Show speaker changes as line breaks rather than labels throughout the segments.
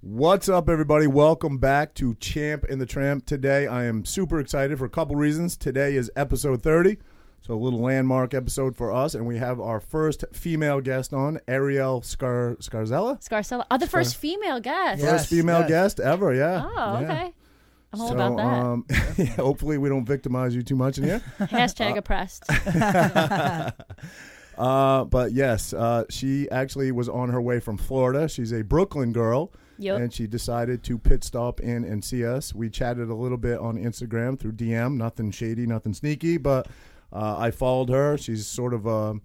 What's up, everybody? Welcome back to Champ and the Tramp. Today, I am super excited for a couple reasons. Today is episode 30, so a little landmark episode for us, and we have our first female guest on, Ariel Scar- Scarzella.
Scarcella. Oh, the first female guest.
first female guest ever, yeah.
Oh,
Yeah.
okay. I'm all
So,
about that.
um, yeah, hopefully, we don't victimize you too much in here.
Hashtag oppressed.
Uh, but yes, uh, she actually was on her way from Florida. She's a Brooklyn girl.
Yep.
And she decided to pit stop in and see us. We chatted a little bit on Instagram through DM. Nothing shady, nothing sneaky, but uh, I followed her. She's sort of a,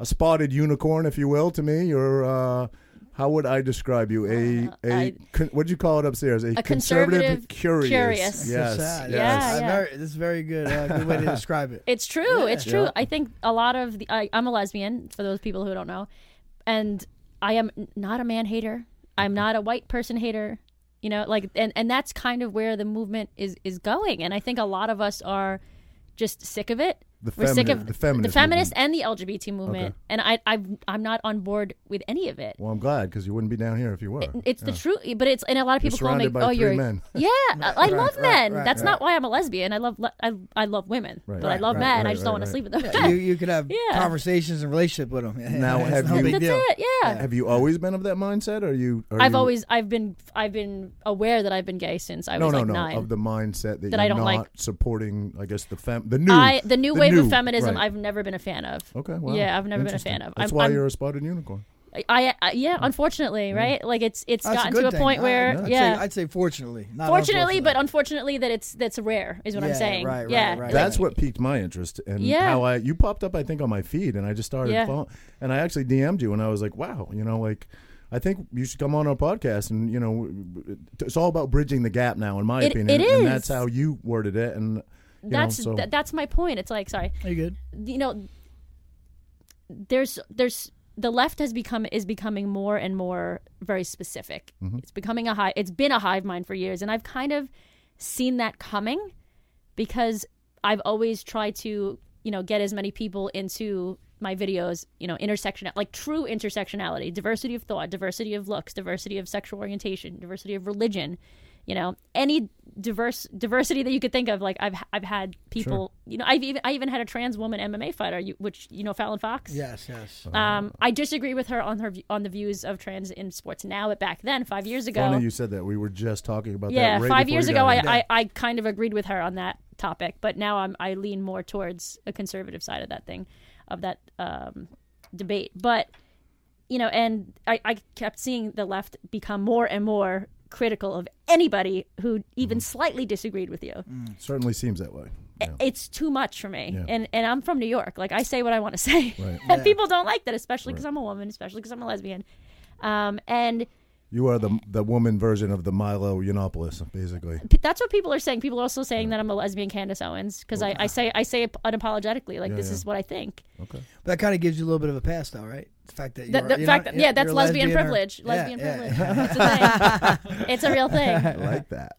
a spotted unicorn, if you will, to me. You're, uh, how would I describe you? A, a
Uh, I-
con- what'd you call it upstairs? A,
conservative
curious.
curious.
Yes. yes.
Sad,
Yeah,
I
yeah.
Very, this is very good. Uh, good way to describe it.
It's true. It's true.
Yeah.
I think a lot of the. I, I'm a lesbian, for those people who don't know. And I am n- not a man hater. I'm not a white person hater. You know, like, and, and that's kind of where the movement is, is going. And I think a lot of us are just sick of it.
The
We're sick
femini-
of
the feminist
and the LGBT movement. And I, I've, I'm not on board with any of it.
Well, I'm glad because you wouldn't be down here if you were.
It's the truth, but it's and a lot of
You're
people call me,
surrounded by
"Oh,
three
you're
men."
yeah." I- I love men.
right,
That's not why I'm a lesbian. I love le- I, I love women,
Right,
but I
right,
love
right,
men.
right,
I just don't
right,
want
right.
to sleep with them.
You you could have
Yeah.
conversations and relationship with them.
Now,
It's
have
no
you-
big
That's
deal.
it. Yeah.
Have you always been of that mindset? Or are you? Are
I've
you-
always I've been I've been aware that I've been gay since I
no,
was
no,
like
no.
nine.
Of the mindset that,
That
you're
I don't
not
like.
supporting, I guess the fem, the new,
I the new wave
new,
of feminism.
right.
I've never been a fan of.
okay, wow,
yeah, I've never been a
interesting.
fan of.
That's
I'm,
why
I'm-
you're a spotted unicorn.
I, I yeah, unfortunately, right? Like it's it's
That's
gotten
good
to a
thing.
point
I-
where
I'd
yeah.
Say, I'd say fortunately. Not
Fortunately,
unfortunately.
but unfortunately, that it's that's rare is what I'm
Yeah,
saying.
right, right,
yeah,
right.
That's what piqued my interest and
Yeah.
how I you popped up I think on my feed and I just started
Yeah.
following and I actually DM'd you and I was like wow you know like I think you should come on our podcast and you know it's all about bridging the gap now in my
It-
opinion
it
and
is.
that's how you worded it and you
that's
know, so
tha- that's my point. It's like sorry,
Are you good?
you know there's there's the left has become is becoming more and more very specific it's becoming a high it's been a hive mind for years and i've kind of seen that coming because i've always tried to you know get as many people into my videos you know intersection like true intersectionality diversity of thought diversity of looks diversity of sexual orientation diversity of religion you know any diverse diversity that you could think of like i've i've had people you know i've even i even had a trans woman mma fighter you, which you know fallon fox
Yes, yes.
um, I disagree with her on her view- on the views of trans in sports now, but back then, five years ago,
funny you said that we were just talking about
yeah,
that right
five
before
years
you
ago,
got
I,
on.
I, I kind of agreed with her on that topic, but now I'm I lean more towards a conservative side of that thing, of that um, debate. But you know, and I, I kept seeing the left become more and more critical of anybody who even
Mm-hmm.
slightly disagreed with you.
certainly seems that way yeah.
It's too much for me,
Yeah.
and and I'm from New York. Like I say what I want to say,
Right.
and people don't like that, especially because I'm a woman, especially because I'm a lesbian. Um, and
You are the the woman version of the Milo Yiannopoulos, basically.
p- that's what people are saying. People are also saying that I'm a lesbian Candace Owens because I, I say I say it unapologetically, like
Yeah,
this
yeah.
is what I think.
But that kind of gives you a little bit of a pass, though, right? The fact that
The,
you're,
the
you're
fact
not-
that yeah,
you're
that's
a
lesbian,
lesbian or-
privilege.
Yeah,
lesbian
yeah.
privilege. It's a thing. it's a real thing.
I like that.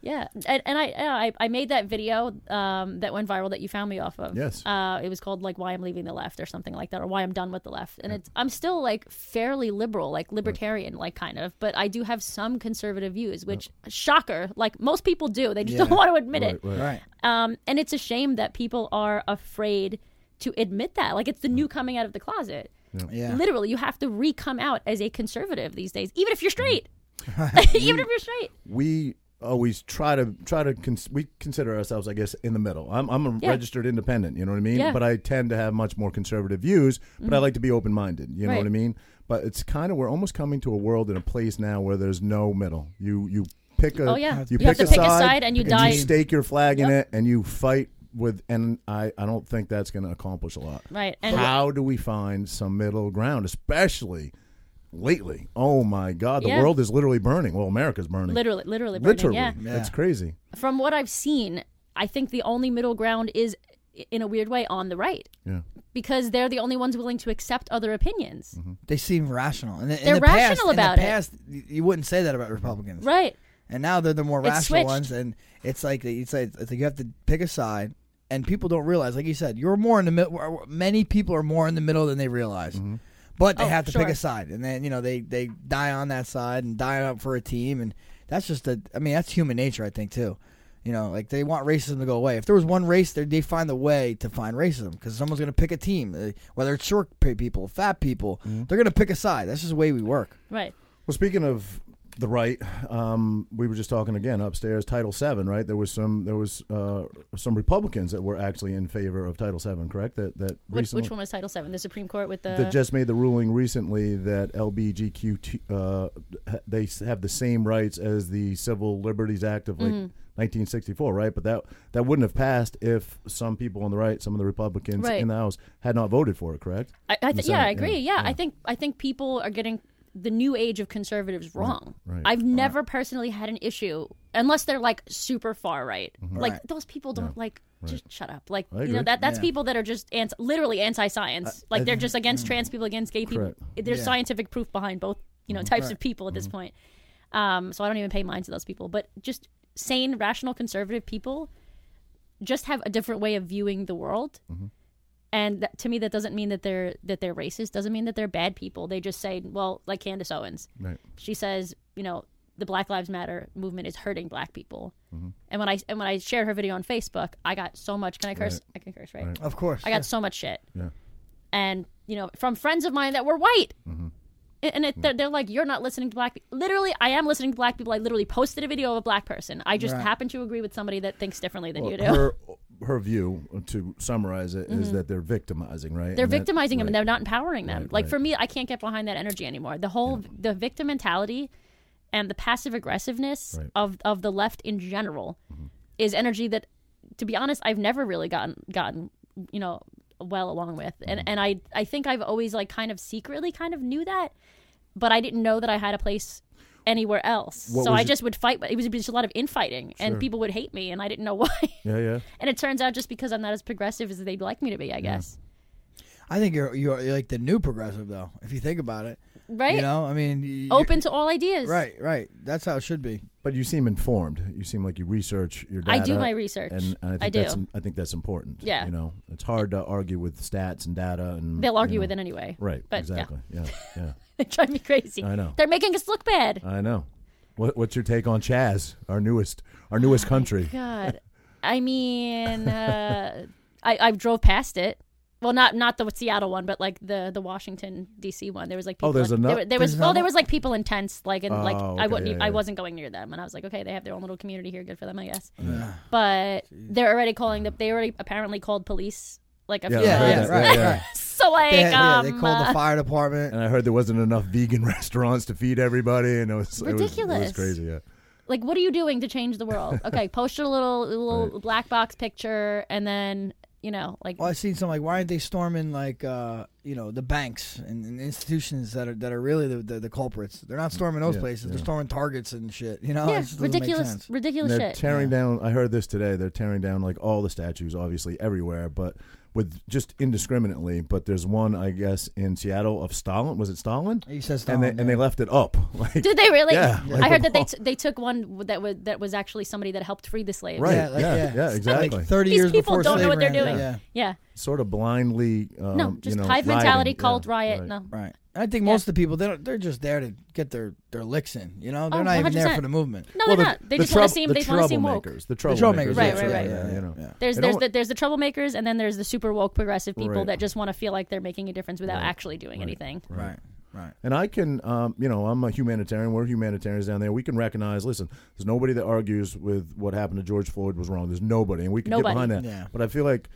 Yeah, and, and I, I I made that video um, that went viral that you found me off of.
Yes.
uh, it was called like "Why I'm Leaving the Left" or something like that, or "Why I'm Done with the Left." And it's I'm still like fairly liberal, like libertarian, like kind of, but I do have some conservative views, which shocker, like most people do, they just don't want to admit it.
Right.
Um, and it's a shame that people are afraid to admit that. Like it's the new coming out of the closet.
Yeah.
Literally, you have to re come out as a conservative these days, even if you're
Mm-hmm.
straight. even if you're straight.
We always try to try to cons- we consider ourselves, I guess, in the middle. I'm I'm a
Yeah.
registered independent. You know what I mean?
Yeah. Mm-hmm.
But I tend to have much more conservative views. But I like to be open minded. You know
Right.
what I mean? But it's kind of we're almost coming to a world and a place now where there's no middle. You you pick a
Oh, yeah.
you,
You have to pick a side and you die.
stake your flag in it and you fight with and I I don't think that's going to accomplish a lot.
Right. And
how do we find some middle ground, especially lately. Oh my God, the
Yeah.
world is literally burning. Well, America's burning.
Literally, literally, burning,
Literally.
yeah.
Yeah.
That's crazy.
From what I've seen, I think the only middle ground is, i- in a weird way, on the right
Yeah.
because they're the only ones willing to accept other opinions.
Mm-hmm.
They seem rational. And in
They're
the past,
rational about
in
it.
the past, y- You wouldn't say that about Republicans.
Right.
And now they're the more
It's
rational
switched.
ones, and it's like it's like, it's like you have to pick a side, and people don't realize, like you said, you're more in the middle. Many people are more in the middle than they realize, but they
Oh,
have to pick
sure.
a side, and then you know they they die on that side and die up for a team, and that's just a. I mean, that's human nature, I think too. You know, like they want racism to go away. If there was one race, they they find the way to find racism because someone's going to pick a team, uh, whether it's short pe- people, fat people, they're going to pick a side. That's just the way we work.
Right.
Well, speaking of the right, um, we were just talking again upstairs. Title VII, right? There was some there was uh, some Republicans that were actually in favor of Title VII, correct? That that
Which,
recently
which one Uh, was Title Seven? The Supreme Court with the
that just made the ruling recently that LBGQ uh, ha- they s- have the same rights as the Civil Liberties Act of like
Mm-hmm.
1964, right? But that that wouldn't have passed if some people on the right, some of the Republicans
Right.
in the House, had not voted for it, correct?
I, I
In the
th- yeah, I
Senate,
agree. Yeah, I think I think people are getting the new age of conservatives wrong.
right.
I've never personally had an issue unless they're like super far right. Like
Right.
those people don't like just shut up. Like
Mm-hmm. I
you know
agree.
that that's
Yeah.
people that are just anti, literally anti-science. like they're just
Mm.
against trans people, against gay people.
Correct. Mm-hmm.
There's
Yeah.
scientific proof behind both you know types of people at this point. Um, so I don't even pay mind to those people, but just sane, rational, conservative people just have a different way of viewing the world
Mm-hmm.
and that, to me that doesn't mean that they're that they're racist doesn't mean that they're bad people they just say well like candace owens
Right.
she says you know the black lives matter movement is hurting black people
Mm-hmm.
and when i and when i shared her video on facebook i got so much can i curse i can curse right,
Right.
Of course,
i got so much shit
Yeah.
and you know from friends of mine that were white A- and it, they're, they're like you're not listening to black people literally i am listening to black people i literally posted a video of a black person i just
Right.
happen to agree with somebody that thinks differently than you do
her her view uh, to summarize it is that they're victimizing, right?
They're
And that-
victimizing them and they're not empowering them.
Right,
like
right.
for me, I can't get behind that energy anymore. The whole the victim mentality and the passive aggressiveness
Right. Mm-hmm.
of of the left in general is energy that to be honest, I've never really gotten gotten, you know, well along with. And
Mm-hmm.
and I I think I've always like kind of secretly kind of knew that, but I didn't know that I had a place anywhere else.
What
so
was
I
it-
just would fight, but it was just a lot of infighting and people would hate me and I didn't know why.
Yeah, yeah.
and it turns out just because I'm not as progressive as they'd like me to be, I guess.
I think you're you're like the new progressive though. If you think about it,
Right?
You know, I mean, y- y-
open to all ideas.
Right, right. That's how it should be.
But you seem informed. You seem like you research your
I
data.
do my research.
uh, and, and I think
I do.
that's I think that's important.
Yeah.
you know, it's hard to argue with stats and data, and
They'll argue
you know.
with it anyway.
Right,
But
exactly. Yeah, yeah.
yeah, they drive me crazy.
I know.
They're making us look bad.
I know. What, what's your take on Chaz, our newest, our newest country?
God, I mean, uh, I I drove past it. Well, not not the Seattle one, but like the the Washington D.C. one. There was like people
Oh, there's
in-
ano-
there, were- there was
there's
well, there
another-
was like people in tents, like and like
Oh,
I
okay,
wouldn't
yeah,
I
yeah.
wasn't going near them, and I was like, okay, they have their own little community here, good for them, I guess. But they're already calling the they already apparently called police like a few
Yeah,
I heard
yeah,
times.
that,
right,
yeah,
right.
So like
Yeah, yeah,
um,
they called
uh,
the fire department.
And I heard there wasn't enough vegan restaurants to feed everybody, and it was it was- It was,
Ridiculous.
crazy. Yeah.
like what are you doing to change the world okay post a little little
Right.
black box picture and then you know like
Well, I seen some like, why aren't they storming like, uh, you know, the banks and, and institutions that are that are really the the, the culprits? They're not storming those
Yeah,
places.
yeah.
They're storming targets and shit. You know,
yeah,
It just doesn't make
ridiculous
sense.
And
ridiculous
they're
Oh, shit
tearing down. I heard this today. They're tearing down like all the statues, obviously everywhere, but with just indiscriminately. But there's one, I guess, in Seattle of Stalin. Was it Stalin?
He says
and they
Stalin,
and
yeah.
they left it up. Like,
did they really
Yeah, like oh.
i heard
the
that they,
wall.
t- they took one that was that was actually somebody that helped free the slaves
Right.
Yeah, like,
yeah,
yeah.
yeah, exactly.
Like Thirty
These
years
people
before
don't know what they're
slavery
doing.
ended. Yeah.
yeah
sort of blindly. Um,
no just
you know,
hive mentality
rioting.
called
Yeah,
riot
right.
no
Right. And I think most of the people they don't, they're just there to get their their licks in. You know, they're
Oh,
not even there
100%.
for the movement.
no
Well,
they're
the-
not they
the
just want
troub-
to seem
the
they want to seem woke
troublemakers, The
The troublemakers,
troublemakers.
Right,
that's
right, right.
Yeah, you know.
Yeah.
there's
They
there's
don't-
the, there's the troublemakers and then there's the super woke progressive people
Right.
that just want to feel like they're making a difference without
Right.
actually doing anything
Right. Right.
And I can, um, you know, I'm a humanitarian. We're humanitarians down there. We can recognize. Listen, there's nobody that argues with what happened to George Floyd was wrong. There's nobody, and we can
Nobody.
get behind that.
Yeah.
But I feel like,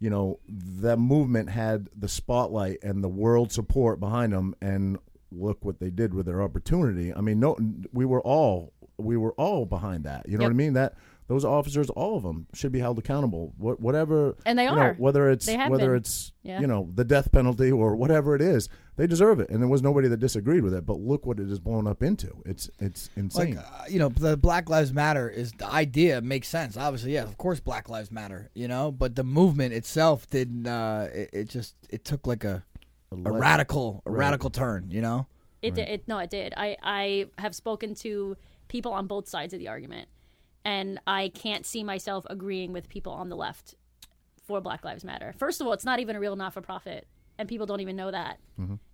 you know, that movement had the spotlight and the world support behind them, and look what they did with their opportunity. I mean, no, we were all we were all behind that. You know
Yep.
what I mean? That those officers, all of them, should be held accountable. What, whatever,
And they
you know,
are.
whether it's
They have
whether
been.
it's
Yeah.
you know the death penalty or whatever it is, they deserve it. And there was nobody that disagreed with it. But look what it is blown up into. It's it's insane.
like uh, you know the black lives matter is the idea makes sense obviously yeah of course black lives matter you know but the movement itself didn't uh it, it just it took like a a
left-
radical a radical turn you know
It did. It, no, it did. I, I have spoken to people on both sides of the argument, and I can't see myself agreeing with people on the left for Black Lives Matter. First of all, it's not even a real not for profit, and people don't even know that.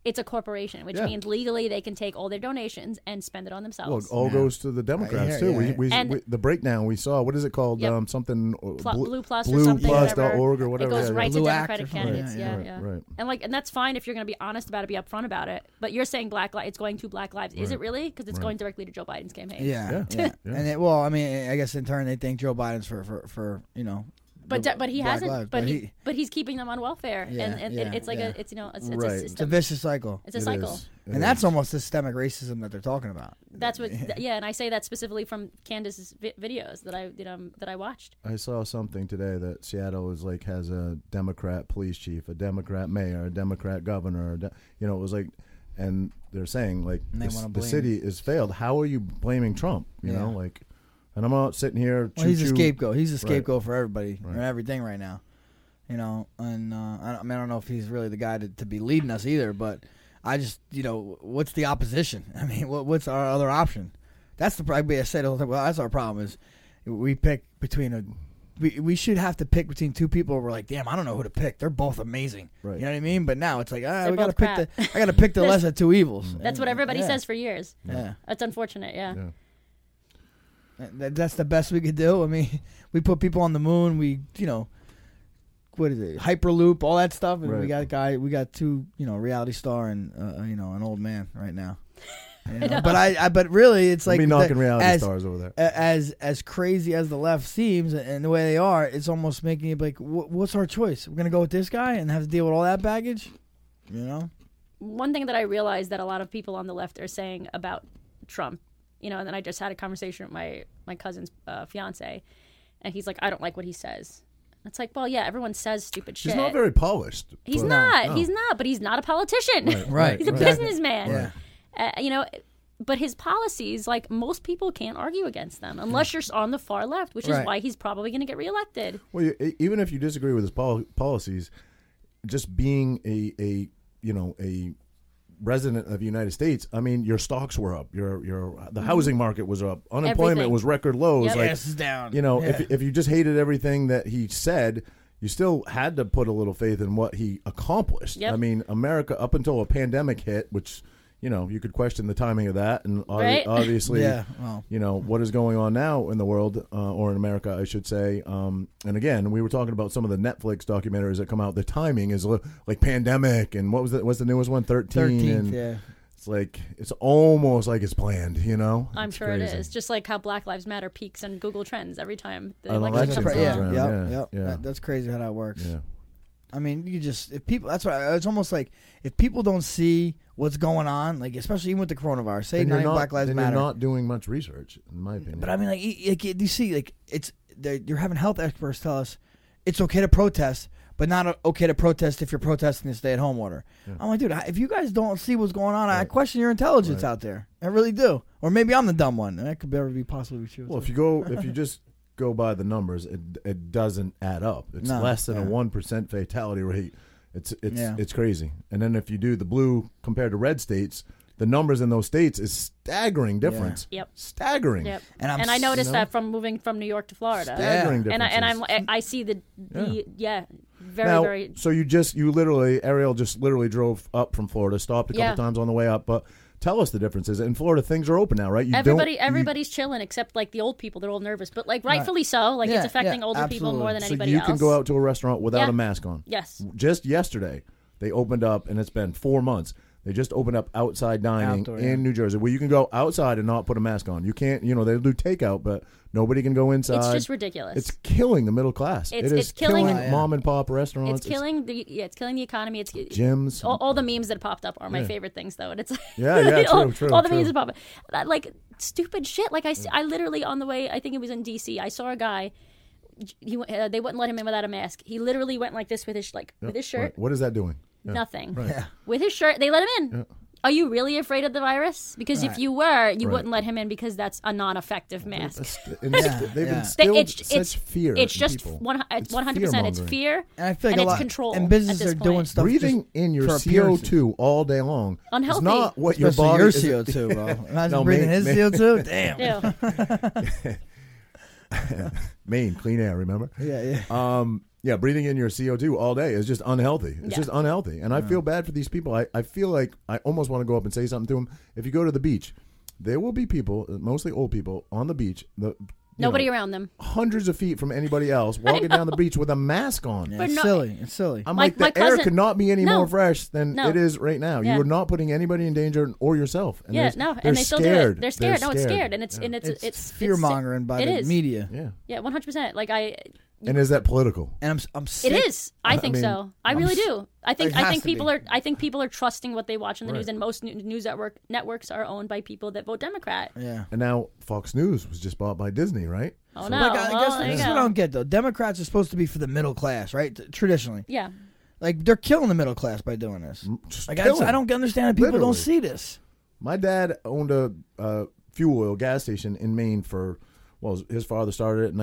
It's a corporation, which
Mm-hmm. Yeah.
means legally they can take all their donations and spend it on
Well, oh,
themselves.
it
oh,
all goes to the Democrats
yeah,
too.
yeah, yeah.
We, we,
And-
we the breakdown we saw. What is it called?
Yep.
Um, something uh,
Pl-
blu-
Blue Plus
Blue
or something.
Plus
whatever.
dot org or whatever.
It goes
yeah, yeah.
right
Blue
to
Act or
Democratic
something.
candidates.
Yeah,
Yeah,
yeah.
yeah.
Right, right.
And like, and that's fine if you're going to be honest about it, be upfront about it. But you're saying black li- it's going to black lives. Is it really? Because it's going directly to Joe Biden's campaign.
yeah
Yeah.
yeah, and it, well i mean i guess in turn they thank joe biden's for for, for you know
But
the
d- but he
Black
hasn't.
Lives,
but
but
he,
he-
but he's keeping them on welfare,
Yeah,
and, and
yeah,
it, it's like
yeah.
a it's you know it's, it's
Right.
a
it's a
system.
vicious cycle
It's a
It
cycle.
is. It
and that's
is.
almost the systemic racism that they're talking about
That's what yeah, and I say that specifically from Candace's vi- videos that I you know that I watched.
I saw something today that Seattle is like has a Democrat police chief, a Democrat mayor, a Democrat governor. a de- you know, it was like, and they're saying like
And they
this-
wanna
the
blame-
city is failed. How are you blaming Trump? You know,
Yeah.
like, and I'm not sitting here.
Well, he's a
choo-choo-
scapegoat. He's a
Right.
scapegoat for everybody and everything right now. You know, and uh, I I mean, I don't know if he's really the guy to, to be leading us either, but I just, you know, what's the opposition? I mean, what, what's our other option? That's the probably I said. all the time, Well, that's our problem is we pick between a. We, we should have to pick between two people. Where we're like, damn, I don't know who to pick. They're both amazing.
Right.
You know what I mean? But now it's like, ah, we
both
gotta pick
crap.
the. I gotta pick the
There's-
less of two evils.
That's what everybody
Yeah.
says for years.
Yeah.
That's unfortunate. Yeah.
Yeah.
That, that's the best we could do. I mean, we put people on the moon. We, you know, what is it? Hyperloop, all that stuff. And we
Right.
got guy, we got two, you know, reality star and uh, you know an old man right now. You know? But I, I, but really, it's
Let
like
me
the-
knocking reality
as,
stars over there.
a- As as crazy as the left seems and the way they are, it's almost making you be like, "Wh- what's our choice? We're gonna go with this guy and have to deal with all that baggage. You know,
One thing that I realized that a lot of people on the left are saying about Trump, you know, and then I just had a conversation with my my cousin's uh, fiance, and he's like, I don't like what he says. It's like, well, yeah, everyone says stupid shit.
He's not very polished.
He's
but-
not.
No.
He's not. But he's not a politician.
Right,
he's a
exactly.
businessman.
Yeah.
Uh, you know, but his policies, like most people, can't argue against them unless you're on the far left, which
Right.
is why he's probably going to get reelected.
Well, you- even if you disagree with his pol- policies, just being a, a you know a resident of the United States, I mean, your stocks were up, your your the housing market was up, unemployment
Mm-hmm. Everything.
was record lows.
Yep.
Like
Yes, it's down.
You know,
Yeah.
if if you just hated everything that he said. You still had to put a little faith in what he accomplished.
Yep.
I mean, America up until a pandemic hit, which you know you could question the timing of that, and obvi-
Right.
obviously,
Yeah, well.
you know what is going on now in the world uh, or in America, I should say. Um, and again, we were talking about some of the Netflix documentaries that come out. The timing is li- like pandemic, and what was the, what's the newest one? Thirteen.
thirteenth.
and
Yeah,
It's like it's almost like it's planned. You know,
I'm
It's
sure
crazy.
it is. Just like how Black Lives Matter peaks in Google Trends every time the
An
election
election
comes
comes
yeah,
around.
along.
yeah,
Yeah,
yeah.
yeah.
That- that's crazy how that works.
Yeah.
I mean, you just if people. That's why it's almost like if people don't see what's going on, like especially even with the coronavirus, say
Then you're
not,
not,
Black Lives
then
Matter.
you're not doing much research, in my opinion.
but I mean, like, you- like you see, like it's they're- you're having health experts tell us it's okay to protest, but not okay to protest if you're protesting the stay at home order. I'm like, dude, I- if you guys don't see what's going on, I question your intelligence out there. I really do. Or maybe I'm the dumb one. That could never be possibly true.
Well, if you go, if you just go by the numbers, it it doesn't add up. It's
No,
less than a
yeah.
one percent fatality rate. It's it's
Yeah.
it's crazy. And then if you do the blue compared to red states, the numbers in those states is staggering difference.
Yep.
Staggering.
Yep.
And
And,
I'm
I
s-
noticed
no.
that from moving from New York to Florida.
Staggering
And I and I'm
differences.
I, I see the the yeah, very
now,
very
so you just you literally Ariel just literally drove up from Florida, stopped a couple
Yeah.
times on the way up, but tell us the differences. In Florida, things are open now, right? You don't-
Everybody,
you-
everybody's chilling except like the old people. They're all nervous, but like rightfully so. Like
Yeah,
it's affecting
yeah,
older people more
absolutely.
than
So
anybody
you
else.
can go out to a restaurant without
Yeah.
a mask on.
Yes.
Just yesterday, they opened up, and it's been four months. They just opened up outside dining
Outdoor,
in
yeah.
New Jersey, where you can go outside and not put a mask on. You can't, you know, they do takeout, but nobody can go inside.
It's just
Uh,
ridiculous.
It's killing the middle class.
It's-
It is
it's killing- Oh, yeah.
mom and pop restaurants.
it's killing the yeah, it's killing the economy. It's
gyms.
all, all the memes that popped up are my favorite things though, and it's like,
Yeah, yeah,
all,
true, true,
all the
true.
memes that pop up, That, Uh, like stupid shit. Like I, s- I literally on the way, I think it was in D.C. I saw a guy. He went- uh, they wouldn't let him in without a mask. He literally went like this with his sh- like with his shirt,
Right. What is that doing? Yeah.
nothing.
Yeah.
With his shirt, they let him in. Are you really afraid of the virus? Because if
Right.
you were, you
Right.
wouldn't let him in because that's a non-effective mask.
That's- and it's-
Yeah,
They've
yeah.
They-
instilled such fear.
It's
in
just
people.
one
It's
hundred percent. It's
fear-mongering.
fear
And I feel like a
it's
lot,
control.
and
at
businesses
this
are doing
point.
stuff.
Breathing
just
in your
for appearances.
CO2 all day long. It's
Unhealthy.
not what your
Especially
body
your
is-
CO2, bro. Imagine
No,
breathing
me-
his
me-
CO2. Damn. Yeah,
Ew.
Maine, clean air, remember?
yeah.
Um, yeah, breathing in your CO2 all day is just unhealthy. It's
Yeah.
just unhealthy. And I feel bad for these people. I, I feel like I almost want to go up and say something to them. If you go to the beach, there will be people, mostly old people, on the beach, the, you
Nobody
know,
around them.
hundreds of feet from anybody else, walking down the beach with a mask on.
It's
no-
silly. It's silly.
I'm
My-
like, the
my
air
cousin-
could not be any
No.
more fresh than
No.
it is right now.
Yeah.
You are not putting anybody in danger or yourself. And
Yeah,
they're-
no,
they're
and they still do it. They're scared. no, it's scared, and it's and it's
it's
it's, it's
fear mongering by
it
the
is.
media.
yeah.
Yeah, one hundred percent. Like I,
And is that political?
And I'm s- I'm sick.
it is. I think
mean,
so. I really do. I think
it
I
has
think
to be.
people are. I think people are trusting what they watch in the news, and most nu- news network networks are owned by people that vote Democrat.
Yeah.
And now Fox News was just bought by Disney, right?
Oh
So-
no!
Like, I
Well,
guess
there you
this is
go.
what I don't get though. Democrats are supposed to be for the middle class, right? T- Traditionally,
yeah,
like they're killing the middle class by doing this.
Just
Like I,
kill
just- I
them.
don't understand how people
Literally.
don't see this.
My dad owned a uh, fuel oil gas station in Maine for, well, his father started it in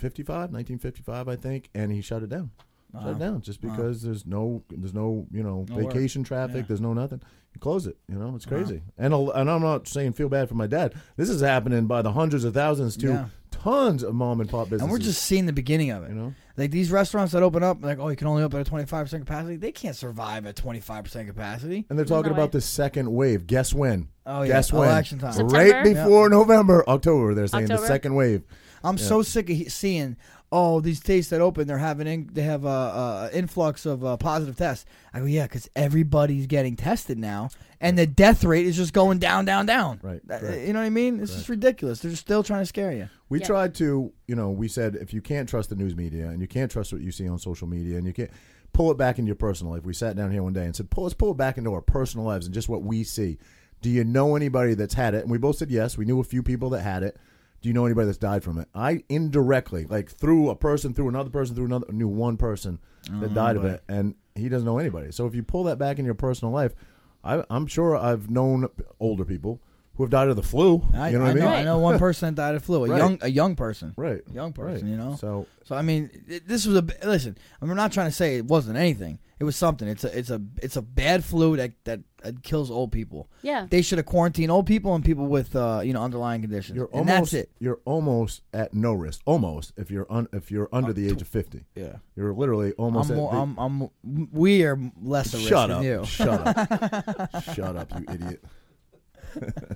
1955, 1955, I think, and he shut it down. Shut
Uh-huh.
it down just because there's no, there's no, you know,
work.
vacation traffic. There's no nothing. You close it. You know, it's
Uh-huh.
crazy. And a, and I'm not saying feel bad for my dad. This is happening by the hundreds of thousands to
Yeah.
tons of mom and pop businesses.
And we're just seeing the beginning of it.
You know?
Like these restaurants that open up, like, oh, you can only open at 25% capacity. They can't survive at 25% capacity.
And they're talking
No way.
about the second wave. Guess when?
Oh, yeah.
Guess when?
Election time.
Right
September?
before November, October. They're saying the
October.
second wave.
I'm so sick of he- seeing, oh, these states that open, they're having, in- they have a, a influx of uh, positive tests. I go, yeah, because everybody's getting tested now. And the death rate is just going down, down, down.
Right,
That-
correct.
You know what I mean? This is ridiculous. They're still trying to scare you.
We
Yeah.
tried to, you know, we said if you can't trust the news media and you can't trust what you see on social media and you can't pull it back into your personal life. We sat down here one day and said, pull, let's pull it back into our personal lives and just what we see. Do you know anybody that's had it? And we both said yes. We knew a few people that had it. Do you know anybody that's died from it? I indirectly, like through a person, through another person, through another, knew one person that
Oh,
died of it, and he doesn't know anybody. So if you pull that back into your personal life, I, I'm sure I've known older people who have died of the flu.
I,
you know what
I
I mean?
know, I know one person that died of flu, a
Right.
young a young person.
Right.
Young person,
right.
you know?
So
So I mean, it, this was a b- listen. I'm not trying to say it wasn't anything. It was something. It's a it's a it's a bad flu that that, that kills old people.
yeah.
They should have quarantined old people and people with uh, you know underlying conditions.
you're
and
almost
that's it.
you're almost at no risk. Almost if you're un, if you're under the age of 50.
Yeah.
You're literally almost
I'm,
at
more,
the,
I'm, I'm we are less at risk
Shut
than
up.
you.
Shut up. Shut up, you idiot.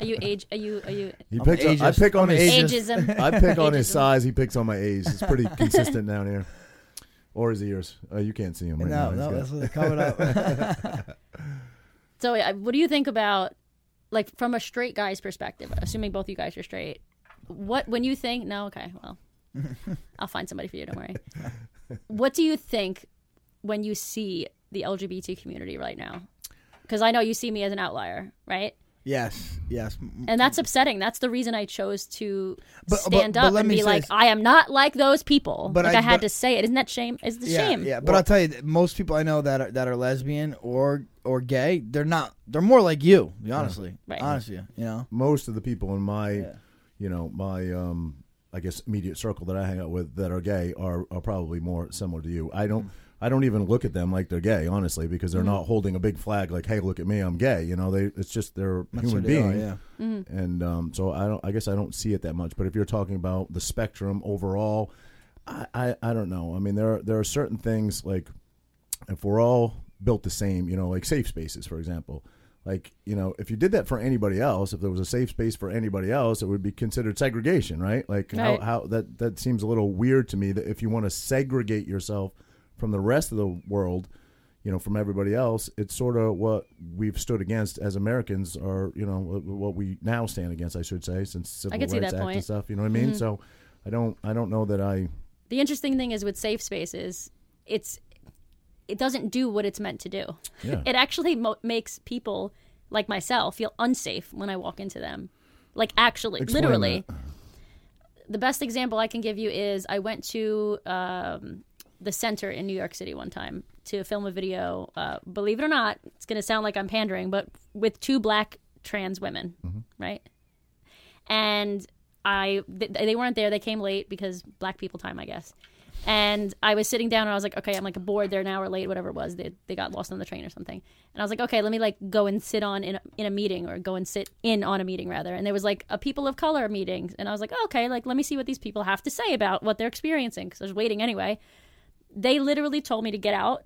Are you age? Are you? Are you?
He
I'm
picks on, I
ageist.
pick on
I'm
his
ageist.
Ageism.
I pick on his
Ageism.
size, he picks on my age. It's pretty consistent down here. Or his ears. Uh, you can't see him right now.
No,
He's
no,
got-
that's what's coming up.
So, uh, what do you think about, like, from a straight guy's perspective? Assuming both you guys are straight, what when you think? No, okay, well, I'll find somebody for you. Don't worry. What do you think when you see the LGBT community right now? Because I know you see me as an outlier, right?
yes, yes. M-
And that's upsetting. That's the reason I chose to
But-
stand
but- but
up
let
and
me
be
say
like,
this.
I am not like those people.
But
like
I-
I, had
but-
to say it. Isn't that shame? It's the
Yeah,
shame.
yeah. But I'll tell you, that most people I know that are, that are lesbian or or gay, they're not. They're more like you. Honestly,
Right.
honestly, you know.
most of the people in my, you know, my, um, I guess immediate circle that I hang out with that are gay are, are probably more similar to you. I
Mm.
don't, I don't even look at them like they're gay, honestly, because
Mm-hmm.
they're not holding a big flag like, hey, look at me, I'm gay. You know, they, it's just they're
That's
human
what they are,
being.
yeah.
And um, so I don't, I guess I don't see it that much. But if you're talking about the spectrum overall, I, I, I don't know. I mean, there are, there are certain things like if we're all built the same, you know, like safe spaces, for example. Like, you know, if you did that for anybody else, if there was a safe space for anybody else, it would be considered segregation, right? Like
Right.
how, how that that seems a little weird to me that if you want to segregate yourself from the rest of the world, you know, from everybody else, it's sort of what we've stood against as Americans or, you know, what- what we now stand against, I should say, since civil
could
rights
see
act
that
and
point. Mm-hmm.
stuff, you know what I mean? So I don't I don't know that I
the interesting thing is with safe spaces it's it doesn't do what it's meant to do
Yeah.
it actually mo- makes people like myself feel unsafe when i walk into them Like actually,
Explain
literally.
that.
The best example I can give you is I went to um, the center in New York City one time to film a video. Uh, believe it or not, it's going to sound like I'm pandering, but with two black trans women,
Mm-hmm.
right? and I th- they weren't there. They came late because black people time, I guess. And I was sitting down and I was like, okay, I'm like bored. They're an hour late, whatever it was. They, they got lost on the train or something. And I was like, okay, let me like go and sit on in a, in a meeting or go and sit in on a meeting rather. And there was like a people of color meeting. And I was like, okay, like let me see what these people have to say about what they're experiencing because I was waiting anyway. They literally told me to get out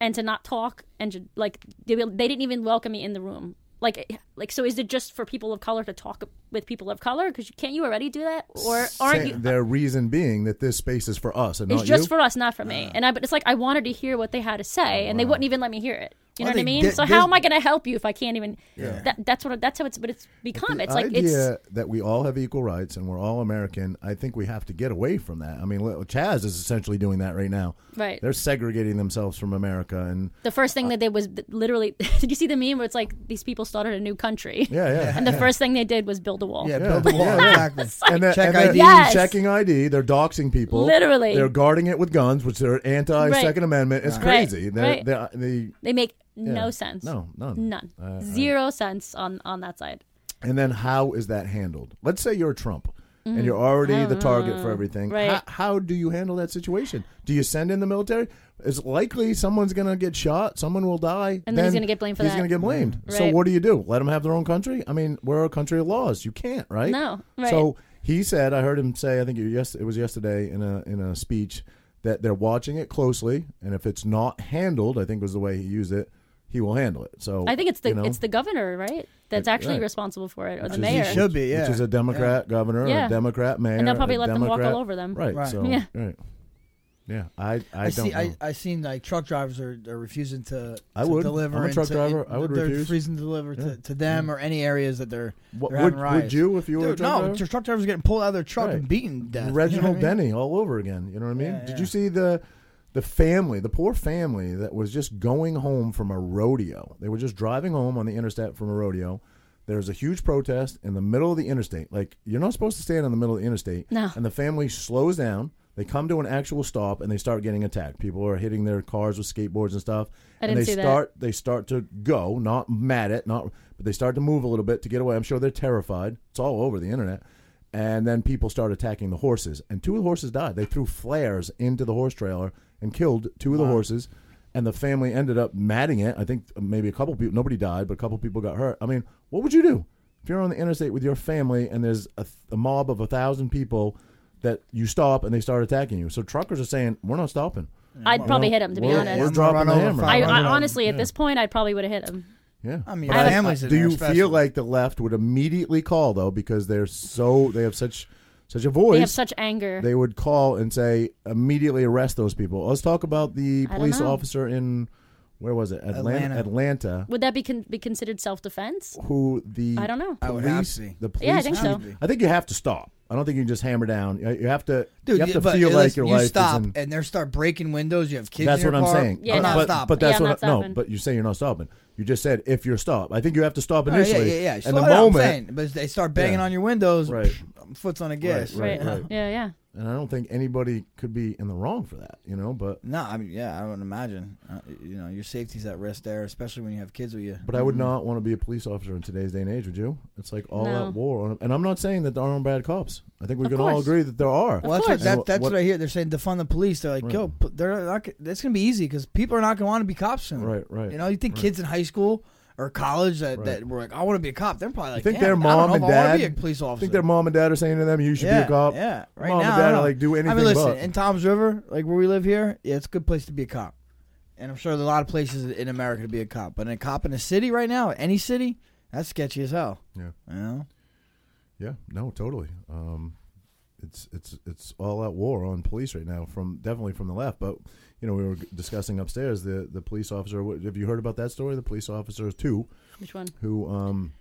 and to not talk and to, like they, will- they didn't even welcome me in the room like eh, like so is it just for people of color to talk with people of color because you, can't you already do that or aren't
Say-
you
Their reason being that this space is for us and
it's
not
just
you. Ah.
for us not for me and i but it's like i wanted to hear what they had to say and they wouldn't even let me hear it you know
Well,
what i
they
mean
did-
so
there's-
how am i going to help you if i can't even that, that's what that's how it's but it's become it's like
idea
it's
that we all have equal rights and we're all American. I think we have to get away from that. I mean, li- Chaz is essentially doing that right now.
Right.
They're segregating themselves from America, and
the first thing that they was th- literally did you see the meme where it's like these people started a new country
yeah, yeah.
and the first thing they did was build a wall
Yeah,
Yeah.
build the wall.
Yeah.
Exactly.
And they're,
Check
and they're
ID.
Yes.
checking ID. They're doxing people.
Literally.
They're guarding it with guns, which are anti Second Amendment. It's
Right.
crazy.
Right.
They're,
Right.
they're- they-
they make
yeah.
no sense
No, none.
none
I- I-
zero sense on on that side
And then how is that handled? Let's say you're Trump and you're already the target for everything.
Mm. Oh. Right.
How, how do you handle that situation? Do you send in the military? It's likely someone's going to get shot. Someone will die.
And then he's gonna get blamed for
he's
that. Mm-hmm.
going to get blamed. So
Right.
what do you do? Let them have their own country? I mean, we're a country of laws. You can't, right?
No, right.
So he said, I heard him say, I think it yes- it was yesterday in a in a speech that they're watching it closely, and if it's not handled, I think was the way he used it, he will handle it. So
I think it's the
you know.
it's the governor, right? That's actually
right.
responsible for it, or the
is-
mayor.
Should be, yeah.
which is a Democrat governor,
Yeah.
a Democrat mayor,
they'll probably
a
let them walk all
Democrat-
over them.
Right.
Right.
So,
Yeah.
Right. Yeah. I. I,
I,
don't.
see.
know.
I I seen like truck drivers are, are refusing to.
I
to
would.
deliver.
I'm a
and
truck
to-
driver. I would
they're
refuse.
refusing to deliver
Yeah.
to, to them or any areas that they're.
What-
they're
would-
having
would
riots.
you if you were a
Dude,
truck
no,
driver?
truck drivers getting pulled out of their truck
Right.
and beaten. to Death.
Reginald
you know what I mean?
Denny all over again. You know what I mean?
Yeah,
Did
yeah.
you see the the family, the poor family that was just going home from a rodeo? They were just driving home on the interstate from a rodeo. There's a huge protest in the middle of the interstate. Like you're not supposed to stand in the middle of the interstate.
No.
And the family slows down. They come to an actual stop and they start getting attacked. People are hitting their cars with skateboards and stuff.
I
and
didn't
they
see that.
start they start to go, not mad at, not but they start to move a little bit to get away. I'm sure they're terrified. It's all over the internet. And then people start attacking the horses, and two of the horses died. They threw flares into the horse trailer and killed two of the horses, and the family ended up matting it. I think maybe a couple people, nobody died, but a couple people got hurt. I mean, what would you do if you're on the interstate with your family and there's a, th- a mob of a thousand people that you stop and they start attacking you? So truckers are saying, "We're not stopping."
I'd probably
Well,
hit him to be
we're-
honest.
We're
I'm gonna
dropping
run
the
over
hammer.
five
I,
hundred
I
of them.
honestly, at this point, I probably would have hit him.
Yeah,
I mean,
But
your family's in
do
there
you
especially.
feel like the left would immediately call though because they're so they have such such a voice?
They have such anger.
they would call and say immediately arrest those people. Let's talk about the
don't
police
know.
officer in where was it Atlanta
Atlanta.
Atlanta
Would that be con- be considered self defense?
who the
I don't know.
I would have
police
to be.
the police
Yeah, I think so.
chief- I think you have to stop. I don't think you can just hammer down. You you have to
Dude,
you have to
but
feel like
listen,
your
you
life
stop
is in,
and they start breaking windows. You have kids.
That's
in your
what I'm
car.
saying.
Yeah,
I'm
but,
not
but,
stopping.
but that's
Yeah, I'm
what
not
I- no.
stopping.
But you say you're not stopping. You just said if you're stopped. I think you have to stop
No,
initially.
Oh, yeah, yeah, yeah.
And the
Slow down, I'm
moment
saying, but they start banging
Yeah.
on your windows,
Right.
pff, foot's on a gas.
Right,
right.
right.
Yeah. Yeah.
and I don't think anybody could be in the wrong for that, you know. But
No, I mean, yeah, I would imagine. Uh, you know, your safety's at risk there, especially when you have kids with you.
but I would not want to be a police officer in today's day and age, would you? It's like all
No.
out war, and I'm not saying that there aren't bad cops. I think we
Of
can all
course.
agree that there are.
well, that's what,
course.
that,
And
that's
what-
what, I hear. They're saying defund the police. They're like, yo, pu- they're not. g- That's gonna be easy because people are not gonna want to be cops soon.
Right, right,
You know, you think
right.
kids in high school or college that,
Right.
that were like, I want to be a cop. They're probably like,
think
"Damn,
their
I
mom
don't know
and
if I want
dad-
to be a police
I
officer.
think their mom and dad are saying to them, "You should
yeah,
be a cop."
Yeah, right
mom
now,
and
I don't
dad
know.
are like, "Do anything
I mean, listen,
but."
in Tom's River, like where we live here, yeah, it's a good place to be a cop. And I'm sure there's a lot of places in America to be a cop, but a cop in a city right now, any city, that's sketchy as hell.
Yeah.
You know?
yeah, no, totally. Um, it's it's it's all out war on police right now from definitely from the left. But you know, we were discussing upstairs the the police officer. what- Have you heard about that story? The police officer too.
Which one?
who um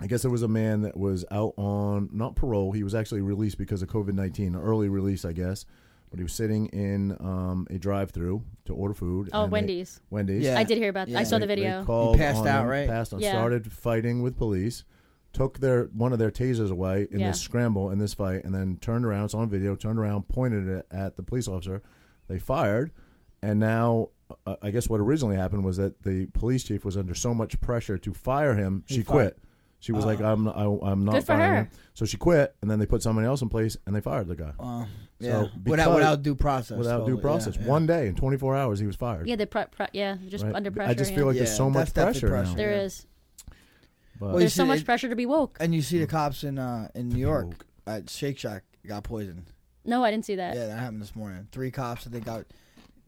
I guess there was a man that was out on not parole. He was actually released because of COVID nineteen, early release, I guess. But he was sitting in um, a drive-through to order food.
Oh,
and they-
Wendy's.
Wendy's.
Yeah.
I did hear about that.
Yeah.
I saw the
They- they
video.
called
passed
on
out,
him,
right?
Passed on.
Yeah.
Started fighting with police, took their one of their tasers away in
Yeah.
this scramble in this fight, and then turned around. It's on video. Turned around, pointed it at the police officer. They fired, and now uh, I guess what originally happened was that the police chief was under so much pressure to fire him, she
fired.
quit. She was like, "I'm, I, I'm not
Good for
firing
her.
him." So she quit, and then they put somebody else in place, and they fired the guy
Uh,
So,
yeah. without
because-
without due process.
without
totally.
due process.
Yeah, yeah.
One day in 24 hours, he was fired.
Yeah, they pre- pre- yeah, just
Right?
under pressure.
I just
yeah.
feel like
Yeah,
there's so much
that's definitely
pressure,
pressure.
now.
there
Yeah.
is.
But-
Well, you
There's so
see,
much
it-
pressure to be woke.
And you see the cops in uh, in New York
Woke.
at Shake Shack got poisoned.
No, I didn't see that.
Yeah, that happened this morning. Three cops that they got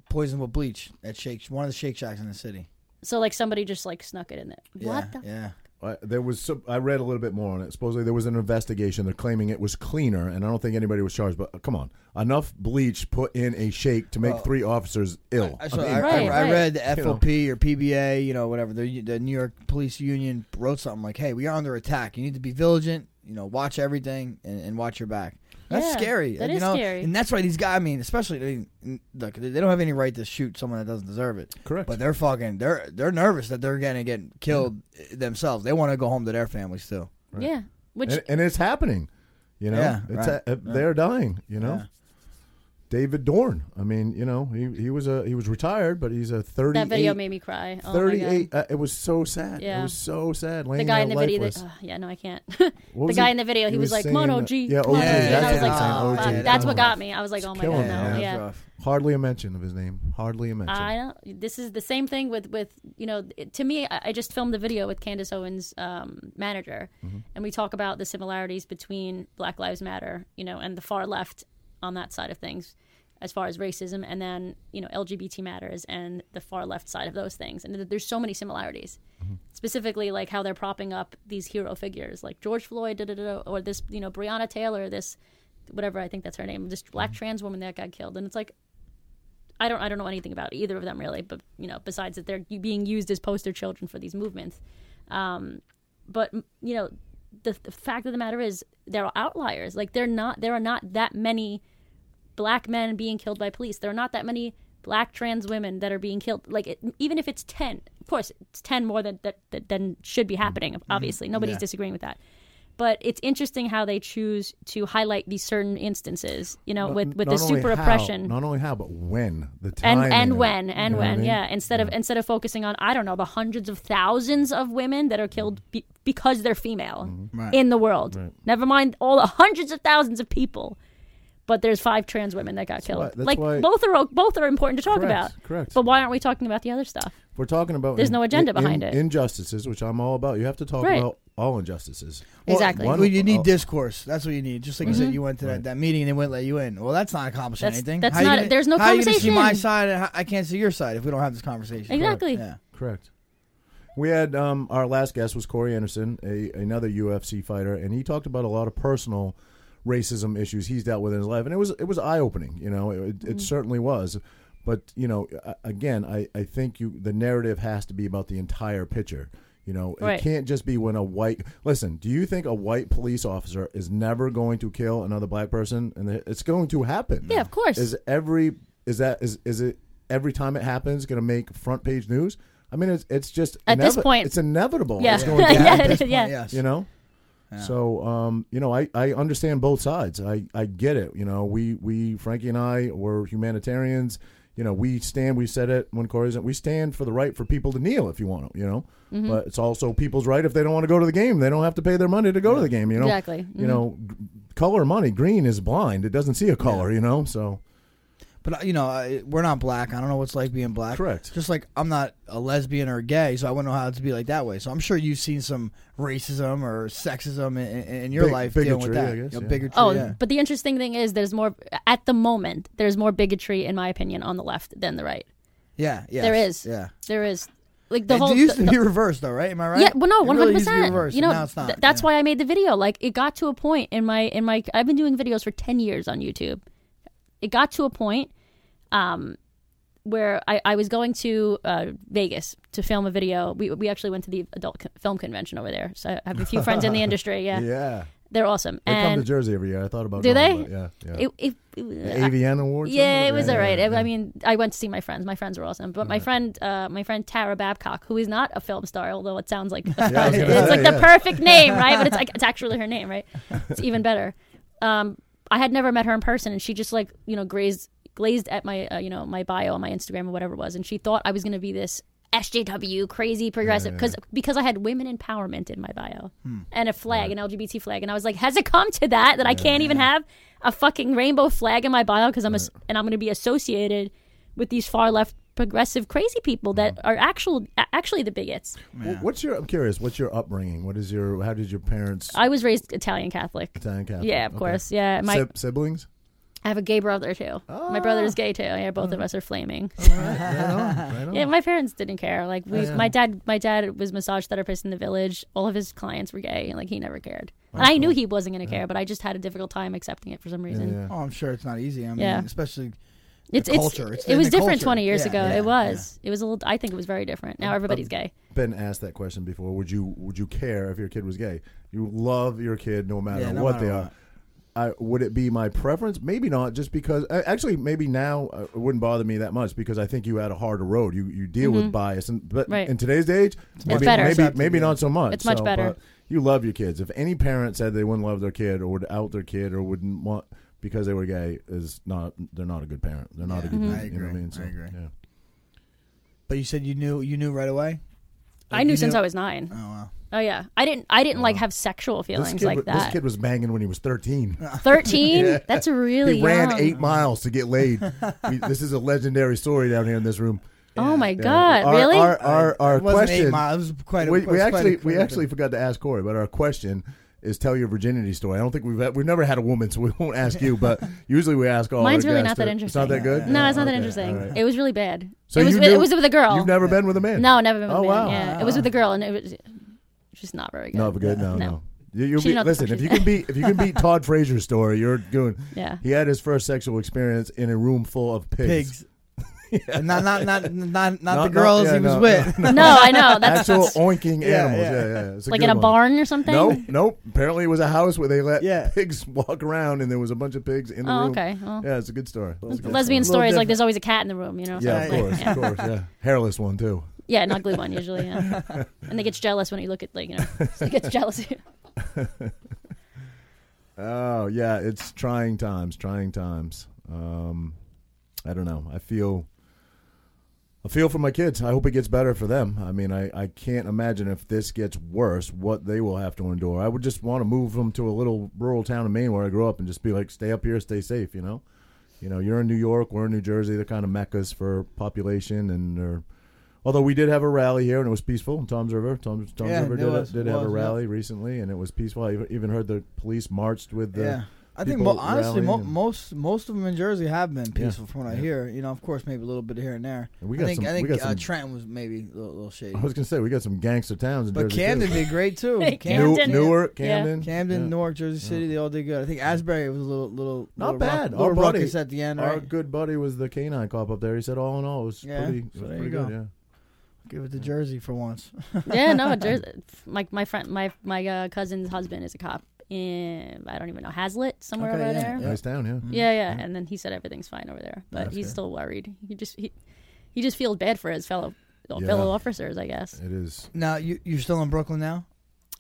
poisoned with bleach at Shake one of the Shake Shacks in the city.
So like somebody just like snuck it in there.
Yeah,
what the?
yeah.
I, there was some, I read a little bit more on it. Supposedly there was an investigation. They're claiming it was cleaner, and I don't think anybody was charged. But uh, come on, enough bleach put in a shake to make
Well,
three officers ill.
I, so
mean,
I,
Right,
I, I
right.
read the
You
FOP or PBA, you know, whatever. The, the New York Police Union wrote something like, "Hey, we are under attack. You need to be vigilant. You know, watch everything and, and watch your back." That's
Yeah,
scary.
that
and, you
is
know,
scary.
And that's why these guys. I mean, especially I mean, look, they don't have any right to shoot someone that doesn't deserve it.
Correct.
But they're fucking. They're they're nervous that they're gonna get killed themselves. They want to go home to their families too.
Yeah. Which
and, and it's happening. You know,
Yeah,
it's
right,
a- uh, they're dying. You know,
Yeah.
David Dorn. I mean, you know, he, he was a he was retired, but he's a thirty.
that video made me cry. Oh my God.
38 uh, it was so sad it
Yeah.
was so sad
The
laying
guy
there
in the video. That,
lifeless.
oh, yeah, no, I can't.
What
the
was
guy
he-
in the video, he,
he
was,
was
like
saying
Mono
that-
G.
yeah,
Mono
OG,
G," and I
that's
was like,
what I'm
oh,
saying, OG,
fuck. that's what
come on.
got me. I was like, oh my
killing
god,
him,
no,
man.
yeah.
rough.
hardly a mention of his name hardly a mention
I don't. This is the same thing with with you know. It, to me, I, I just filmed the video with Candace Owens' um, manager, and we talk about the similarities between Black Lives Matter, you know, and the far left on that side of things, as far as racism, and then you know LGBT matters and the far left side of those things, and th- there's so many similarities. Specifically, like how they're propping up these hero figures, like George Floyd, da, da, da, da, or this, you know, Breonna Taylor, this, whatever I think that's her name, this black trans woman that got killed, and it's like, I don't I don't know anything about either of them really, but you know, besides that they're being used as poster children for these movements. Um, but m- you know, the, the fact of the matter is there are outliers. Like they're not there are not that many black men being killed by police. There are not that many black trans women that are being killed. Like it, even if it's 10, of course, it's 10 more than that, that than should be happening,
Mm-hmm.
obviously. Nobody's disagreeing with that. But it's interesting how they choose to highlight these certain instances, you know, with, with the
Not only
super
how-
oppression
not only how but when the time
and and when and when yeah instead of instead of focusing on i don't know the hundreds of thousands of women that are killed be- because they're female
Mm-hmm.
Right.
in the world never mind all the hundreds of thousands of people but there's five trans women that got killed
why- that's
like
why-
both are o- both are important to talk
Correct,
about
correct.
but why aren't we talking about the other stuff
we're talking about
There's no agenda behind it.
injustices which i'm all about you have to talk
Right.
about all injustices
Exactly.
one-
Well, you need
oh,
discourse. That's what you need. Just like you said, you went to that, that meeting and they wouldn't let you in. Well, that's not accomplishing
Mm-hmm. That's-
anything.
that's
you
not-
gonna-
there's no
how you gonna see
conversation.
my side, and how, I can't see your side if we don't have this conversation.
Exactly.
Yeah.
correct we had um, our last guest was corey anderson a, another ufc fighter and he talked about a lot of personal racism issues he's dealt with in his life and it was it was eye-opening you know it, it certainly was but you know a- again I, I think you the narrative has to be about the entire picture you know
Right.
it can't can't just be when a white listen. Do you think a white police officer is never going to kill another black person? And it- it's going to happen.
Yeah, of course.
Is every is that is is it every time it happens going to make front page news? I mean, it's it's just
At this
inevi-
point-
it's inevitable.
yeah
It's going to
yeah,
happen,
it is,
Point,
yeah.
yes.
You know. So um, you know, I, I understand both sides. I, I get it. You know, we we Frankie and I were humanitarians. You know, we stand. We said it when Corey's. We stand for the right for people to kneel if you want to. You know,
Mm-hmm.
but it's also people's right if they don't want to go to the game. They don't have to pay their money to go to the game. You know,
Exactly. Mm-hmm.
You know, g- color money. Green is blind. It doesn't see a color. You know, so
But uh, you know, I, we're not black. I don't know what's like being black.
Correct.
Just like I'm not a lesbian or gay, so I wouldn't know how to be like that way. So I'm sure you've seen some racism or sexism in, in, in your
Big-
life dealing with
bigotry,
that.
I guess,
You know,
yeah.
Bigotry.
Oh,
yeah.
but the interesting thing is, there's more at the moment. There's more bigotry, in my opinion, on the left than the right.
yeah. yes,
There is.
Yeah.
There is, like the
it
whole.
used
the-
to be reversed, though, right? Am I right?
Yeah, well, no,
It
one hundred
really used to be
percent.
reversed,
You
and
know,
now it's not.
th- that's
yeah.
why I made the video. Like, it got to a point in my in my. I've been doing videos for ten years on YouTube. It got to a point, um, where I, I was going to uh, Vegas to film a video. We we actually went to the adult co- film convention over there. So I have a few friends in the industry. Yeah,
yeah.
They're awesome.
They come to
and
Jersey every year. I thought about
Do
going, but
they?
yeah, yeah.
it, it, uh,
The AVN Awards.
yeah, it was all right.
Yeah,
I mean, I went to see my friends. My friends were awesome, but my friend, uh, my friend Tara Babcock, who is not a film star, although it sounds like
yeah. I was gonna
it's
say,
like
yeah.
the perfect name, right? But it's like it's actually her name, right? It's even better. Um, I had never met her in person, and she just like you know grazed glazed at my uh, you know my bio on my Instagram or whatever it was, and she thought I was going to be this SJW crazy progressive because because I had women empowerment in my bio and a flag, an LGBT flag, and I was like, has it come to that that I can't even have a fucking rainbow flag in my bio because I'm a s and I'm going to be associated with these far left progressive crazy people that are actual a- actually the bigots.
Wh- What's your? I'm curious. What's your upbringing? What is your? How did your parents?
I was raised Italian Catholic.
Italian Catholic.
Yeah, of
Okay.
course. Yeah, my
Sib- siblings.
I have a gay brother too.
Ah.
My brother's gay too. Yeah, both of
Oh.
us are flaming.
Right on, right on.
Yeah, my parents didn't care. Like
Oh,
we, my dad, my dad was massage therapist in the village. All of his clients were gay, and like he never cared. and I knew he wasn't gonna care, but I just had a difficult time accepting it for some reason.
yeah.
Oh, I'm sure it's not easy. I mean,
Yeah.
especially
It's,
The
it's,
culture. It's
it
in
was
the
different
culture.
20 years
Yeah,
ago.
yeah,
it was. It was a little. I think it was very different. Now everybody's gay.
been asked that question before. Would you would you care if your kid was gay? You love your kid no matter
Yeah, no
what
matter
they
what.
are. I, would it be my preference? Maybe not, just because. uh, Actually, maybe now uh, it wouldn't bother me that much because I think you had a harder road. You you deal with bias, and but
Mm-hmm. Right.
in today's age, maybe
better.
maybe, maybe not so much.
It's much
So,
better.
but you love your kids. If any parent said they wouldn't love their kid or would out their kid or wouldn't want because they were gay, is not they're not a good parent. They're not a good.
Mhm.
Parent,
I
You know what I
agree.
mean?
I agree.
Yeah.
But you said you knew you knew right away.
I
Like,
knew
you
since I was nine.
Oh wow.
Oh yeah, I didn't. I didn't like have sexual
uh, This
feelings
kid,
like
wa- this
that.
kid was banging when he was thirteen.
13. That's really
He ran
young.
eight miles to get laid. We- this is a legendary story down here in this room.
Oh my
Yeah.
god!
Our-
really?
Our, our, our
It wasn't eight
question.
miles, it was quite a-
we,
it
we
was quite
actually
a-
we actually forgot to ask Corey, but our question is tell your virginity story. I don't think we've had, we've never had a woman, so we won't ask you. But usually we ask all.
Mine's
our
really
guests
not that
to-
interesting.
It's not that good. Oh,
No, it's not that
Okay,
interesting.
all right.
It was really bad.
So
it was.
you
With,
knew-
it was with a girl.
You've never been with a man.
No, never been with
Oh,
a man.
wow.
Yeah, it was with a girl, and it was just not very good.
Not good. No,
No.
no. You, you'll
She
be,
knows what
listen, if
she's
you can beat if you can beat Todd Frazier's story, you're doing.
Yeah.
He had his first sexual experience in a room full of
pigs. And not not not not
Not-
not, the
not-
girls
yeah,
he was
no,
with.
No, I know. Oh, That's
actual oinking
Yeah,
animals. Yeah,
yeah.
yeah. It's
like
good
in a
one.
barn or something. Oh,
No, nope. Apparently, it was a house where they let
Yeah.
pigs walk around, and there was a bunch of pigs in the
Oh,
room.
okay. Well,
Yeah, it's a good story. It's a good
lesbian
little
stories like
different.
there's always a cat in the room. You know.
story. Yeah, of
Yeah,
course, of course. Yeah, hairless one too.
Yeah, an ugly one usually. Yeah. and they gets jealous when you look at like you know. So he gets jealous.
Oh yeah, it's trying times. Trying times. Um, I don't know. I feel. I feel for my kids. I hope it gets better for them. I mean, I, I can't imagine if this gets worse, what they will have to endure. I would just want to move them to a little rural town in Maine where I grew up and just be like, stay up here, stay safe, you know? You know, you're in New York, we're in New Jersey. They're kind of meccas for population. And they're, although we did have a rally here and it was peaceful in Tom's River, Tom's, Tom's
Yeah,
River
it
did,
was-
did
it
have a
was, yeah.
rally recently and it was peaceful. I even- even heard the police marched with the.
yeah. I think
people
mo- honestly, mo-
rallying.
most most of them in Jersey have been peaceful from what I
yeah.
hear. You know, of course, maybe a little bit here and there.
And we
I
got
think
some-
I
we
think
got
uh,
some-
Trenton was maybe a little, little shady,
I was going to say, we got some gangster towns in
but
Jersey.
Camden
too.
did great too.
Hey,
New,
Camden.
Newark,
Yeah.
Camden.
Camden,
Yeah.
Newark, Jersey City, they all did good. I think Asbury was a little little
Not
little
bad.
Ruck, little
Our buddy-
ruckus at the end,
Our
right?
good buddy was the canine cop up there. He said, all in all, it was
Yeah,
pretty, it was
so there
pretty
you
good.
go.
Yeah.
Give it
Mm.
to Jersey for once.
yeah, no. Jersey, my my friend, my my uh, cousin's husband is a cop in I don't even know Hazlitt somewhere
Okay,
over
yeah,
there.
yeah.
Nice town, yeah.
Yeah, yeah. And then he said everything's fine over there, but he's still worried. He just he, he just feels bad for his fellow
Yeah.
fellow officers, I guess.
Mm.
It is.
Now you you're still in Brooklyn now.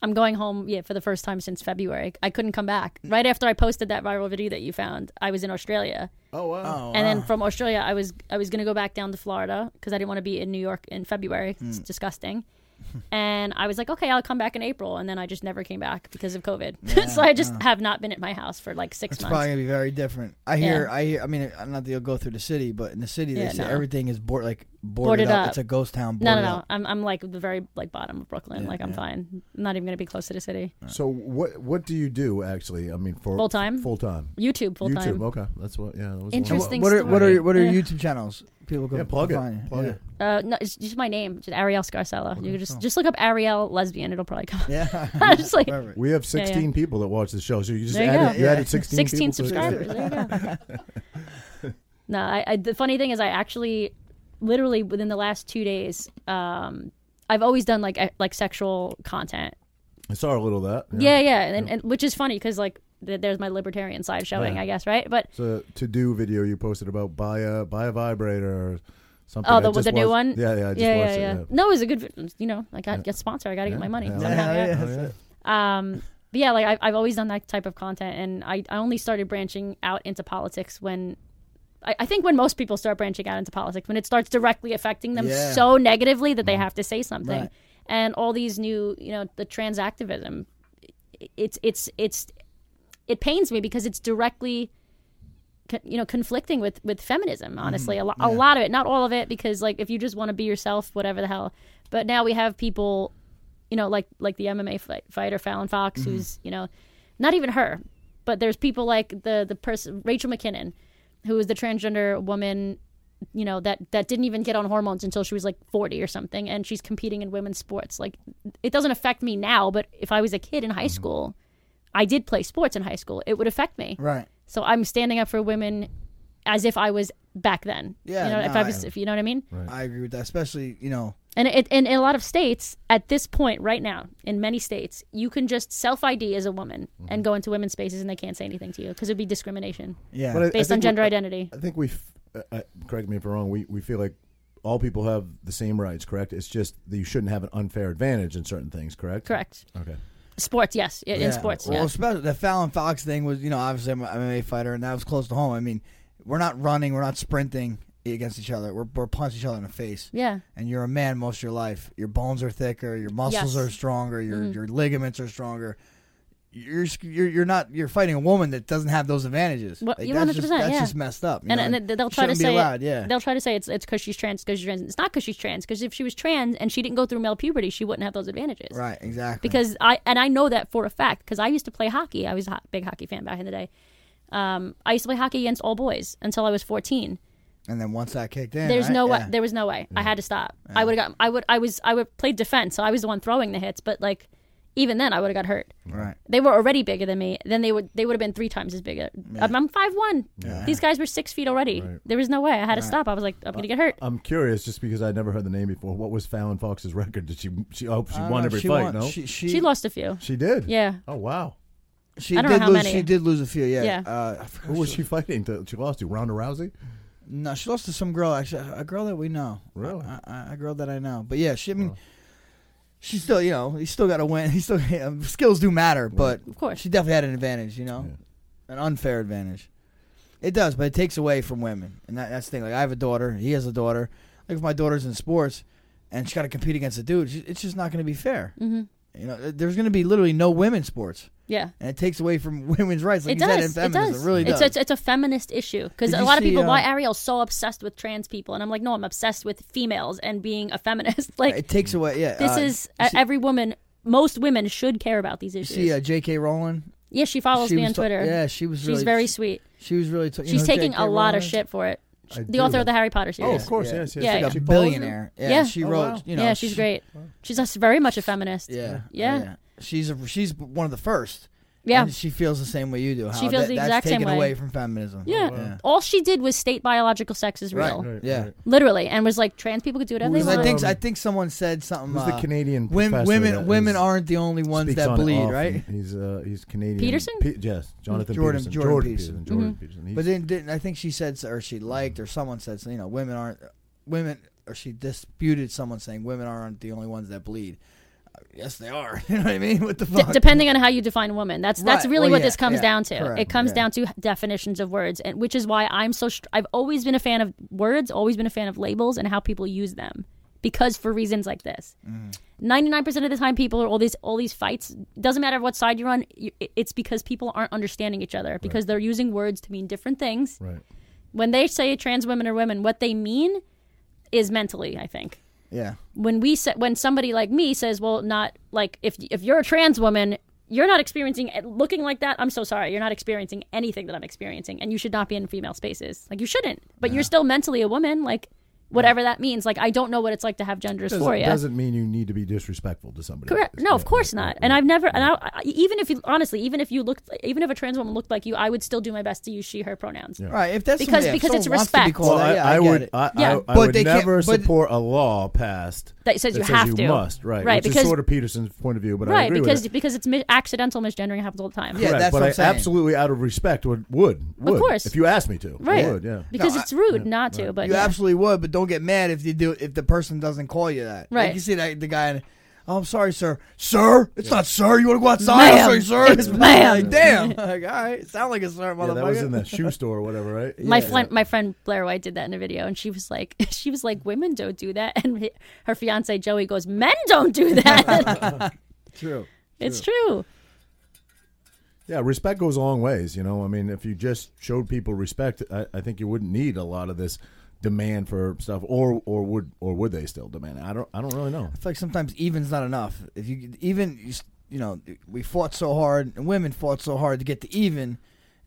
I'm going home, yeah, for the first time since February. I couldn't come back. Right after I posted that viral video that you found, I was in Australia,
Oh wow.
Oh,
and then
wow.
from Australia, I was I was gonna go back down to Florida because I didn't want to be in New York in February. It's disgusting. and I was like, okay, I'll come back in April, and then I just never came back because of COVID. so I just have not been at my house for like six
It's
months.
probably gonna be very different. I hear,
Yeah.
I hear. I mean, I'm not that you'll go through the city, but in the city they
Yeah,
say
no.
everything is board like boarded,
Boarded
up.
up.
It's a ghost town.
no, no,
boarded
no.
up.
I'm I'm like the very like bottom of Brooklyn.
Yeah,
like I'm
yeah.
fine. I'm not even gonna be close to the city.
So what what do you do actually? I mean, for
Full-time?
full time,
YouTube full
YouTube.
time.
Okay, that's what. Yeah, that was
And
Interesting
What, what are what are
story.
your- what are your
Yeah.
YouTube channels? People go
One. Yeah, plug it.
find you.
Plug
yeah.
it.
Uh, no, it's just my name, just Ariel Scarcella. You
Okay,
could just
cool.
just look up Ariel lesbian. It'll probably come.
Yeah,
I'm just like
perfect.
We have
Yeah, yeah.
16 people that watch the show, so you just
There you
added,
go.
you
Yeah.
added 16,
16
people to-
subscribers. There you go. no, I, I, the funny thing is, I actually, literally within the last two days, um, I've always done like e- like sexual content
I saw a little of that.
Yeah, yeah, and, and which is funny because like th- there's my libertarian side showing,
Yeah.
I guess, right? But
It's a to do video you posted about buy a buy a vibrator or something.
oh,
I
the,
just
the new
watched-
one.
Yeah, yeah, I just
yeah,
watched
yeah, yeah.
it. yeah.
No, it was a good. vi- You know, I got get sponsor. I got to
Yeah,
get my money.
yeah.
somehow,
Yeah,
yeah.
yeah.
Oh, yeah.
Um, but yeah, like I've, I've always done that type of content, and I, I only started branching out into politics when I, I think when most people start branching out into politics, when it starts directly affecting them
Yeah. Mm-hmm.
so negatively that they have to say something,
Right.
and all these new, you know, the trans activism, i- it's it's it's it pains me because it's directly co- you know conflicting with with feminism honestly a, lo-
Mm-hmm.
a lot of it not all of it because like if you just want to be yourself whatever the hell but now we have people you know like like the mma fight, fighter fallon fox
Mm-hmm.
who's you know not even her but there's people like the the person rachel mckinnon who is the transgender woman you know that that didn't even get on hormones until she was like 40 or something and she's competing in women's sports like it doesn't affect me now but if i was a kid in high
Mm-hmm.
school i did play sports in high school it would affect me
Right.
so I'm standing up for women as if I was back then.
Yeah,
you know, if
no,
I was, if you know what I mean.
I agree with that, especially you know.
And it, and in a lot of states at this point right now, in many states, you can just self ID as a woman and go into women's spaces and they can't say anything to you because it'd be discrimination
Mm-hmm. Yeah.
But I- I
based on
think we-
gender identity.
I think we, f- uh, uh, correct me if I'm wrong. We we feel like all people have the same rights. Correct. It's just that you shouldn't have an unfair advantage in certain things. Correct.
Correct.
Okay.
Sports, yes, i- in
Yeah.
sports.
Well,
yeah.
especially the Fallon Fox thing was, you know, obviously I'm an MMA fighter, and that was close to home. I mean, we're not running, we're not sprinting against each other. We're, we're punching each other in the face.
Yeah.
And you're a man most of your life. Your bones are thicker. Your muscles
Yes. Mm.
are stronger. Your your ligaments are stronger. You're, s- you're you're not you're fighting a woman that doesn't have those advantages.
Well,
Like,
you
that's just
100%,
that's
yeah.
just messed up. you
and,
know?
and they- they'll try to
Shouldn't be
say
allowed, yeah.
they'll try to say it's it's because she's trans because she's trans. It's not because she's trans because if she was trans and she didn't go through male puberty, she wouldn't have those advantages.
right exactly
because I and I know that for a fact because I used to play hockey. I was a ho- big hockey fan back in the day. Um, I used to play hockey against all boys until I was 14.
and then once that kicked in,
There's
right?
no way.
Yeah.
There was no way. I had to stop. I would have got. I would. I was. I would play defense, so I was the one throwing the hits. But like, even then, I would have got hurt.
right
They were already bigger than me. Then they would. They would have been three times as big. I'm, I'm five one. These guys were six feet already. There was no way. I had to stop. I was like, I'm gonna get hurt.
I'm curious, just because I'd never heard the name before. What was Fallon Fox's record? Did she she oh she
I don't
won
know,
every
Uh, she
fight?
won-
No,
she she,
She lost a few.
She did.
Yeah.
Oh wow.
she
I
did
don't know how
lose
many.
she did lose a few. Yeah,
Yeah.
Uh, I forgot
Who was she fighting? To, she lost to Ronda Rousey.
No, she lost to some girl actually, a girl that we know.
Really?
a, a, a girl that I know. But yeah, she. I mean, she's still, you know, he's still got to win. He still skills do matter, but
Of course.
she definitely had an advantage. You know, an unfair advantage. It does, but it takes away from women, and that, that's the thing. Like I have a daughter, he has a daughter. Like if my daughter's in sports, and she's got to compete against a dude, she, it's just not going to be fair. Mm-hmm. You know, th- there's going to be literally no women's sports,
Yeah.
and it takes away from women's rights. Like
it
you said,
does.
in
It
feminism,
does.
It really
it's,
does.
A, it's a feminist issue because
Did
a
you
lot of
see,
people.
uh,
why Ariel's so obsessed with trans people, and I'm like, no, I'm obsessed with females and being a feminist. like
it takes away. Yeah,
this
uh,
is
you
uh,
see-
every woman. Most women should care about these issues.
See, uh, J.K. Rowling.
yeah, she follows
she
me
was
on
ta-
Twitter.
yeah, she was
she's
really-
very
she-
sweet.
She was really. T- you
She's
know,
taking
J.K.
a lot of
Rowling?
shit for it.
I
The
do.
author of the Harry Potter
Oh,
series.
of course,
Yeah.
yes, yes.
Yeah,
she
yeah.
got-
She's
she
a
follows you?
billionaire. Yeah,
Yeah.
she
Oh,
wrote.
wow.
You know,
yeah, she's
she-
great. She's us very much a feminist.
Yeah,
Yeah.
She's a, she's one of the first.
Yeah.
and she feels the same way you do. How
She feels
that-
the
that's
exact same
taken
way.
away from feminism.
Yeah.
yeah.
All she did was state biological sex is
Right,
real,
right,
Yeah.
right.
literally, and was like trans people could do whatever they
Because I
want.
think I think someone said something.
Who's the
uh,
Canadian
women
professor
women
that
women
is-
aren't the only ones
Speaks
that
on and
bleed,
off,
right?
and He's uh, he's Canadian.
Peterson?
Pe- yes, Jonathan
Jordan-
Peterson.
Jordan
Peterson.
Peterson. Mm-hmm.
Jordan Peterson. He's-
But then didn't I think she said s- or she liked or someone said you know women aren't women or she disputed someone saying women aren't the only ones that bleed. Uh, Yes, they are. You know what I mean? What the
D-
fuck?
depending on how you define woman. That's that's
Right.
really
Well,
what
yeah,
this comes
yeah,
down to.
correct,
It comes
yeah.
down to definitions of words, and which is why I'm so. Str- I've always been a fan of words. Always been a fan of labels and how people use them, because for reasons like this.
Mm.
Ninety nine percent of the time, people are all these all these fights. Doesn't matter what side you're on. you- it- It's because people aren't understanding each other because they're using words to mean different things.
right.
When they say trans women are women, what they mean is mentally. I think
yeah.
when we say, when somebody like me says, well, not like if if you're a trans woman, you're not experiencing looking like that. I'm so sorry, you're not experiencing anything that I'm experiencing, and you should not be in female spaces. Like you shouldn't, but you're still mentally a woman. Like whatever that means. Like I don't know what it's like to have gender
Doesn't,
dysphoria.
doesn't mean you need to be disrespectful to somebody.
Correct.
else.
No, of
Yeah,
course
yeah,
not.
yeah,
And
yeah.
I've never, and I, I- even if you, honestly, even if you looked, even if a trans woman looked like you, I would still do my best to use she, her pronouns.
Yeah.
Right, if that's
Because-
somebody that
because
still
it's
wants to be
respect.
called
Well,
that, yeah, I,
I,
get
would.
it.
I,
Yeah.
I, I
But
would
they can't-
never
but-
support a law passed
That says you
says
have
you
to.
must. Right.
Right,
Which
because-
is sort of Peterson's point of view, but I
right.
agree
Because
with it.
because it's mi- accidental misgendering happens all the time.
Yeah,
Correct,
that's
but
what
I
I'm saying.
absolutely, out of respect, would would would
course.
if you asked me to,
Right.
I would, yeah.
Because
No, I-
it's rude not to. But
You
yeah.
absolutely would, but don't get mad if you do if the person doesn't call you that. Like,
Right.
you see that the guy. And, oh, I'm sorry, sir. Sir, it's not sir. You want to go outside?
Ma'am.
I'm sorry, sir.
It was ma'am.
Like, damn. Like, all right, sound like a sir, motherfucker.
Yeah, that was in that shoe store or whatever, right?
my
yeah.
friend, my friend Blair White did that in a video, and she was like, she was like, women don't do that, and he- her fiance Joey goes, men don't do that.
True.
it's true.
Yeah, respect goes a long ways. You know, I mean, if you just showed people respect, I, I think you wouldn't need a lot of this demand for stuff, or or would or would they still demand? it? I don't, I don't really know.
It's like sometimes even's not enough. If you even, you s- you know, we fought so hard, and women fought so hard to get to even.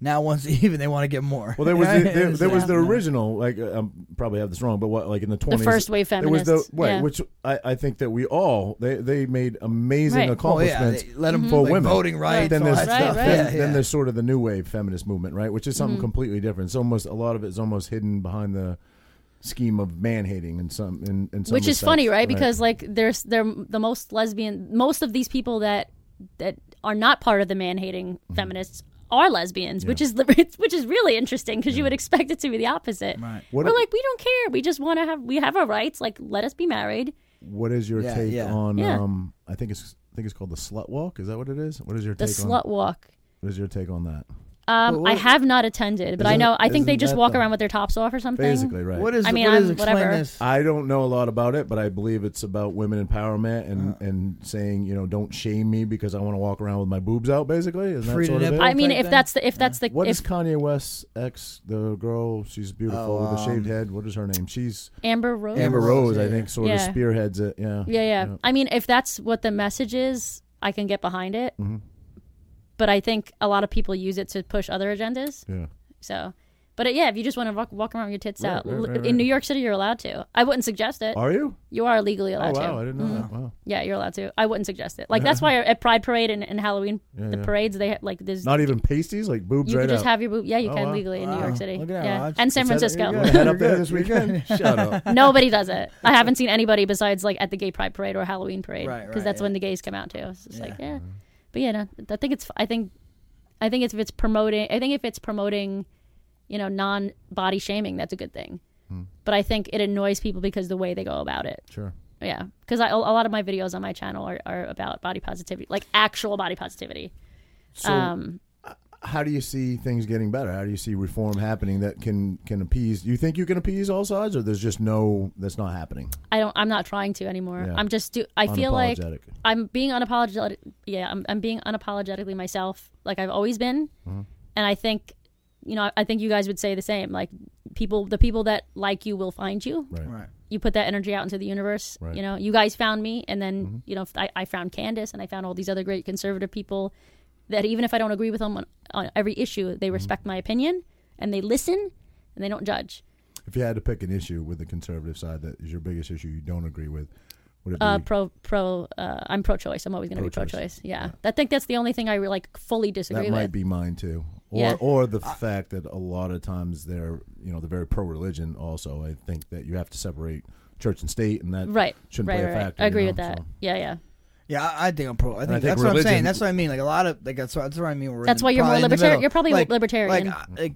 Now once even, they want to get more.
Well, there was the, there,
It's
there was
like-
the original. Like I probably have this wrong, but what like in the twenties,
first wave
There was
feminists,
the right,
yeah.
which I, I think that we all they they made amazing
Right.
Oh, yeah,
accomplishments.
they let
Mm-hmm.
'em-
for
like,
women,
voting rights,
Then
all
there's
that
Right, stuff. right. Mm-hmm.
Then,
Yeah,
then
yeah.
there's sort of the new wave feminist movement, right? Which is something completely different. It's almost a lot of it's almost hidden behind the scheme of man hating in some in, in some
Which is
respects,
funny, right? Because like there's they're the most lesbian. Most of these people that that are not part of the man hating
Mm-hmm.
feminists are lesbians, which is the- it's- which is really interesting because you would expect it to be the opposite. Right.
What
We're
if-
like we don't care. We just want to have we have our rights. Like let us be married.
What is your
Yeah,
take
yeah.
on?
Yeah.
Um, I think it's I think it's called the slut walk. Is that what it is? What is your
The
take on?
slut walk.
What is your take on that?
Um,
what-
I have not attended, but I
Isn't-
know. I think they
isn't
just
that
walk
the-
around with their tops off or something.
Basically, right?
What is?
I mean,
what is
I'm-
explain
whatever.
this?
I don't know a lot about it, but I believe it's about women empowerment and,
Uh.
and saying, you know, don't shame me because I want to walk around with my boobs out, basically. Isn't
Free
that
to
sort of
nip-
it?
I mean,
thing
if
then?
that's the if that's the
What
if
is Kanye West's ex, the girl? She's beautiful
Oh,
with a shaved
um,
head. What is her name? She's
Amber Rose.
Amber
Amber Rose,
Rose,
I
yeah,
think,
yeah.
sort
Yeah.
of spearheads it. Yeah.
Yeah, yeah, I mean, if that's what the message is, I can get behind it.
Mm-hmm.
But I think a lot of people use it to push other agendas.
Yeah.
So, but uh, yeah, if you just want to walk, walk around with your tits
Right,
out
right,
l-
right, right.
in New York City, you're allowed to. I wouldn't suggest it.
Are you?
you are legally
Oh,
allowed
wow. I
to.
didn't know that. Wow.
Yeah, you're allowed to. I wouldn't suggest it. Like that's why at Pride Parade and, and Halloween,
Yeah,
the
yeah.
parades they ha- like there's
Not even pasties, like boobs
you
right
can just
out.
have your boob. Yeah, you
Oh,
can
wow.
legally in New
Wow.
York City.
Look at that.
yeah,
Well, I-
and San
Is that-
Francisco.
you're gonna head up
You're
there
good.
this
You're
weekend. Shut up.
Nobody does it. I haven't seen anybody besides like at the gay pride parade or Halloween parade
Right, right,
that's
yeah.
when the gays come out too. It's just like yeah, but yeah, no, I think it's I think I think it's, if it's promoting I think if it's promoting you know non body shaming that's a good thing. But I think it annoys people because the way they go about it.
Sure.
Yeah, because a lot of my videos on my channel are, are about body positivity, like actual body positivity.
So,
um,
how do you see things getting better? How do you see reform happening that can can appease? Do you think you can appease all sides, or there's just no that's not happening?
I don't. I'm not trying to anymore.
Yeah.
I'm just do. I feel like
Unapologetic.
I'm being unapologetic. Yeah, I'm, I'm being unapologetically myself, like I've always been.
Mm-hmm.
And I think, you know, I, I think you guys would say the same. Like people, the people that like you will find you.
Right.
Right.
You put that energy out into the universe.
Right. Mm-hmm.
You know, you guys found me, and then you know, I, I found Candace, and I found all these other great conservative people that even if I don't agree with them on, on every issue,
Mm-hmm.
they respect my opinion and they listen and they don't judge.
If you had to pick an issue with the conservative side that is your biggest issue you don't agree with, would it be?
uh, pro pro. Uh, I'm pro choice. I'm always going to be pro
Pro-choice.
choice. Yeah. I think that's the only thing I like fully disagree
that
with.
might be mine too, or
Yeah.
or the fact that a lot of times they're you know they're very pro religion. Also, I think that you have to separate church and state, and that
right.
shouldn't
right,
play
right,
a
right.
factor.
I
you
agree
know,
with that.
so.
Yeah, yeah.
Yeah, I I think I'm pro. I think,
think
that's what I'm saying.
religion-
That's what I mean. Like a lot of like that's what, that's what I mean. We're
That's
in-
why you're more
probably in the
libertari-
middle.
you're probably
like,
libertarian.
Like, I- like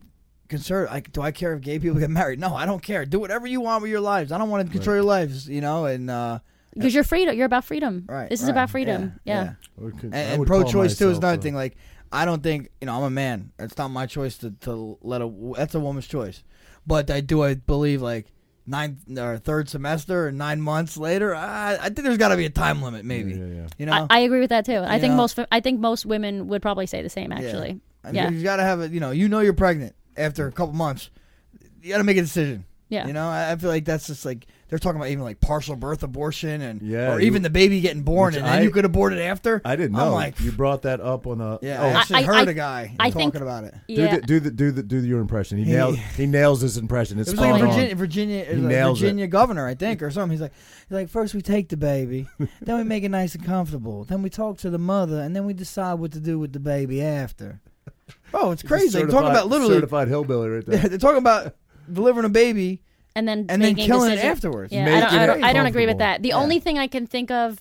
conservative. Like, do I care if gay people get married? No, I don't care. Do whatever you want with your lives. I don't want to control your lives. You know, and uh,
Because you're freedom. You're about freedom.
right.
This is
right.
about freedom. Yeah.
I would- I
And, and
would call
pro-choice too
myself,
is another
uh,
thing. Like, I don't think you know. I'm a man. It's not my choice to to let a. That's a woman's choice. But I do. I believe like nine or third semester or nine months later. I I think there's got to be a time limit. Maybe.
yeah, yeah.
You know.
I, I agree with that too. I
You
think
know?
most I think most women would probably say the same actually.
I
Yeah.
mean, You got to have a, you know, you know you're pregnant after a couple months. You got to make a decision.
Yeah.
You know, I I feel like that's just like they're talking about even like partial birth abortion and
Yeah,
or
you-
even the baby getting born
which
and then
I-
you could abort it after.
I didn't
I'm
know.
like,
you brought that up on a.
yeah,
Oh,
I actually
I-
heard
I-
a guy
I
talking
think-
about it.
do
yeah.
the do the do the do your impression. He nails he nails his impression. It's
It was like
spot
a
on.
Virginia, Virginia, it was like
nails it.
Virginia governor, I think, or something. He's like, he's like, first we take the baby, then we make it nice and comfortable, then we talk to the mother, and then we decide what to do with the baby after. Oh, it's crazy! They're talking
Certified-
about literally,
certified hillbilly right there.
they're talking about delivering a baby
and then
and then
making
killing it
decisions.
afterwards.
Yeah, I
Making
don't, I
it
don't, I don't agree with
comfortable.
that. The only thing I can think of,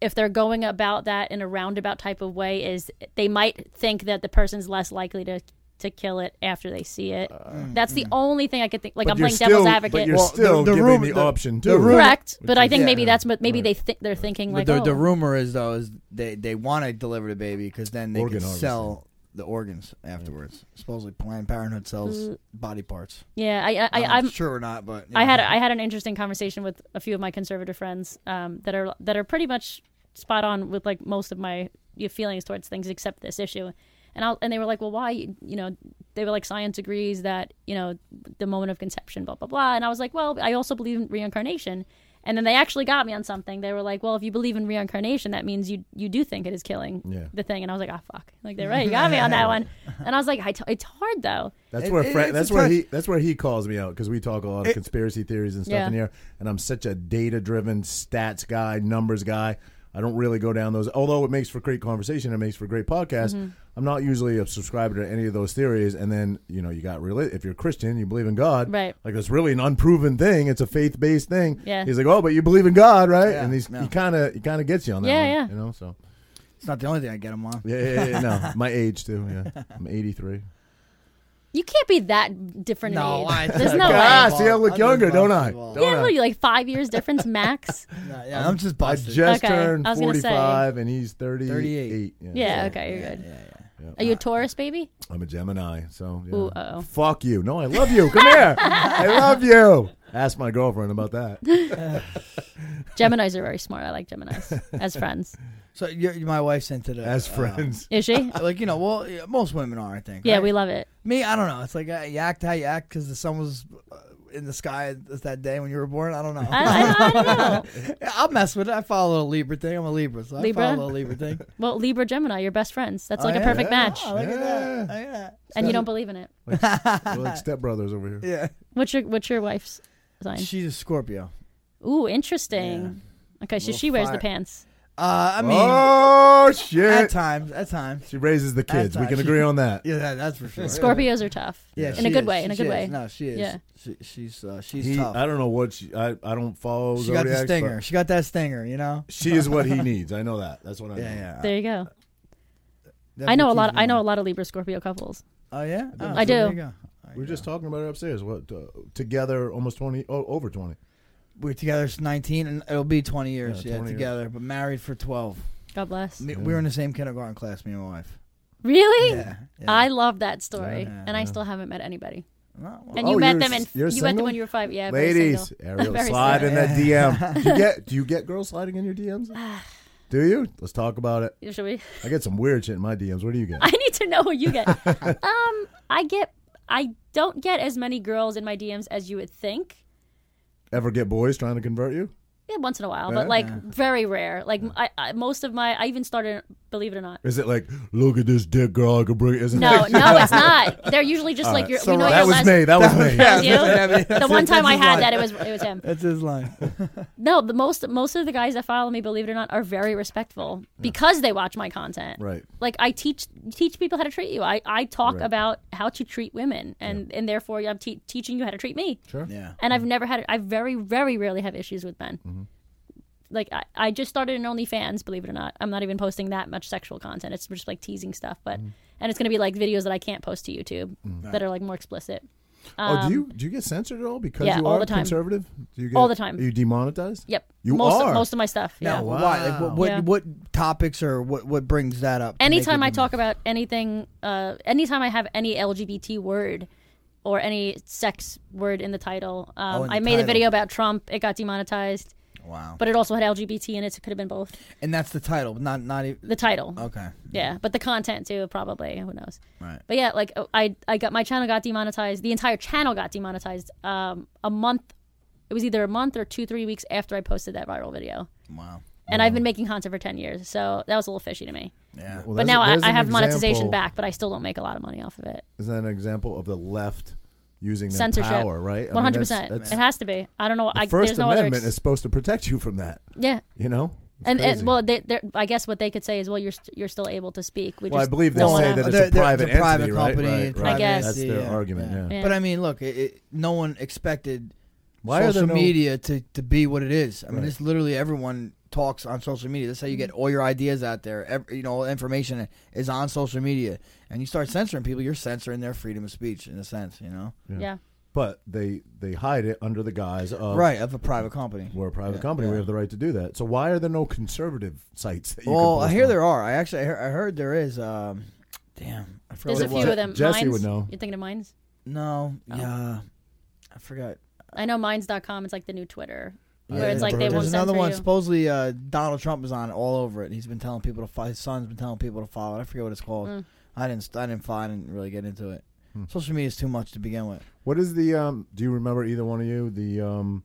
if they're going about that in a roundabout type of way, is they might think that the person's less likely to to kill it after they see it.
Uh,
Mm. That's
mm.
the only thing I could think. Like
But
I'm
you're
playing
still,
devil's advocate.
But you're
Well, the-
still
the
giving
room-
the,
the-
option
the
too.
room-
Correct,
Which
but I
is-
think maybe
yeah.
that's what maybe they think they're thinking like
the,
oh,
the rumor is though is they they want to deliver the baby because then they
Organ
can
harvesting.
sell the organs afterwards. Supposedly, Planned Parenthood sells body parts.
yeah. I,
I
Mm. I,
don't know
I
if
I'm
it's true or not, but
I had
a,
a, I had an interesting conversation with a few of my conservative friends um, that are that are pretty much spot on with like most of my you know, feelings towards things except this issue, and I and they were like, well, why you know they were like science agrees that you know the moment of conception, blah blah blah, and I was like, well, I also believe in reincarnation, and then they actually got me on something. They were like, well, if you believe in reincarnation, that means you you do think it is killing
Yeah.
the thing, and I was like, ah, fuck, like they're right, you got me on that one, and I was like, I t- it's hard though.
That's
It-
where
it-
Fra-
it's
that's
a
where
touch-
he that's where he calls me out because we talk a lot of conspiracy theories and stuff
Yeah.
in here, and I'm such a data driven stats guy, numbers guy. I don't really go down those. Although it makes for great conversation, it makes for great podcast.
Mm-hmm.
I'm not usually a subscriber to any of those theories. And then you know you got really if you're Christian, you believe in God,
Right.
Like it's really an unproven thing. It's a faith based thing.
Yeah.
He's like, oh, but you believe in God, right?
Yeah,
and he's
no.
he kind of he kind of gets you on that.
Yeah,
one,
yeah.
You know, so
it's not the only thing I get them on.
yeah, yeah, yeah, yeah, no, my age too. Yeah, I'm 83.
You can't be that different in
No,
age.
Ah, I-
There's no way.
God, see, I look
I'm
younger,
just
don't I?
buzzing.
Don't
Yeah,
I?
what are you like five years difference max?
No, yeah, I'm just
I
busted.
just
Okay,
turned
I was gonna say.
45 and he's 38.
38.
Yeah.
yeah,
so
okay, you're good.
yeah, yeah.
Are you a Taurus baby?
I'm a Gemini, so yeah.
Ooh, uh-oh.
fuck you. No, I love you. Come here. I love you. Ask my girlfriend about that.
Gemini's are very smart. I like Geminis as friends.
So you my wife's into the
As
uh,
friends.
Is she?
like you know, well, yeah, most women are, I think.
Yeah,
right?
we love it.
me. I don't know. It's like uh, you act how you act because the sun was uh, in the sky th- that day when you were born. I don't know.
I, I, I don't know.
I'll mess with it. I follow a Libra thing. I'm a Libra, so I
Libra?
follow a Libra thing.
Well, Libra, Gemini, you're best friends. That's
Oh,
like a
yeah?
perfect match.
Oh, look at that.
Yeah.
Look at that.
And you don't believe in it.
We're like stepbrothers over here.
Yeah.
What's your What's your wife's sign?
She's a Scorpio.
Ooh, interesting. Okay, so
Little
she wears the
fire.
pants.
Uh, I mean,
oh
at
shit!
times, at times.
She raises the kids.
At
We can
times.
agree on that.
Yeah, that, that's for sure.
Scorpios are tough.
Yeah,
in a
she
good
is.
way. In a
She
good
is.
way.
No, she is.
Yeah.
She, she's uh, she's
He,
tough.
I don't know what she. I, I don't follow.
she got the
Zodiacs, but
stinger. She got that stinger. You know.
She is what he needs. I know that. That's what I.
Yeah,
know.
yeah.
There you go.
That's
I know
what
a
she's
lot. I know a
doing.
lot of Libra Scorpio couples.
Oh yeah. Oh,
I
so there
do.
you go.
We were just talking about it upstairs. What uh, together? Almost twenty. Oh, over twenty.
We're together since 19, and it'll be 20 years.
Yeah,
Yeah,
20 years.
together, but married for 12.
God bless.
Me- We were in the same kindergarten class, me and my wife.
Really?
yeah.
I love that story,
Yeah.
and I still haven't met anybody.
Well, well,
And
Oh,
you met
you're
them, and
s- you're
you met them
single?
when you were five. Yeah, very
Ladies,
single.
Ariel,
Very
slide in
single.
that DM. Do you get do you get girls sliding in your DMs? do you? Let's talk about it.
Should we?
I get some weird shit in my DMs. What do you get?
I need to know what you get. um, I get. I don't get as many girls in my DMs as you would think.
Ever get boys trying to convert you?
Yeah, once in a while, but like very rare. Like I, I, most of my, I even started. Believe it or not.
Is it like, look at this dick girl I could bring? Isn't
No, no, it's not. They're usually just like your. we know
that
your
was
last-
me. That was me.
That was you?
I mean,
the
that's
one
it,
time
that's
I
his
had
line.
that, it was it was him.
That's his line.
No, the most most of the guys that follow me, believe it or not, are very respectful because they watch my content.
Right.
Like I teach teach people how to treat you. I I talk
Right.
about how to treat women, and and therefore I'm te- teaching you how to treat me.
Sure. Mm-hmm.
yeah.
and I've never had. I very, very rarely have issues with men. Like I, I just started an OnlyFans, believe it or not. I'm not even posting that much sexual content. It's just like teasing stuff, but
Mm-hmm.
and it's gonna be like videos that I can't post to YouTube
Mm.
that are like more explicit.
oh, do you do you get censored at all because
Um, yeah,
you
all
are
the time.
conservative? Do you get,
All the time.
Are you demonetized?
Yep.
You
most
are?
Of, most of my stuff. Yeah.
Now, why? Like, what, what,
Yeah.
what topics or what, what brings that up? to make
anytime
it
I
the-
talk about anything, uh, anytime I have any LGBT word or any sex word in the title, um,
in
I
the
made a
Oh,
title.
video about Trump. It got demonetized.
Wow.
But it also had LGBT in it, so it could have been both.
And that's the title, but not not even.
The title.
Okay.
Yeah, but the content too, probably. Who knows?
Right.
But yeah, like I, I got my channel got demonetized. The entire channel got demonetized. Um, a month, it was either a month or two, three weeks after I posted that viral video.
Wow.
And I've been making content for ten years, so that was a little fishy to me.
Yeah.
Well,
but
there's a-
now I
there's
I
an
have monetization
example-
back, but I still don't make a lot of money off of it.
Is that an example of the left using their
Censorship,
power? Right. I mean,
One hundred
that's-
percent. It
that's-
has to be. I don't know.
the
I,
First
there's no
Amendment
other.
is
Ex-
supposed to protect you from that.
yeah.
You know. It's
And,
crazy.
and well, they, they're, I guess what they could say is, well, you're st- you're still able to speak. We
Well, I
just
believe they
don't
say
wanna-
that it's
They're-
a
they're-
private
it's a private
entity, right?
company,
Right,
it's
right.
private
That's
entity,
their
yeah.
argument. Yeah.
Yeah.
But I mean, look, it, it, no one expected
Why are there
social
no-
media to, to be what it is. I mean,
Right.
it's literally everyone talks on social media. That's how you get
Mm-hmm.
all your ideas out there. Every, you know, information is on social media, and you start censoring people. You're censoring their freedom of speech in a sense. You know,
yeah.
But they they hide it under the guise of
right? Of a private company.
We're a private
Yeah,
company. We
yeah.
have the right to do that. So why are there no conservative sites? That you can
Well, I
post
hear
on?
there are. I actually, I heard, I heard there is. Um, damn, I forgot.
There's a
what
few
it was.
of them. Oh.
Jesse
Mines,
would know.
You're thinking of Mines?
No, yeah, I forgot.
I know Mines.com. It's like the new Twitter,
Yeah,
where it's like they
There's
won't
There's another
censor
one.
you.
Supposedly, uh, Donald Trump is on it all over it. He's been telling people to follow. His son's been telling people to follow. it. I forget what it's called.
Mm.
I didn't. I didn't find. I didn't really get into it.
Hmm.
Social media is too much to begin with.
What is the? Um, do you remember either one of you? The um,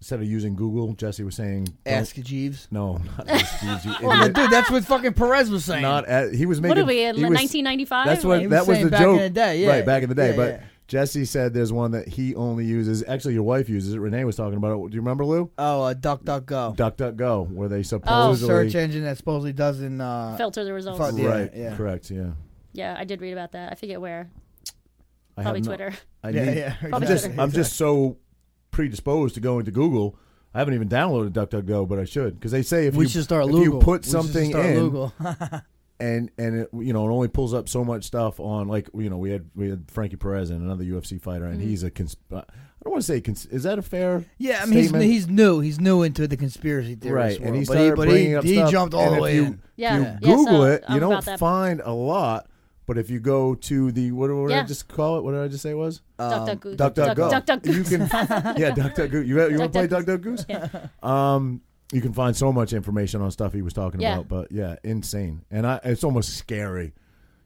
instead of using Google, Jesse was saying don't-
Ask Jeeves.
No, not ask Jeeves, you
Well,
idiot.
dude, that's what fucking Perez was saying.
Not at, he was making.
What are we oh in
he was-
1995?
That's what
He was
that was
saying
the
back in
joke.
the day, yeah.
Right back in the day,
Yeah,
but
yeah.
Jesse said there's one that he only uses. Actually, your wife uses it. Renee was talking about it. Do you remember Lou?
oh, uh, Duck Duck Go.
Duck, duck, go, where they
Oh.
supposedly
Search engine that supposedly doesn't. Uh,
filter the results.
Fuck.
right,
Yeah, yeah.
correct, yeah.
Yeah, I did read about that. I forget where.
I
Probably
have no-
Twitter.
I
yeah,
need-
yeah.
I'm
Probably
just
Twitter.
I'm just so predisposed to going to Google. I haven't even downloaded DuckDuckGo, but I should because they say if
we
you
should start
if
Lugal.
you put
We should
something
start
in
Lugal.
and and it, you know it only pulls up so much stuff on like you know we had we had Frankie Perez and another UFC fighter and he's a cons- uh, I don't want to say cons- is that a fair
Yeah, I mean, he's,
statement?
he's new. He's new into the conspiracy theories.
right and
world,
he
but he,
started
but
bringing
he,
up
he
stuff,
jumped all
and
the
if
way
you,
in.
Yeah,
you
yeah,
Google
so
it
I'm
you don't
about that.
find a lot but if you go to the what, what did I
Yeah.
just call it what did I just say it was
Duck, duck, Goose.
Um, Duck, duck, go.
Duck, duck,
You
Goose.
can, yeah, duck, duck, goose. You, you want to
Duck,
play duck, duck,
duck,
goose? Um, you can find so much information on stuff he was talking
Yeah.
about, but yeah, insane, and I, it's almost scary.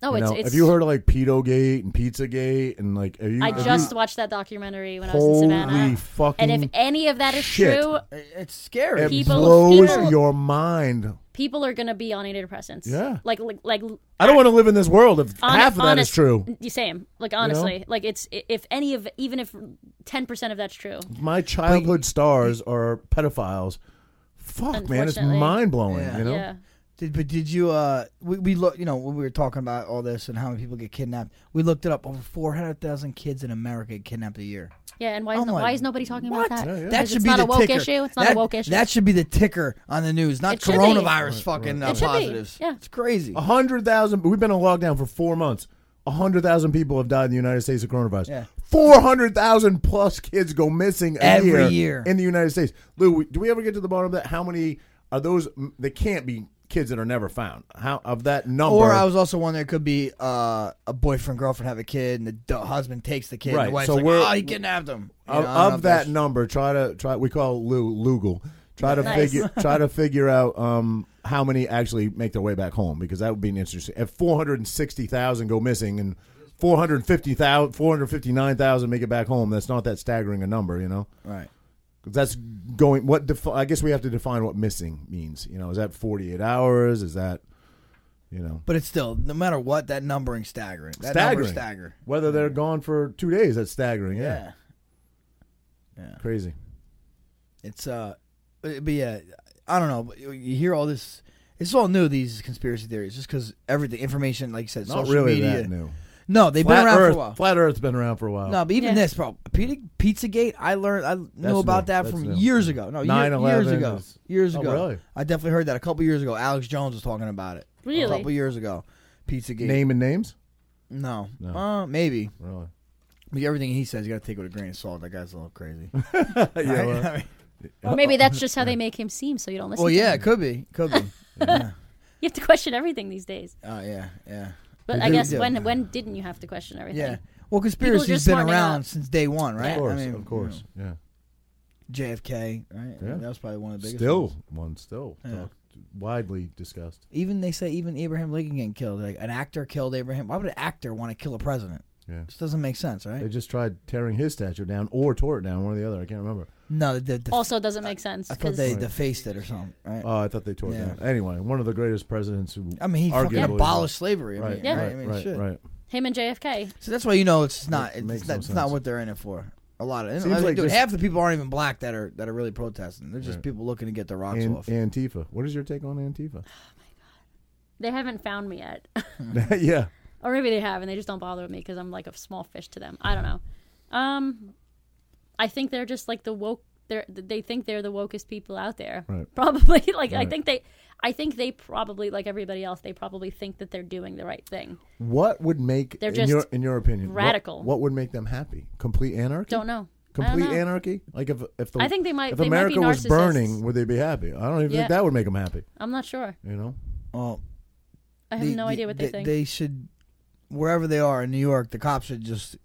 No,
you
Oh, it's,
know?
it's.
have you heard of like Pedogate and Pizzagate and like? Have you,
I
have you-
just watched that documentary when I was in
holy
Savannah.
fucking
And if any of that is
shit.
true,
It's scary.
it
people-
blows
people-
your mind.
people are going to be on antidepressants.
Yeah.
Like, like, like
I don't want to live in this world if
Hon-
half of that is
honest-
true.
n- Same. Like honestly, like it's i- if any of even if ten percent of that's true,
My childhood stars are pedophiles. Fuck, man, it's
Unfortunately.
mind blowing.
Yeah.
You know,
yeah,
Did, but did you? Uh, we, we look. You know, when we were talking about all this and how many people get kidnapped, we looked it up. Over four hundred thousand kids in America get kidnapped a year.
yeah. And why is,
I'm
no-
like,
why is nobody talking
Oh what?
about that?
Yeah, yeah.
That
Because
should
it's
be
not
the
a woke
ticker.
issue. It's not
that,
a woke issue.
That should be the ticker on the news, not
It should be.
coronavirus fucking uh,
It should be.
positives.
Yeah.
It's crazy.
A hundred thousand. We've been on lockdown for four months. A hundred thousand people have died in the United States of coronavirus.
Yeah.
Four hundred thousand plus kids go missing a
Every
year,
year.
in the United States. Lou, we- do we ever get to the bottom of that? How many are those? m- They can't be kids that are never found. How of that number?
Or I was also wondering, it could be uh, a boyfriend girlfriend have a kid, and the d- husband takes the kid. And
Right,
the wife's
so
like,
we're-
oh, he kidnapped him. You
of,
know, I don't know
of
if
that
that's-
number. Try to try. We call it Lou Lugal. Try to
Nice.
figure. Try to figure out um, how many actually make their way back home because that would be an interesting. If four hundred and sixty thousand go missing and 450,000, 459,000 make it back home, that's not that staggering a number, you know.
Right.
'Cause That's going. What defi- I guess we have to define what missing means. You know, is that forty eight hours? Is that you know
But it's still, no matter what, that numbering staggering. That
staggering?
number's staggering.
Whether they're gone for two days, that's staggering.
Yeah.
Yeah, crazy.
It's uh, but but yeah, I don't know. but You you hear all this. It's all new. These conspiracy theories, just because everything, information, like you said,
Not
social
really
media.
that new.
No, they've
Flat
been around
Earth,
for a while.
Flat Earth's been around for a while.
no, but even
Yeah.
this, bro. Pizza, Pizzagate, I learned, I knew
new.
about that
That's
from
new.
years ago. No, year,
9/11
years ago.
is-
years
Oh,
ago.
really?
I definitely heard that a couple years ago. Alex Jones was talking about it. A
Really?
couple years ago. Pizzagate.
Name and names?
No.
No.
Uh, maybe.
Really?
But everything he says, you got to take it with a grain of salt. That guy's a little crazy.
yeah,
Right?
well,
I mean-
or maybe that's just how they make him seem, so you don't listen.
well,
to
yeah,
him.
it could be. Could be. yeah.
you have to question everything these days.
Uh, yeah, yeah.
But
They
I
do,
guess
yeah.
when when didn't you have to question everything?
Yeah. Well, conspiracy's
just
been
smartening
around
up.
since day one, right?
of course,
I mean,
of course, yeah.
JFK, right?
Yeah.
That was probably one of the biggest.
Still,
ones.
one still
Yeah.
talked, widely discussed.
even they say even Abraham Lincoln getting killed. Like an actor killed Abraham. Why would an actor want to kill a president?
Yeah.
This doesn't make sense,
They
right?
just tried tearing his statue down or tore it down, one or the other. I can't remember.
No, the, the,
Also, doesn't make sense
I thought
because
they defaced it or something, right?
Oh, I thought they tore
Yeah.
it down. Anyway, one of the greatest presidents who
I mean, he fucking
arguably-
abolished slavery. I
Right,
mean,
Yeah.
right?
right,
I mean,
right,
shit.
right.
him and JFK.
So that's why you know it's not
It
it's,
makes no
that's not
sense.
what they're in it for. A lot of I
Seems
mean,
like
dude,
just-
half the people aren't even black that are that are really protesting. They're just
Right.
people looking to get their rocks
An-
off.
Antifa. What is your take on Antifa?
They haven't found me yet,
yeah.
or maybe they have, and they just don't bother with me because I'm like a small fish to them. I don't know. Um, I think they're just like the woke. They're they think they're the wokest people out there.
Right.
Probably like I
Right.
think they, I think they probably like everybody else. They probably think that they're doing the right thing.
What would make
They're
in
just
your in your opinion what-
radical.
What, would make them happy? Complete anarchy.
Don't know. I
Complete
don't know.
anarchy. Like if if the
I think they might-
if
they might be
America was
narcissists.
burning, would they be happy? I don't even
Yeah.
think that would make them happy.
I'm not sure.
You know.
Well,
I have
the-
no
the-
idea what they, think.
They should wherever they are in New York, the cops should just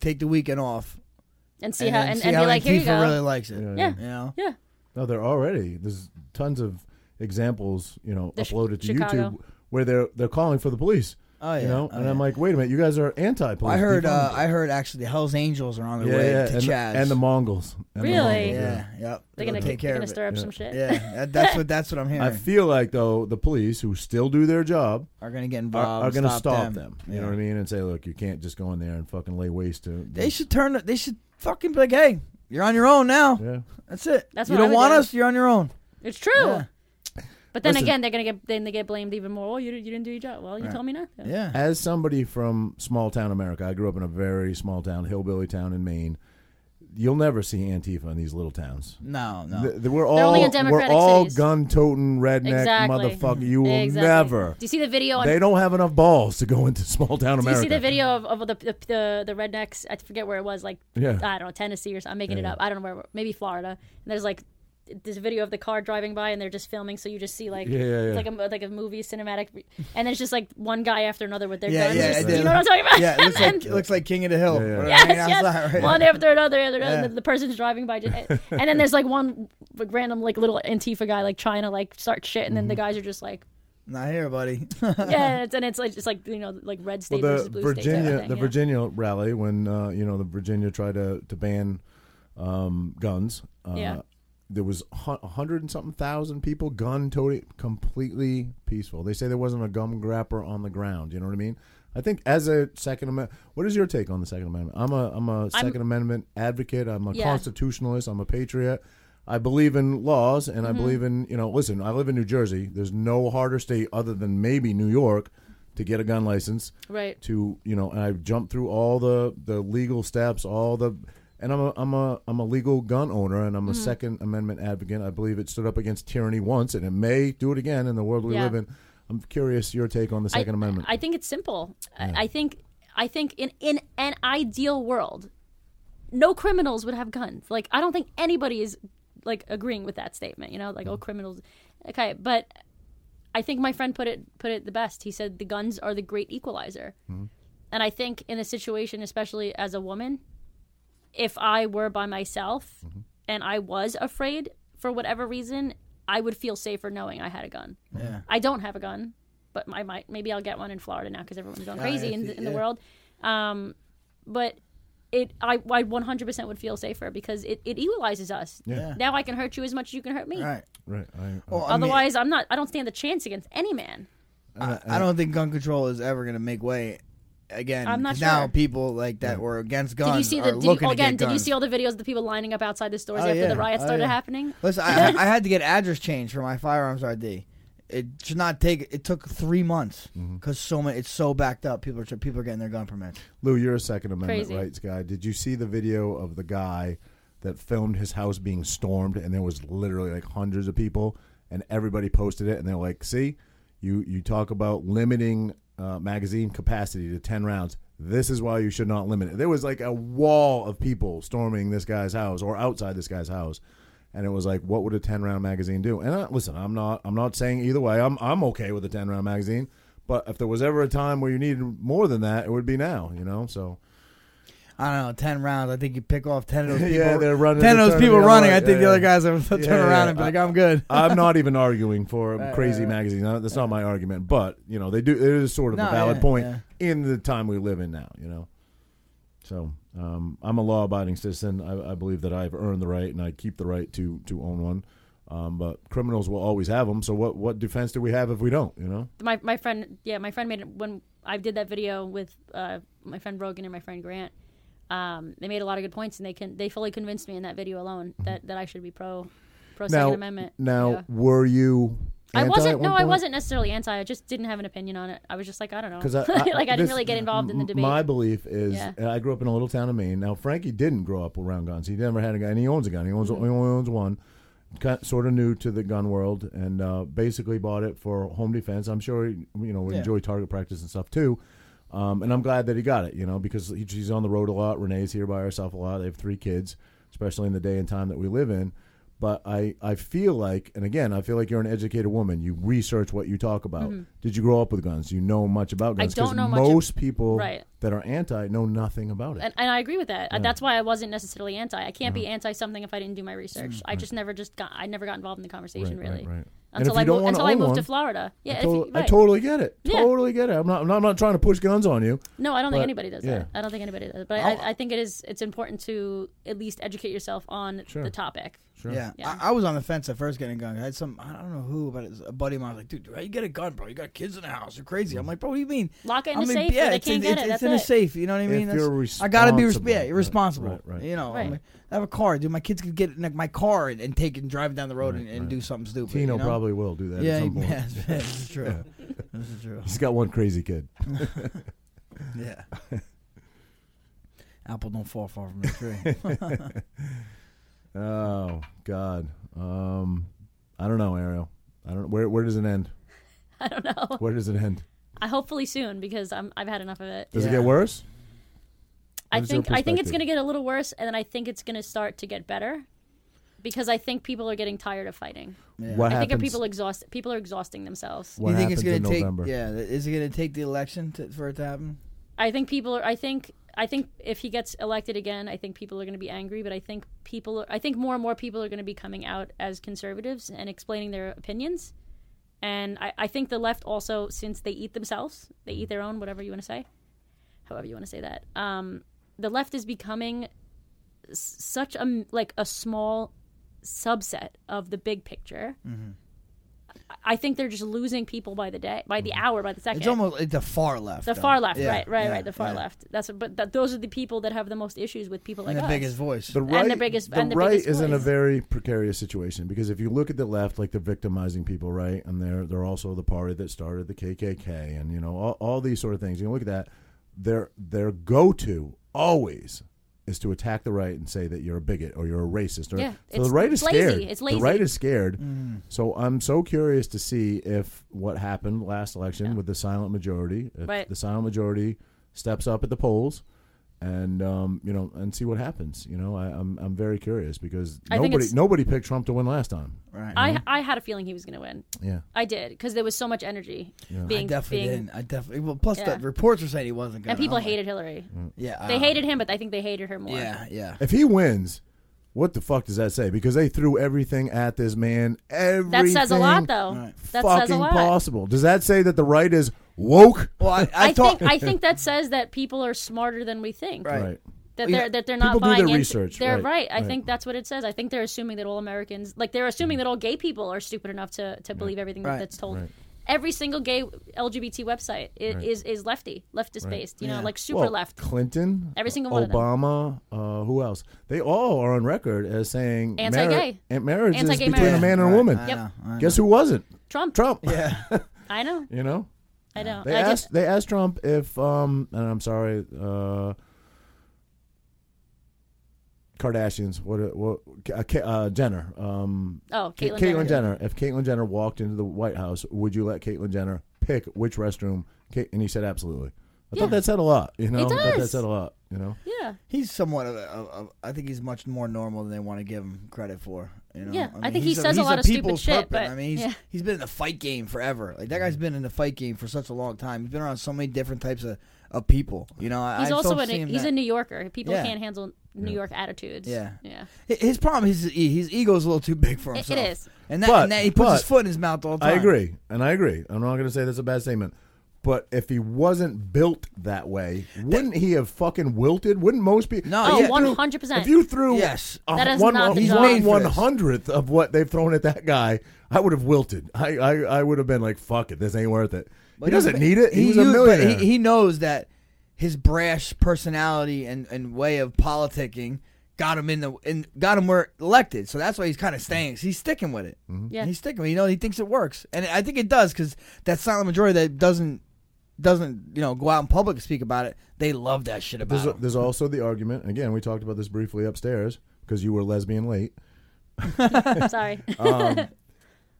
take the weekend off
and see
and
how
then
and,
see
and
how
be like, here you
Antifa
go.
really likes it.
Yeah.
yeah.
You know,
Yeah.
No, they're already there's tons of examples. You know,
The Chi-
uploaded to
Chicago.
YouTube where they're they're calling for the police.
oh yeah,
You know,
oh,
and
yeah.
I'm like, wait a minute, you guys are anti-police.
I heard.
Defund
Uh,
them.
I heard. Actually, the Hell's Angels are on their
yeah,
way
yeah,
to
and, the-
Chaz.
and the Mongols. And the
Really?
Mongols,
yeah, yep.
They're gonna,
take care
they're gonna
of it.
stir up
Yeah.
some shit.
Yeah, that, that's what that's what I'm hearing.
I feel like though the police who still do their job
are gonna get
are,
involved.
are going to stop,
them.
them. You know what I mean? And say, look, you can't just go in there and fucking lay waste to.
They should turn. They should fucking be like, hey, you're on your own now.
Yeah.
That's it.
That's
you
what I
don't
would
want
do.
us. You're on your own.
It's true.
Yeah.
But then
Listen.
again, they're gonna get then they get blamed even more. Oh, you, you didn't do your job. Well, you told me not. to.
Yeah.
As somebody from small town America, I grew up in a very small town, hillbilly town in Maine. You'll never see Antifa in these little towns.
No, no.
Th- th- We're
They're
all
only in
we're
democratic
all
cities.
gun toting redneck
Exactly.
motherfucker. You will
Exactly.
never.
Do you see the video? On,
They don't have enough balls to go into small town
do you
America.
see the video of, of the, the, the the rednecks? I forget where it was. Like
Yeah.
I don't know, Tennessee or something. I'm making it
Yeah.
up. I don't know where. Maybe Florida. And there's like this video of the car driving by, and they're just filming. So you just see like
Yeah, yeah, yeah.
it's like a mo- like a movie cinematic, and it's just like one guy after another with their
Yeah,
guns.
yeah,
Just-
I
do you
did.
know what I'm talking about?
yeah, it looks
And-
like it looks like King of the Hill.
Yeah, yeah.
We're
yes,
hanging
yes.
outside, right?
One after another, another, another.
Yeah.
The, the person's driving by, just, and then there's like one like, random like little Antifa guy like trying to like start shit, and then
Mm-hmm.
the guys are just like,
Not here, buddy.
yeah, and it's, and it's like just like you know like red state
well,
versus
the
blue state.
Virginia,
type of thing,
the
yeah.
Virginia rally when uh, you know the Virginia tried to to ban um, guns. Uh,
Yeah.
There was hu- a hundred and something thousand people gun toting completely peaceful. They say there wasn't a gum grapper on the ground. You know what I mean? I think as a Second Amendment, what is your take on the Second Amendment? I'm a I'm a 2nd Amendment advocate. I'm a
Yeah.
constitutionalist. I'm a patriot. I believe in laws, and I believe in you know. Listen, I live in New Jersey. There's no harder state other than maybe New York to get a gun license
Right.
to you know and i jumped through all the the legal steps all the and i'm a i'm a i'm a legal gun owner and i'm
Mm-hmm.
a second amendment advocate i believe it stood up against tyranny once and it may do it again in the world we
Yeah.
live in i'm curious your take on the second
I-
amendment
I think it's simple. I, I think I think in in an ideal world, no criminals would have guns. Like I don't think anybody is like agreeing with that statement. You know,
Mm.
like oh criminals. Okay, but I think my friend put it put it the best. He said the guns are the great equalizer.
Mm.
And I think in a situation, especially as a woman, if I were by myself and I was afraid for whatever reason, I would feel safer knowing I had a gun.
Yeah.
I don't have a gun, but I might maybe I'll get one in Florida now because everyone's going crazy
I
in,
see-
in the
yeah.
world. Um, but it I, I 100% would feel safer because it, it equalizes us.
Yeah.
Now I can hurt you as much as you can hurt me.
All right.
right I, uh,
Well, I mean,
Otherwise, I'm not. I don't stand a chance against any man.
Uh,
I, I don't think gun control is ever going to make way again.
I'm not
'cause Now
sure.
people like that were against guns
Did you see
are
the? Did
looking
you,
to get
again, did you
guns.
see all the videos of the people lining up outside the stores
Oh,
after
yeah.
the riots
Oh,
started
yeah.
happening?
Listen, I, I I had to get address change for my firearms ID. It should not take. It took three months
Mm-hmm.
because so many. It's so backed up. People are people are getting their gun permits.
lou you're a second amendment
Crazy.
rights guy did you see the video of the guy that filmed his house being stormed and there was literally like hundreds of people and everybody posted it and they're like see you you talk about limiting uh, magazine capacity to 10 rounds this is why you should not limit it there was like a wall of people storming this guy's house or outside this guy's house and it was like what would a 10 round magazine do and I, listen i'm not i'm not saying either way i'm i'm okay with a 10 round magazine but if there was ever a time where you needed more than that it would be now you know so
I don't know, ten rounds. I think you pick off ten of those people.
Yeah, they're running.
ten
they're
of those
turning
people
the other
running.
way.
I think
Yeah,
the other
yeah.
guys will turn
Yeah,
around
yeah.
and be
I-
like, "I'm good."
I'm not even arguing for crazy
right, right.
magazines. No, That's not my argument, but you know, they do. It is sort of
No,
a valid
yeah,
point
yeah.
in the time we live in now. You know, so um, I'm a law-abiding citizen. I, I believe that I've earned the right, and I keep the right to to own one. Um, but criminals will always have them. So what what defense do we have if we don't? You know,
my my friend yeah my friend made it when I did that video with uh, my friend Rogan and my friend Grant. Um, they made a lot of good points, and they can they fully convinced me in that video alone that, that I should be pro pro Second Amendment.
now
Yeah.
were you?
I
anti at
wasn't.
one
No, I
point?
wasn't necessarily anti. I just didn't have an opinion on it. I was just like, I don't know.
Because
like I didn't really get involved in the debate.
My belief is,
Yeah.
and I grew up in a little town in Maine. Now Frankie didn't grow up around guns. He never had a gun. And he owns a gun. He owns
Mm-hmm.
he only owns one. sort of new to the gun world, and uh, basically bought it for home defense. I'm sure he, you know would
Yeah.
enjoy target practice and stuff too. Um, and I'm glad that he got it, you know, because he, he's on the road a lot. Renee's here by herself a lot. They have three kids, especially in the day and time that we live in. But I, I feel like, and again, I feel like you're an educated woman. You research what you talk about. Did you grow up with guns? You know much about
Mm-hmm. I
guns.
don't
'Cause
know much ab-
most people
Right.
that are anti know nothing about it.
and, and I agree with that. That's why I wasn't necessarily anti. I can't
Mm.
be anti something if I didn't do my research. I just never just got. I never got involved in the conversation
Right, right,
really
right. And
until
if you
I
don't
moved,
wanna
until I
own
moved to
one,
Florida. Yeah,
I,
if
totally-
you-
I
right.
totally get it.
Yeah.
Totally get it. I'm not, I'm not. I'm not trying to push guns on you.
No, I don't
But,
think anybody does
yeah.
that. I don't think anybody does. But I, I think it is. It's important to at least educate yourself on
Sure.
the topic.
Sure.
Yeah,
Yeah.
I, I was on the fence at first getting a gun. I had some, I don't know who, but it was a buddy of mine was like, dude, how you get a gun, bro? You got kids in the house. You're crazy.
Mm.
I'm like, bro, what do you mean?
Lock it in
I'm
a safe where they
it's
can't
in,
get
it's,
it.
it's
That's
in
it.
a safe. You know what I
If
mean? That's-
you're
I gotta
responsible.
be responsible. Yeah,
Right,
you're responsible.
right, right.
You know, I'm
Right.
like, I have a car, dude. My kids could get in like, my car and, and take and drive down the road and, and do something stupid.
Tino
you know?
probably will do that
Yeah,
at
yeah,
some point.
this is true. This is true.
He's got one crazy kid.
Yeah. Apple don't fall far from the tree.
Oh God. Um, I don't know, Ariel. I don't. Where Where does it end?
I don't know.
Where does it end?
I hopefully soon because I'm, I've had enough of it.
Does it
Yeah.
get worse?
I
What is your
think I think it's
perspective?
going to get a little worse, and then I think it's going to start to get better because I think people are getting tired of fighting.
Yeah.
What
I think
happens?
if people exhaust people are exhausting themselves.
what
you think it's
happens
gonna
in
take?
November?
Yeah, is it gonna take the election to, for it to happen?
I think people are. I think I think if he gets elected again, I think people are going to be angry. But I think people. I think more and more people are going to be coming out as conservatives and explaining their opinions. And I, I think the left also, since they eat themselves, they eat their own. Whatever you want to say, however you want to say that. Um, the left is becoming s- such a like a small subset of the big picture.
Mm-hmm.
I- I think they're just losing people by the day, by the hour, by the second.
Mm-hmm. It's almost like the far left.
The
though.
far left,
Yeah,
right, right,
yeah,
right. The far
yeah.
left. That's what, but that, those are the people that have the most issues with people like oh,
And the
us.
biggest voice.
The
the
right,
biggest-
the
and the
right
biggest
is in a
voice.
very precarious situation because if you look at the left, like they're victimizing people, right, and they're they're also the party that started the KKK and you know all, all these sort of things. You look at that, their their go to always is to attack the right and say that you're a bigot or you're a racist. Or,
Yeah,
so
it's-
the right
it's
is
lazy.
scared.
It's
The
lazy.
right is scared. So I'm so curious to see if what happened last election with the silent majority, if
Right.
the silent majority steps up at the polls and um, you know, and see what happens. You know, I, I'm I'm very curious because
I think
nobody
it's-
nobody picked Trump to win last time.
Right.
I I had a feeling he was going to win.
Yeah,
I did because there was so much energy
I
being
definitely
being,
didn't. I definitely. Well, plus
Yeah.
the reports were saying he wasn't gonna.
and people
I'm like,
hated Hillary.
Yeah,
They
uh,
hated him, but I think they hated her more.
Yeah, yeah.
if he wins. What the fuck does that say? Because they threw everything at this man. Everything
that says a lot, though.
Right.
That
fucking
says a lot.
possible. Does that say that the right is woke?
Well, I, I,
I,
thought.
think I think that says that people are smarter than we think.
Right.
Right.
That
Well,
they're
yeah,
that they're not
people do
buying
their
into-
research,
They're
right,
right. I
right.
think that's what it says. I think they're assuming that all Americans, like they're assuming that all gay people are stupid enough to, to believe everything
Right.
that's told.
Right.
Every single gay LGBT website is
Right.
is, is lefty, leftist based. You
Yeah.
know, like super
Well,
left.
Clinton,
Every single one of them.
Obama, uh, who else? They all are on record as saying marri-
Anti-gay.
and marriage is
Anti-gay
between a
marriage.
man and
Right,
a woman.
I
Yep.
know, I
Guess who wasn't?
Trump.
Trump.
Yeah.
I know.
You know.
I know.
They
I
asked.
just,
They asked Trump if, um, and I'm sorry, uh, Kardashians. What? What? Uh, Ka- uh, Jenner. Um,
oh,
Ka-
Caitlyn, Jenner.
Jenner. If Caitlyn Jenner walked into the White House, would you let Caitlyn Jenner pick which restroom? Ka- And he said, absolutely. I
Yeah.
thought that said a lot. You know, I thought that
does.
said a lot. You know,
Yeah,
He's somewhat of, a, of, of. I think he's much more normal than they want to give him credit for. You know?
Yeah,
I,
I
mean,
think he
he's
says a
he's
lot of stupid
people's
shit,
puppet.
but-
I mean, he's,
yeah.
Mm-hmm.
he's been in the fight game forever. Like that guy's been in the fight game for such a long time. He's been around so many different types of, of people. You know, I-
He's
I
also
still
an,
see him
he's
that-
a New Yorker. People
Yeah.
can't handle New York attitudes.
Yeah.
yeah.
Hi- His problem is his e- his ego's a little too big for
It- it
himself.
is.
and that,
But-
and that he puts his
but-
foot in his mouth all the
I
time.
agree, and I agree. I'm not going to say that's a bad statement, but if he wasn't built that way, wouldn't he have fucking wilted? Wouldn't most people?
No,
Oh,
yeah.
If you threw-
100%.
If you threw
Yes.
a,
That is
one,
not
one-
the job.
He's made for
one
this.
hundredth of what they've thrown at that guy, I would have wilted. I, I, I would have been like, fuck it, this ain't worth it.
But
he doesn't need it. He, was a
used- but
millionaire.
He, he knows that his brash personality and, and way of politicking got him in the and got him where elected. So that's why he's kind of staying. He's sticking with it.
Mm-hmm.
Yeah.
he's sticking. with it. You know, he thinks it works, and I think it does because that silent majority that doesn't doesn't you know go out in public and speak about it. They love that shit about
There's,
him.
there's also the argument. Again, we talked about this briefly upstairs because you were lesbian late.
Sorry.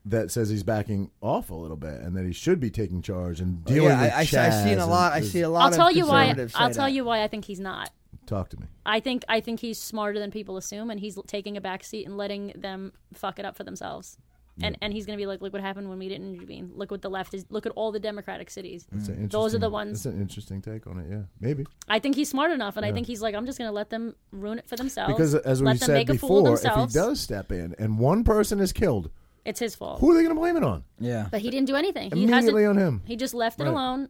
That says he's backing off a little bit and that he should be taking charge and
Oh, Yeah,
dealing with
I, I, see-
Chaz.
I seen a
and
lot. I
this-
see a lot.
I'll
of
tell you why.
conservatives say
I'll tell
that.
you why I think he's not.
Talk to me.
I think I think he's smarter than people assume, and he's l- taking a back seat and letting them fuck it up for themselves. And and he's gonna be like, look what happened when we didn't intervene. Look what the left is. Look at all the Democratic cities.
It's an
Those are the
interesting-
ones-
It's an interesting take on it. Yeah, maybe
I think he's smart enough, and I think he's like, I'm just gonna let them ruin it for themselves.
because as we
let them
said
make a fool
before,
of
if he
themselves.
does step in and one person is killed,
it's his fault.
who are they going to blame it on?
Yeah.
but he didn't do anything. He hasn't.
Immediately on him.
He just left it
Right.
alone.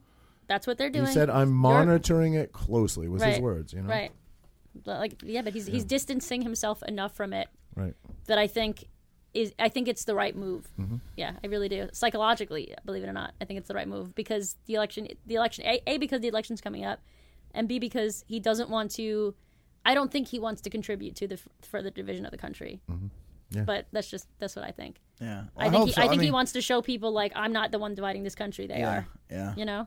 That's what they're
He
doing.
said, "I'm
You're-
monitoring it closely." Was his
Right.
words, you know?
Right. But, Like yeah, but he's he's distancing himself enough from it
Right.
that I think is I think it's the right move.
Mm-hmm.
Yeah, I really do. Psychologically, believe it or not, I think it's the right move because the election, the election, a, a because the election's coming up, and b because he doesn't want to. I don't think he wants to contribute to the f- further division of the country.
Yeah.
But that's just that's what I think.
Yeah.
I, think
Mm-hmm. hope
he,
so.
I think he
mean,
wants to show people like I'm not the one dividing this country. They
Yeah.
are.
Yeah.
You know.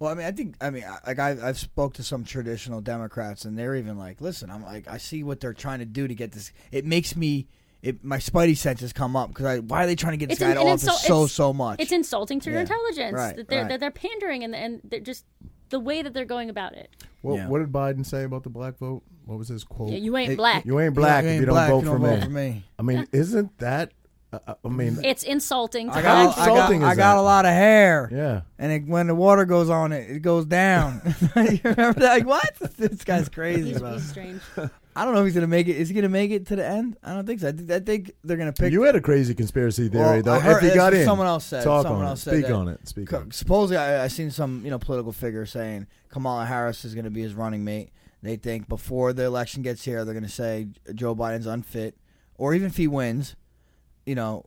Well, I mean, I think I mean, I- like I, I've spoke to some traditional Democrats, and they're even like, "Listen, I'm like, I see what they're trying to do to get this. It makes me, it my spidey senses come up because I, why are they trying to get this guy
an-
out
an
of office
insult-
so
it's-
so much?
It's insulting to your
Yeah.
intelligence
Right,
that they're
right.
that they're pandering and and they're just the way that they're going about it.
Well,
Yeah.
what did Biden say about the black vote? What was his quote?
Yeah, you ain't
It-
black.
You ain't black
You
if
ain't
you don't
black
vote,
if you
for,
don't
me.
vote for me.
I mean, isn't that? Uh, uh, I mean,
it's insulting. To
I got,
us.
I got,
insulting is
I got
that?
a lot of hair.
yeah.
And it, when the water goes on it, it goes down. you remember that? Like, what? This guy's crazy,
He's,
bro.
he's strange.
I don't know if he's gonna make it. Is he gonna make it to the end? I don't think so. I think, I think they're gonna pick.
You had a crazy conspiracy
Well,
theory,
I
though.
heard-
if he
that's
got
what
in,
someone else said.
talk
Someone
on
else
it.
said
Speak
that.
on it. Speak
Co-
on it.
supposedly I, I seen some you know political figure saying Kamala Harris is going to be his running mate. They think before the election gets here, they're going to say Joe Biden's unfit, or even if he wins, you know,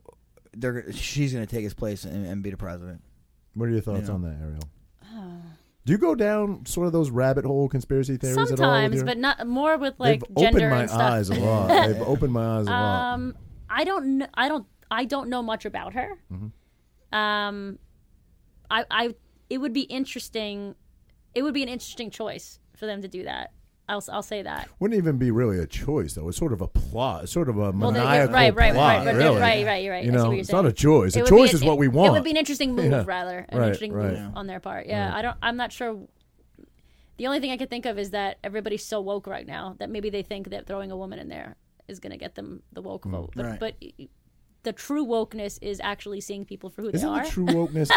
they're she's going to take his place and, and be the president.
What are your thoughts
know.
on that, Ariel?
Uh.
Do you go down sort of those rabbit hole conspiracy theories at all? with
Sometimes,
your-
but not more with like
They've
gender
opened my
and stuff.
eyes a lot. They've opened my eyes a lot.
Um, I don't know. I don't. I don't know much about her.
Mm-hmm.
Um, I, I. It would be interesting. It would be an interesting choice for them to do that. I'll, I'll say that.
Wouldn't even be really a choice though. It's sort of a plot. It's sort of a
they-
maniacal
right, right,
plot.
right, right,
really.
right, right, right.
You
I see
know,
what you're
it's not a
saying.
choice.
It
A
would be
choice
an-
is what
it-
we want.
It would be an interesting move,
Yeah.
rather, an
Right,
interesting
right.
move on their part. Yeah, I don't. I'm not sure. The only thing I could think of is that everybody's so woke right now that maybe they think that throwing a woman in there is going to get them the woke
Hmm.
vote. But,
Right.
but y- y- the true wokeness is actually seeing people for who
isn't
they are.
the true wokeness?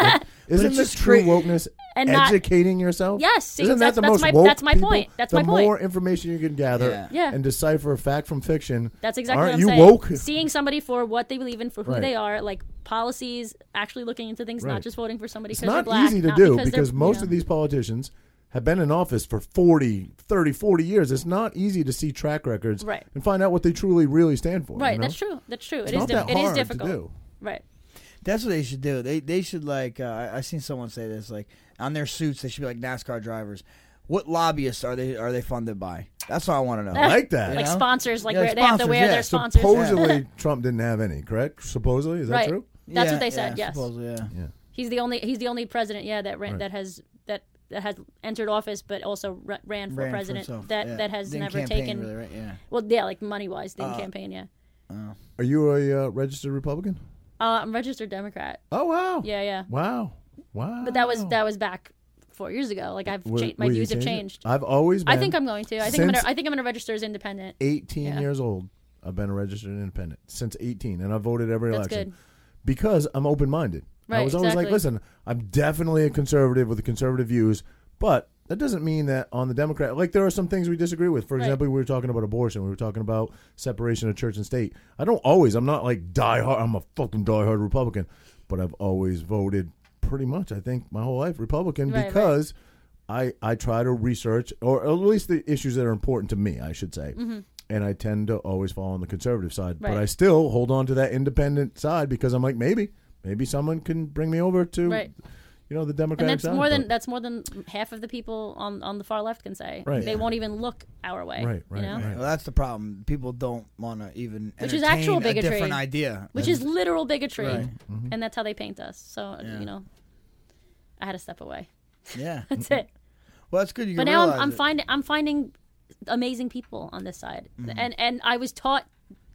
isn't
it's
the
just
true
cra-
wokeness
And not-
educating yourself?
Yes, see,
isn't
that's-
that the
that's
most
my-
woke
that's my
people?
point. That's
the
my point.
more information you can gather
Yeah.
Yeah.
and decipher fact from fiction.
That's exactly
aren't
what I'm
you
saying.
woke?
Seeing somebody for what they believe in, for who
Right.
they are, like policies, actually looking into things,
Right.
not just voting for somebody
It's
because they're
not
black.
easy to
not
do
because,
because,
they're-
most
yeah.
of these politicians have been in office for 40, 30, 40 years. It's not easy to see track records
Right.
and find out what they truly, really stand for. you
Right,
know?
that's true. That's true.
It's
it is.
not
diff-
that
it is
hard to
difficult.
do.
Right.
That's what they should do. They they should like uh, I- I seen someone say this like on their suits they should be like NASCAR drivers. What lobbyists are they are they funded by? That's what I want to know.
I like that.
Like
know?
sponsors, like
Yeah,
where they have to
sponsors,
wear
yeah.
their sponsors.
Supposedly, Trump didn't have any, correct? Supposedly, is that
right.
true?
That's
Yeah,
what they said.
yeah,
yes,
supposedly, yeah.
he's the only he's the only president. Yeah, that ran,
Right.
that has that that has entered office, but also ra- ran for
Ran for
president.
himself,
that
yeah.
that has
Didn't
never
campaign
taken.
really, Uh. right? Yeah.
Well, yeah, like money wise, didn't campaign. Yeah,
Are you a uh, registered Republican?
uh, I'm registered Democrat.
Oh wow!
Yeah, yeah.
Wow, wow.
But that was that was back four years ago. Like I've
Will-
changed, my
will you
views have
change it?
changed.
I've always. Been
I think I'm going to. I think I'm gonna,
since-
I think I'm gonna register as independent.
18
Yeah.
years old. I've been a registered independent since 18, and I voted every
That's
election
good.
because I'm open minded. I
Right,
was always like,
exactly.
listen, I'm definitely a conservative with conservative views, but that doesn't mean that on the Democrat, like there are some things we disagree with. For
Right.
example, we were talking about abortion. We were talking about separation of church and state. I don't always. I'm not like diehard. I'm a fucking diehard Republican, but I've always voted pretty much. I think my whole life Republican
Right, right.
because I I try to research or at least the issues that are important to me. I should say. And I tend to always fall on the conservative side, but
Mm-hmm. Right.
I still hold on to that independent side because I'm like maybe, maybe someone can bring me over to,
Right.
you know, the
and
Democratic
that's
side.
more than
but-
that's more than half of the people on on the far left can say.
Right.
They won't even look our way.
Right, right,
you know?
right.
Well, that's the problem. People don't want to even
Which is
entertain
actual
a
bigotry.
different idea.
Which
That's-
is literal bigotry,
Right.
and that's how they paint us. So
Yeah.
you know, I had to step away.
yeah.
That's it.
Well, that's good. Mm-hmm. You
But
can
now I'm,
realize
I'm
it.
finding I'm finding amazing people on this side,
Mm-hmm.
and and I was taught,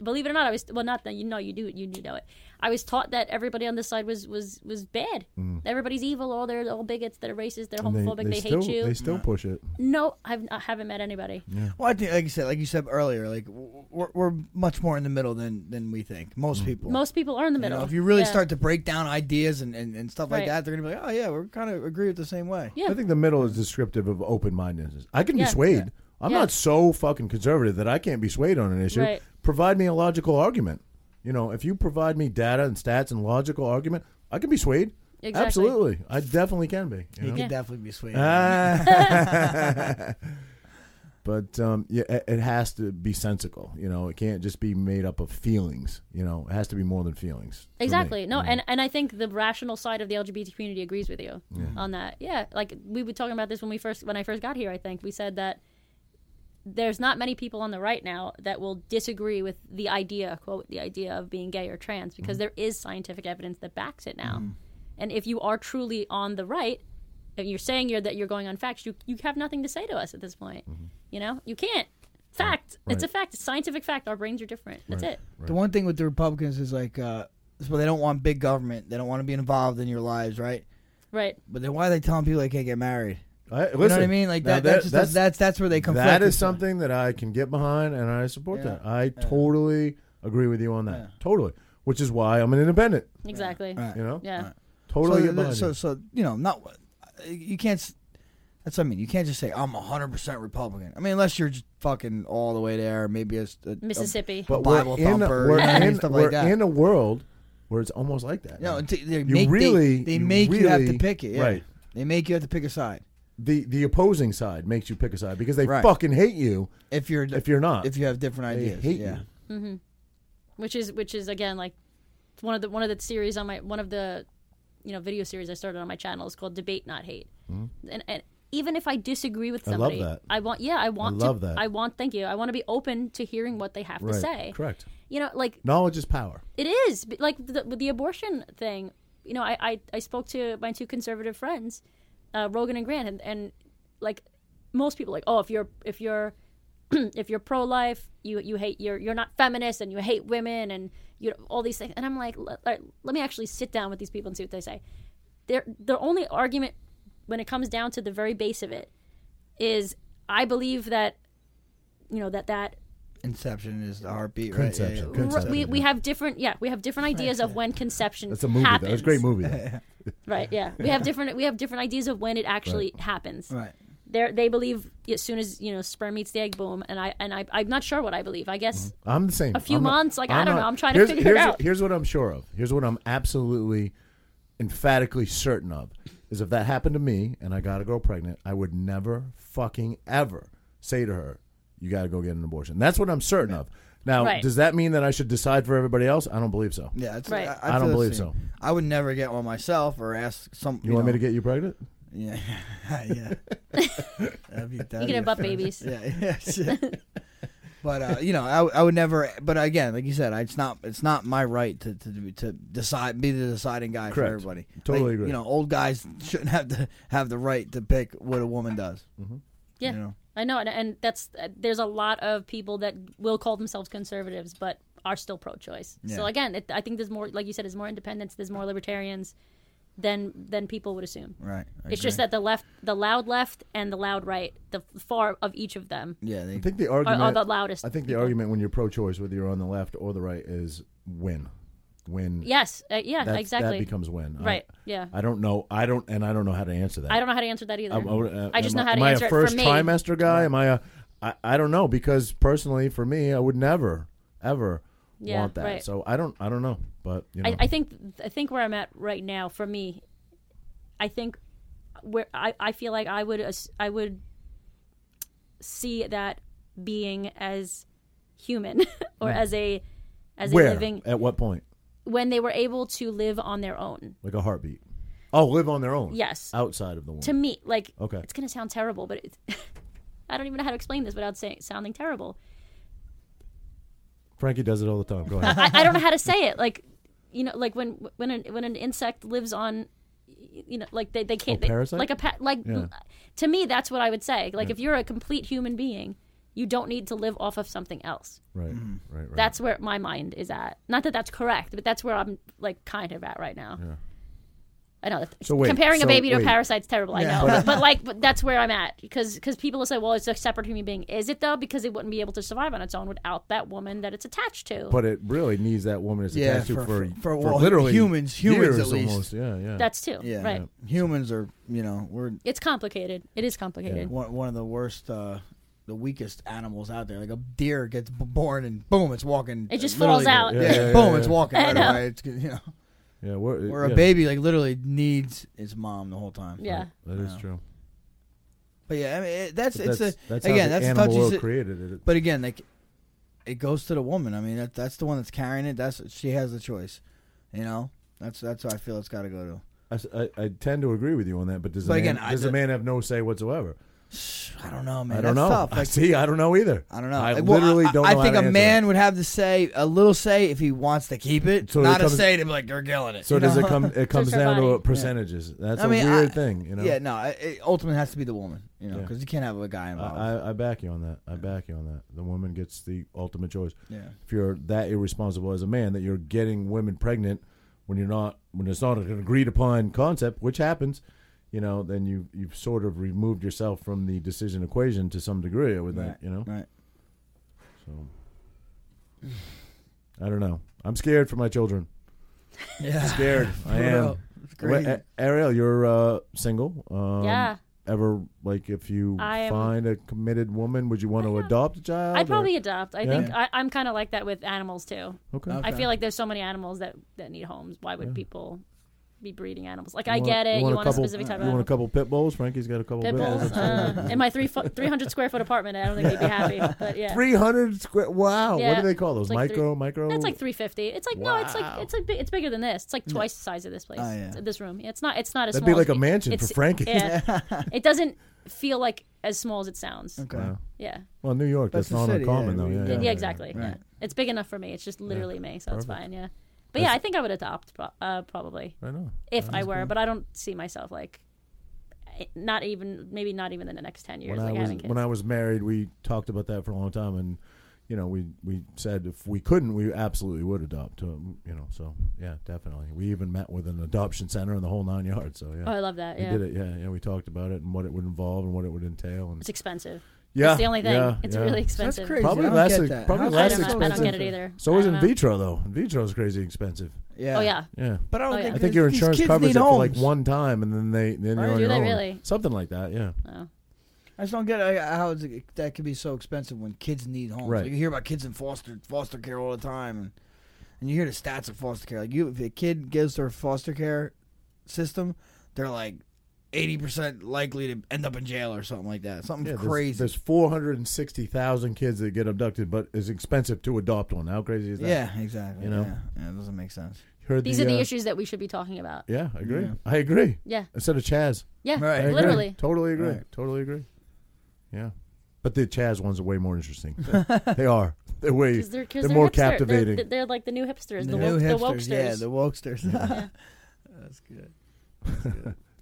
believe it or not, I was well not that you know you do you do know it. I was taught that everybody on this side was was was bad.
Mm-hmm.
Everybody's evil. All they're all bigots. They're racist. They're
And
homophobic. They,
still,
hate you.
They still push it.
no, I've I haven't met anybody.
Well, I think, like you said, like you said earlier, like w- w- we're, we're much more in the middle than than we think.
Mm.
Most people.
Most people are in the
You know,
middle.
if you really
Yeah.
start to break down ideas and, and, and stuff like
Right.
that, they're gonna be like, oh yeah, we're kind of agree with the same way.
Yeah.
I think the middle is descriptive of open mindedness. I can
Yeah.
be swayed. I'm
Yeah.
not so fucking conservative that I can't be swayed on an issue.
Right.
Provide me a logical argument. You know, if you provide me data and stats and logical argument, I can be swayed.
Exactly.
Absolutely. I definitely can be. you
You
know?
could definitely be swayed.
Ah. but um, yeah, it, it has to be sensical. You know, it can't just be made up of feelings. You know, it has to be more than feelings. for me, Mm-hmm.
Exactly. No,
you know?
and, and I think the rational side of the LGBT community agrees with you on that. Yeah, like we were talking about this when we first when I first got here. I think we said that there's not many people on the right now that will disagree with the idea quote the idea of being gay or trans
Mm-hmm.
because there is scientific evidence that backs it now. And if you are truly on the right, and you're saying you're that you're going on facts, you you have nothing to say to us at this point.
Mm-hmm.
You know, you can't. Fact. It's a fact. It's scientific fact. Our brains are different. That's it.
The one thing with the Republicans is like, uh, is, well, they don't want big government. They don't want to be involved in your lives, right?
Right.
But then why are they telling people they can't get married?
I, listen,
You know what I mean? Like
now
that. that's, just, that's that's where they conflict.
that
with
is
each
something that I can get behind and I support
Yeah.
that. I totally agree with you on that. Totally. Which is why I'm an independent.
Exactly.
other. Right.
You know?
Yeah.
Totally
so,
get behind
so,
you.
so you know, not you can't. s- That's what I mean. You can't just say I'm 100 percent Republican. I mean, unless you're just fucking all the way there, maybe it's a,
Mississippi.
But Bible
in, a-
thumper
we're,
and
in,
stuff
we're
like that.
in a world where it's almost like that.
no, t- they
You
make,
really-
they, they
you
make you have to
really-
pick it. Yeah.
right.
They make you have to pick a side
the the opposing side makes you pick a side because they
Right.
fucking hate you
if you're
if you're not.
if you have different
they
ideas.
hate
yeah.
you.
which is which is again like one of the one of the series on my one of the you know video series I started on my channel is called Debate Not Hate, and and even if I disagree with
Hmm. love
somebody,
that.
want yeah I want
love
to,
that.
I want thank you I want to be open to hearing what they have
Right.
to say.
Correct.
You know, like
Knowledge is power.
it is but, like the, with the abortion thing. You know, I, I I spoke to my two conservative friends, uh, Rogan and Grant, and, and like most people like oh if you're if you're if you're pro life you you hate you're you're not feminist and you hate women and you all these things and I'm like let, let- let me actually sit down with these people and see what they say. Their their only argument when it comes down to the very base of it is I believe that you know that that
Inception is the heartbeat.
Conception.
Right? Yeah, yeah.
Con-
Ru- we, we have different yeah we have different ideas of when conception
That's a movie
happens.
though. It's a great movie though.
right yeah we have different we have different ideas of when it actually happens
Right.
they they believe as soon as you know sperm meets the egg boom and i and I, i'm not sure what i believe i guess
I'm the same.
A few
I'm not-
months, like, I don't know. I'm trying to
here's-
figure it
here's-
out.
Here's what I'm sure of. Here's what I'm absolutely, emphatically certain of is if that happened to me and I got a girl pregnant, I would never fucking ever say to her, "You got to go get an abortion." That's what I'm certain of. Now,
Right.
does that mean that I should decide for everybody else? I don't believe so.
Yeah, it's,
Right.
feel
I don't
the
believe
same.
so.
I would never get one myself or ask some.
You, want me to get you pregnant?
Yeah, yeah. That'd be, that'd
you
be
can have butt
fair-
babies
Yeah, yeah. shit. but uh, you know, I, w- I would never. But again, like you said, I, it's not it's not my right to to, do- to decide be the deciding guy
Correct.
for everybody.
Totally
Like,
agree.
You know, old guys shouldn't have to have the right to pick what a woman does.
yeah
You know.
i know and, and that's uh, there's a lot of people that will call themselves conservatives but are still pro-choice so
Yeah.
again it, i think there's more like you said there's more independents there's more libertarians than than people would assume
Right. I
it's just
agree.
that the left the loud left and the loud right the far of each of them
Yeah. They,
I think the
are,
argument.
are the loudest
I think the
people.
argument when you're pro-choice, whether you're on the left or the right, is win. win.
Yes. Uh, yeah.
That's-
exactly.
That becomes win. I-
Right, yeah.
I don't know. I don't, and I don't know how to answer that.
I don't know how to answer that either.
I'm- uh,
I just
am
know how to
am I
answer
a
it for
first
me.
trimester guy? Am I a? I, I don't know because personally, for me, I would never, ever
Yeah,
want that.
right.
So I don't. I don't know. But you know,
I, I think I think where I'm at right now for me, I think where I, I feel like I would as- I would see that being as human or as a as
where
a living
at what point?
when they were able to live on their own.
Like a heartbeat. Oh, live on their own.
Yes.
Outside of the womb.
To me, like
Okay.
it's gonna sound terrible, but it's, I don't even know how to explain this without saying sounding terrible.
Frankie does it all the time. Go ahead.
I, I don't know how to say it. Like, you know, like when when an when an insect lives on, you know, like they they can't
Oh,
they-
parasite?
like a pa- like
Yeah.
to me that's what I would say. Like if you're a complete human being, you don't need to live off of something else.
right.
Mm-hmm.
Right. Right.
That's where my mind is at. Not that that's correct, but that's where I'm like kind of at right now. I know that
So wait,
comparing
so
a baby to
wait.
a parasite's terrible. I
Yeah.
know, but, but like but that's where I'm at because people will say, "Well, it's a separate human being." Is it though? Because it wouldn't be able to survive on its own without that woman that it's attached to.
But it really needs that woman as
Yeah,
attached to
for-
for,
for- for- well,
literally
humans- humans
years
at least.
almost. Yeah. Yeah.
that's too
Yeah.
right.
Humans are, you know, we're
It's complicated. It is complicated.
one, one of the worst, uh, the weakest animals out there. Like a deer gets b- born and boom, it's walking.
It just
literally-
falls out.
Yeah,
Yeah, yeah,
boom,
yeah,
it's
yeah.
walking
I
right
know.
away. It's, you know,
yeah. We're,
where
yeah,
a baby like literally needs its mom the whole time.
Yeah.
That is true.
But yeah, I mean, it, that's
But
it's
that's,
a
that's
again
how
that's
the
a
animal
touchy.
world
si-
created it.
But again, like it goes to the woman. I mean, that, that's the one that's carrying it. That's she has the choice. You know, that's that's what I feel it's got to go to.
I, s- I- I tend to agree with you on that, but does
But
a man,
again, I-
does a man have no say whatsoever?
I don't know, man.
I don't
that's
know.
Tough.
I
Like,
see. I don't know either.
I don't know.
I
Like, well,
literally don't. know
I
how
think
to
a
answer
man
that.
would have to say a little say if he wants to keep it,
So it
not
comes-
a say to be like you're killing it.
So
you
does
know?
it come? It comes
her
down to
body.
uh, percentages. That's
I mean,
a weird
I-
thing, you know.
Yeah, no. It, it ultimately has to be the woman. You know,
Yeah.
because you can't have a guy
I,
involved.
I, I back you on that. I back you on that. The woman gets the ultimate choice.
Yeah.
If you're that irresponsible as a man that you're getting women pregnant when you're not when it's not an agreed upon concept, which happens, you know, then you you've sort of removed yourself from the decision equation to some degree. I would
right,
think, you know.
right.
So I don't know. I'm scared for my children.
Yeah,
Scared. I am.
Bro, it's crazy.
Wait, A- Ariel, you're uh, single. Um,
Yeah.
Ever like if you
I am-
find a committed woman, would you want to adopt a child?
I'd
or-
probably adopt. I
Yeah.
think I, I'm kind of like that with animals too.
okay.
Okay.
I feel like there's so many animals that, that need homes. Why would people be breeding animals? Like I
You want-
get it. You want, a,
couple-
specific type
You
of
want a
animal.
couple pit bulls? Frankie's got a couple
Pit bulls uh, in my three fo- 300 square foot apartment. I don't think they'd be happy. But yeah,
Three hundred square. Wow. What
Yeah.
do they call those?
It's like
micro, micro.
that's like 350. It's like no, it's
Wow.
like it's like big, it's bigger than this. It's like twice the size of this place.
Oh, yeah.
It's- This room. Yeah, It's not. It's not as
That'd be
small. as
like a
it-
mansion for
it's-
Frankie.
Yeah, it doesn't feel like as small as it sounds.
okay.
Wow.
Yeah.
Well, New York, that's,
That's
not
the city,
uncommon
yeah.
though.
Yeah,
Yeah,
Right,
yeah, exactly.
right.
Yeah. It's big enough for me. It's just literally me, so it's
Perfect.
fine. Yeah. But yeah, I think I would adopt pro- uh, probably
I know.
if I were, but I don't see myself like eh, not even maybe not even in the next 10 years
when
like
I was
having kids.
when I was married, we talked about that for a long time, and you know, we we said if we couldn't, we absolutely would adopt. Um, you know, so yeah, definitely. We even met with an adoption center and the whole nine yards. So
oh,
yeah,
I love that.
we
Yeah.
did it. Yeah, yeah, we talked about it and what it would involve and what it would entail. And
It's expensive.
yeah,
It's the only thing.
yeah,
it's
yeah.
really
That's
expensive.
crazy.
Probably
I don't
less
get
ex-
that.
probably
How-
I
less
don't, know. I don't get
expensive.
it either.
So is
I
in
don't know.
vitro though. In vitro is crazy expensive.
Yeah.
Oh yeah.
Yeah.
But I don't
Oh, yeah.
think
I think
these-
your
these
insurance
kids
covers
need
it for like
homes.
one time, and then they then you're
Right.
on
Oh, Do
your
they
own.
really?
Something like that, yeah.
Oh.
I just don't get uh, how it's, that could be so expensive when kids need homes.
Right.
Like you hear about kids in foster foster care all the time, and, and you hear the stats of foster care. Like you, if a kid goes through a foster care system, they're like eighty percent likely to end up in jail or something like that. Something
Yeah, there's-
crazy.
There's, 460,000 kids that get abducted, but it's expensive to adopt one. How crazy is that?
yeah, exactly.
You know?
yeah. yeah, it doesn't make sense.
Heard
These are the
uh,
issues that we should be talking about.
Yeah, I agree.
Yeah.
I agree.
Yeah.
Instead of Chaz.
Yeah.
Right.
I agree.
Literally.
Totally agree.
Right.
Totally agree. Yeah. But the Chaz ones are way more interesting. they are. They're way.
'Cause they're, 'cause
They're
they're
more
hipster. They're-
captivating.
They're, they're like the new hipsters, the,
The
woke,
new
the
hipsters,
wokesters.
yeah, the wokesters.
Yeah.
That's good.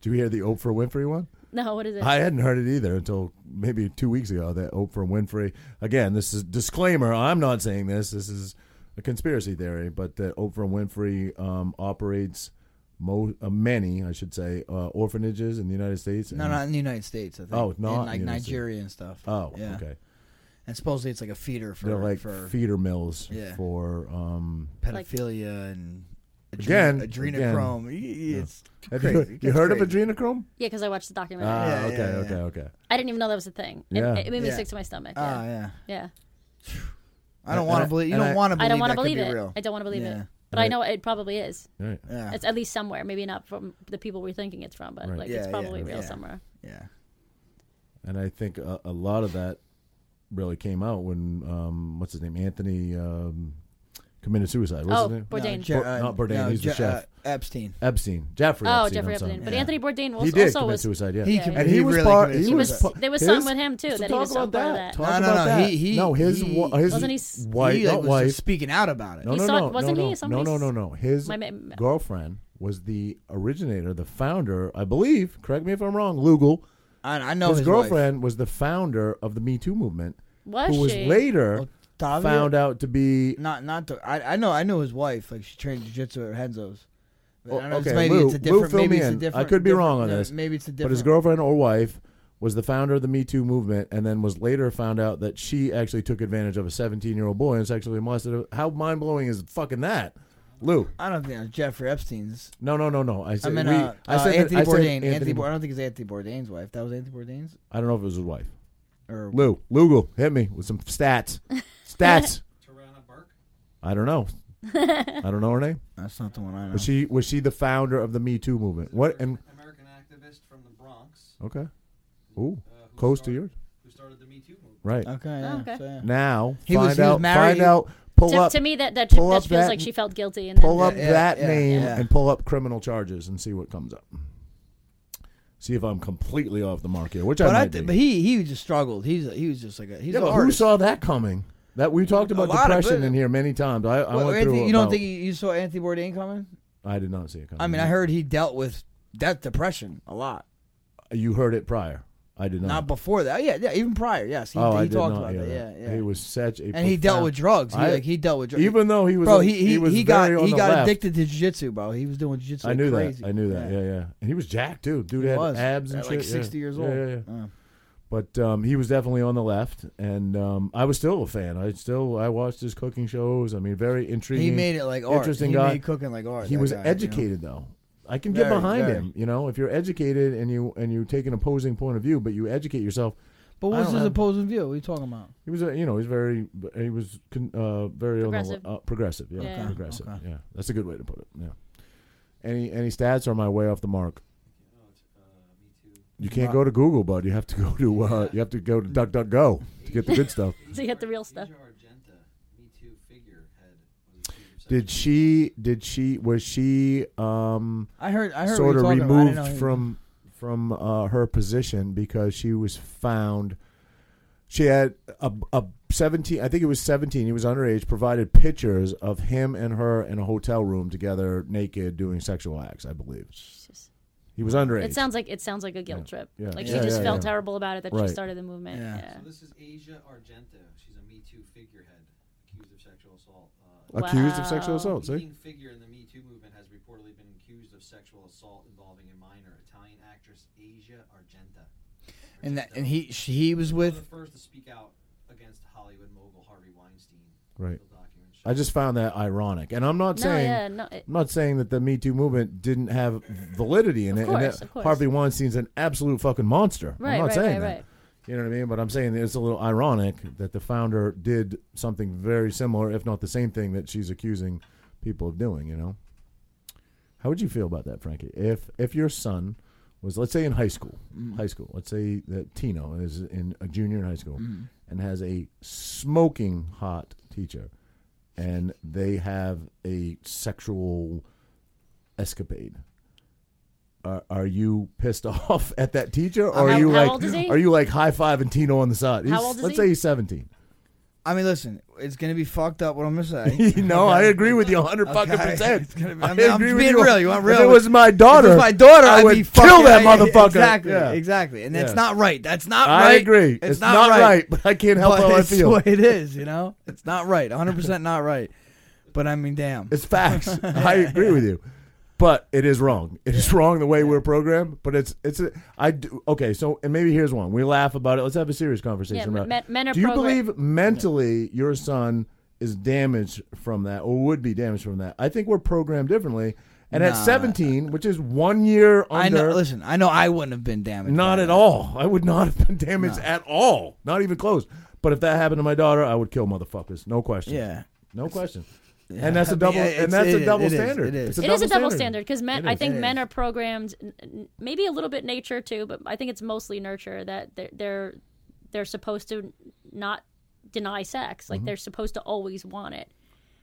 Do you hear the Oprah Winfrey one?
No, what is it?
I hadn't heard it either until maybe two weeks ago. That Oprah Winfrey. Again, this is disclaimer. I'm not saying this. This is a conspiracy theory, but that Oprah Winfrey um, operates mo- uh, many, I should say, uh, orphanages in the United States.
No,
and-
not in the United States. I think.
Oh, not in
in like
the United States.
Nigeria and stuff.
Oh,
yeah.
okay.
And supposedly it's like a feeder for
They're like
for
feeder mills
Yeah.
for um,
pedophilia and
Again,
adrenochrome. Y- y- It's
Have
crazy.
you,
It
you
gets
heard
crazy.
of adrenochrome?
Yeah, because I watched the documentary.
Ah,
Yeah,
okay,
yeah,
okay,
yeah.
okay.
I didn't even know that was a thing. And
Yeah.
It, it made me
Yeah.
sick to my stomach. Yeah.
Ah, yeah.
yeah.
I don't
And
want
I-
to believe. You
and
don't
I-
want to believe.
I don't want
that
to
could
believe
be
it.
Real.
I don't want to believe
Yeah.
it. But I
Right.
know it probably is.
Right.
Yeah.
It's at least somewhere. Maybe not from the people we're thinking it's from, but
Right.
like
Yeah,
it's
yeah,
probably real
yeah.
somewhere. Oh,
yeah.
And I think a, a lot of that really came out when um, what's his name Anthony um, committed suicide. What's
Oh,
his name?
Bourdain.
No,
Jer-
Jer-
Bo- not Bourdain, he's the
Jer-
chef.
uh, Epstein.
Epstein, Jeffrey.
Oh,
Epstein,
Jeffrey
I'm sorry.
Epstein. But
Yeah.
Anthony Bourdain was
He did
also
commit
was
suicide. Yeah,
He
Yeah,
com-
yeah.
and he, was
really
part.
committed
He was.
suicide.
part-
there was
his-
something with him too
so
that he
talk
was
about
about
that.
part of that.
Talk
No, no,
about
no,
that.
he- he-
no, his
he-
wa- his
Wasn't he s-
wife,
he like,
not
was
wife.
speaking out about it.
No,
He
no,
saw-
no,
wasn't
no,
he
no, no,
somebody's-
no, no, no. His
My ma-
girlfriend was the originator, the founder, I believe. Correct me if I'm wrong. Lugal.
I, I know his,
his girlfriend was the founder of the Me Too movement,
Was
who was
she?
later
Octavia?
found out to be.
Wife. Not, not. The, I, I know. I know his wife. Like she trained jujitsu at Henzo's. But I don't know, it's
okay,
maybe
Lou-
it's a
Lou,
different.
fill
maybe
me
it's
in.
a
I
different.
could be
different-
wrong on
no,
this,
Maybe it's a different.
But his girlfriend or wife was the founder of the Me Too movement, and then was later found out that she actually took advantage of a 17 year old boy and sexually molested him. How mind blowing is fucking that, Lou?
I don't think that's Jeffrey Epstein's.
No, no, no, no. I
I
said
mean,
we,
uh,
I
uh,
said that-
Anthony
I said
Bourdain. Anthony, Bour- I
Bourdain.
don't think it's Anthony Bourdain's wife. That was Anthony Bourdain's.
I don't know if it was his wife.
Or
Lou, Lugal, hit me with some stats. Stats.
Tarana Burke.
I don't know. I don't know her name.
that's not the one I know.
Was she was she the founder of the Me Too movement? What and
American activist from the Bronx.
okay. Ooh.
uh, who
Close to
started-
yours.
Who started the Me Too movement.
Right.
Okay. Yeah,
okay.
so, yeah.
Now
He
find
was- he was
out
married-
find out pull
To,
up
to me, that that,
pull
that
up
feels
that-
like she felt guilty. And
pull
then,
up
Yeah,
that
yeah,
name
yeah.
and pull up criminal charges and see what comes up. See if I'm completely off the mark here, which I
But, I
might
th-
be.
but he he just struggled. He's a, he was just like a he's
Yeah,
an
but who
artist.
saw that coming? That we talked about
A lot of
depression
it.
in here many times. I, I
Well,
went
Anthony-
through.
you don't
about-
think you, you saw Anthony Bourdain coming?
I did not see it coming.
I mean, I heard he dealt with that depression a lot.
you heard it prior. I did not.
Not before that. Yeah, yeah. Even prior, yes. He,
oh,
he
I did
talked
not
about
hear
that. Yeah, yeah.
He was such a
and he dealt
profound-
with drugs. He,
I-
like he dealt with drugs.
even though he was
bro,
a-
he he, he,
was
got
very on
he
the
got
left.
addicted to jiu-jitsu, bro. He was doing jiu-jitsu.
I knew
like crazy.
that. I knew that. Yeah. yeah, And he was jacked too. Dude
He
had
was.
abs and
At,
shit.
like,
yeah.
60 years
Yeah,
old.
yeah, yeah.
Oh.
But um, he was definitely on the left, and um, I was still a fan. I still I watched his cooking shows. I mean, very intriguing.
He made it like art.
Interesting
he
guy.
Made cooking like art.
He
that
was
guy, you know?
educated though. I can get
Very,
behind
very.
him. You know, if you're educated and you and you take an opposing point of view, but you educate yourself.
But what
I
was
don't
his
know.
opposing view? What are you talking about?
He was, a, you know, he's very, he was con- uh, very on the le-
Progressive.
uh, progressive. Yeah,
Yeah. Okay,
progressive.
okay.
Yeah, that's a good way to put it. Yeah. Any any stats or am I way off the mark?
No, it's, uh, Me Too.
You can't go to Google, bud. You have to go to uh, you have to go to DuckDuckGo to get the good stuff.
So you get the real stuff.
Asia Argenta, Me Too figure head. Was accused of
Did
sexual-
she? Did she? Was she um,
I heard. I heard.
sort of
what you're talking about. I
removed
didn't know he-
from from uh, her position because she was found? She had a, a seventeen. I think it was seventeen. He was underage. Provided pictures of him and her in a hotel room together, naked, doing sexual acts. I believe
Jesus.
he was underage.
It sounds like it sounds like a guilt trip.
Yeah.
Like
Yeah,
she just
yeah,
felt
yeah.
terrible about it that
Right.
she started the movement.
Yeah.
Yeah.
So this is Asia Argento. She's a Me Too figurehead accused of sexual assault. Uh,
accused of sexual
Wow.
assault.
a
See.
leading figure in the Me Too movement has reportedly been accused of sexual assault involving a minor Italian actress Asia Argenta.
and that and he she, he was
One of
with
the first to speak out against Hollywood mogul Harvey Weinstein.
Right.
The documents show-
I just found that ironic, and I'm not
No,
saying
yeah, no. It,
I'm not saying that the Me Too movement didn't have validity in it,
Of
and
course,
that
of course.
Harvey Weinstein's an absolute fucking monster.
right,
I'm not
right,
saying
right,
that.
right.
You know what I mean? But I'm saying that it's a little ironic that the founder did something very similar, if not the same thing that she's accusing people of doing. You know, how would you feel about that, Frankie? If if your son was, let's say, in high school, high school, let's say that Tino is in a junior in high school and has a smoking hot teacher, and they have a sexual escapade. Are, are you pissed off at that teacher, or are
Uh, How-
you
how
like,
old is he?
are you like high five and Tino on the side?
How
He's-
old is
let's
he?
say he's seventeen.
I mean, listen, it's gonna be fucked up. What I'm gonna say.
no, I agree with you hundred fucking
Okay.
percent.
It's gonna be-
I
I mean, I'm
agree
just
with
being
you.
real. You want real?
If it was my
If it
daughter,
was my daughter,
I
I'd
would
be
kill
fucking-
that
I-
motherfucker.
Exactly,
Yeah.
exactly. And that's
Yeah.
not right. That's not
I
right.
agree. It's, not, right. but I can't help
but
how I
it's the
feel.
way it is, you know. It's not right. 100 percent not right. But I mean, damn.
It's facts. I agree with you, but it is wrong. It is wrong the way we're programmed. But it's it's a, I do okay. So and maybe here's one. We laugh about it. Let's have a serious conversation
Yeah,
about.
men- men are
do you
progra-
believe mentally your son is damaged from that or would be damaged from that. I think we're programmed differently. And at
Nah.
17, which is one year under,
I know. Listen, I know I wouldn't have been damaged.
not
by
at
that.
all. I would not have been damaged at all. Not even close. But if that happened to my daughter, I would kill motherfuckers. No question.
Yeah.
No question. And that's a
I mean,
double.
it's-
and that's
it
a
is-
double
it is,
standard.
it is.
It's
It is a double standard because men.
It
I
is.
think
It
men
is.
are programmed, n- n- maybe a little bit nature too, but I think it's mostly nurture that they're they're, they're supposed to not deny sex.
Mm-hmm.
Like they're supposed to always want it,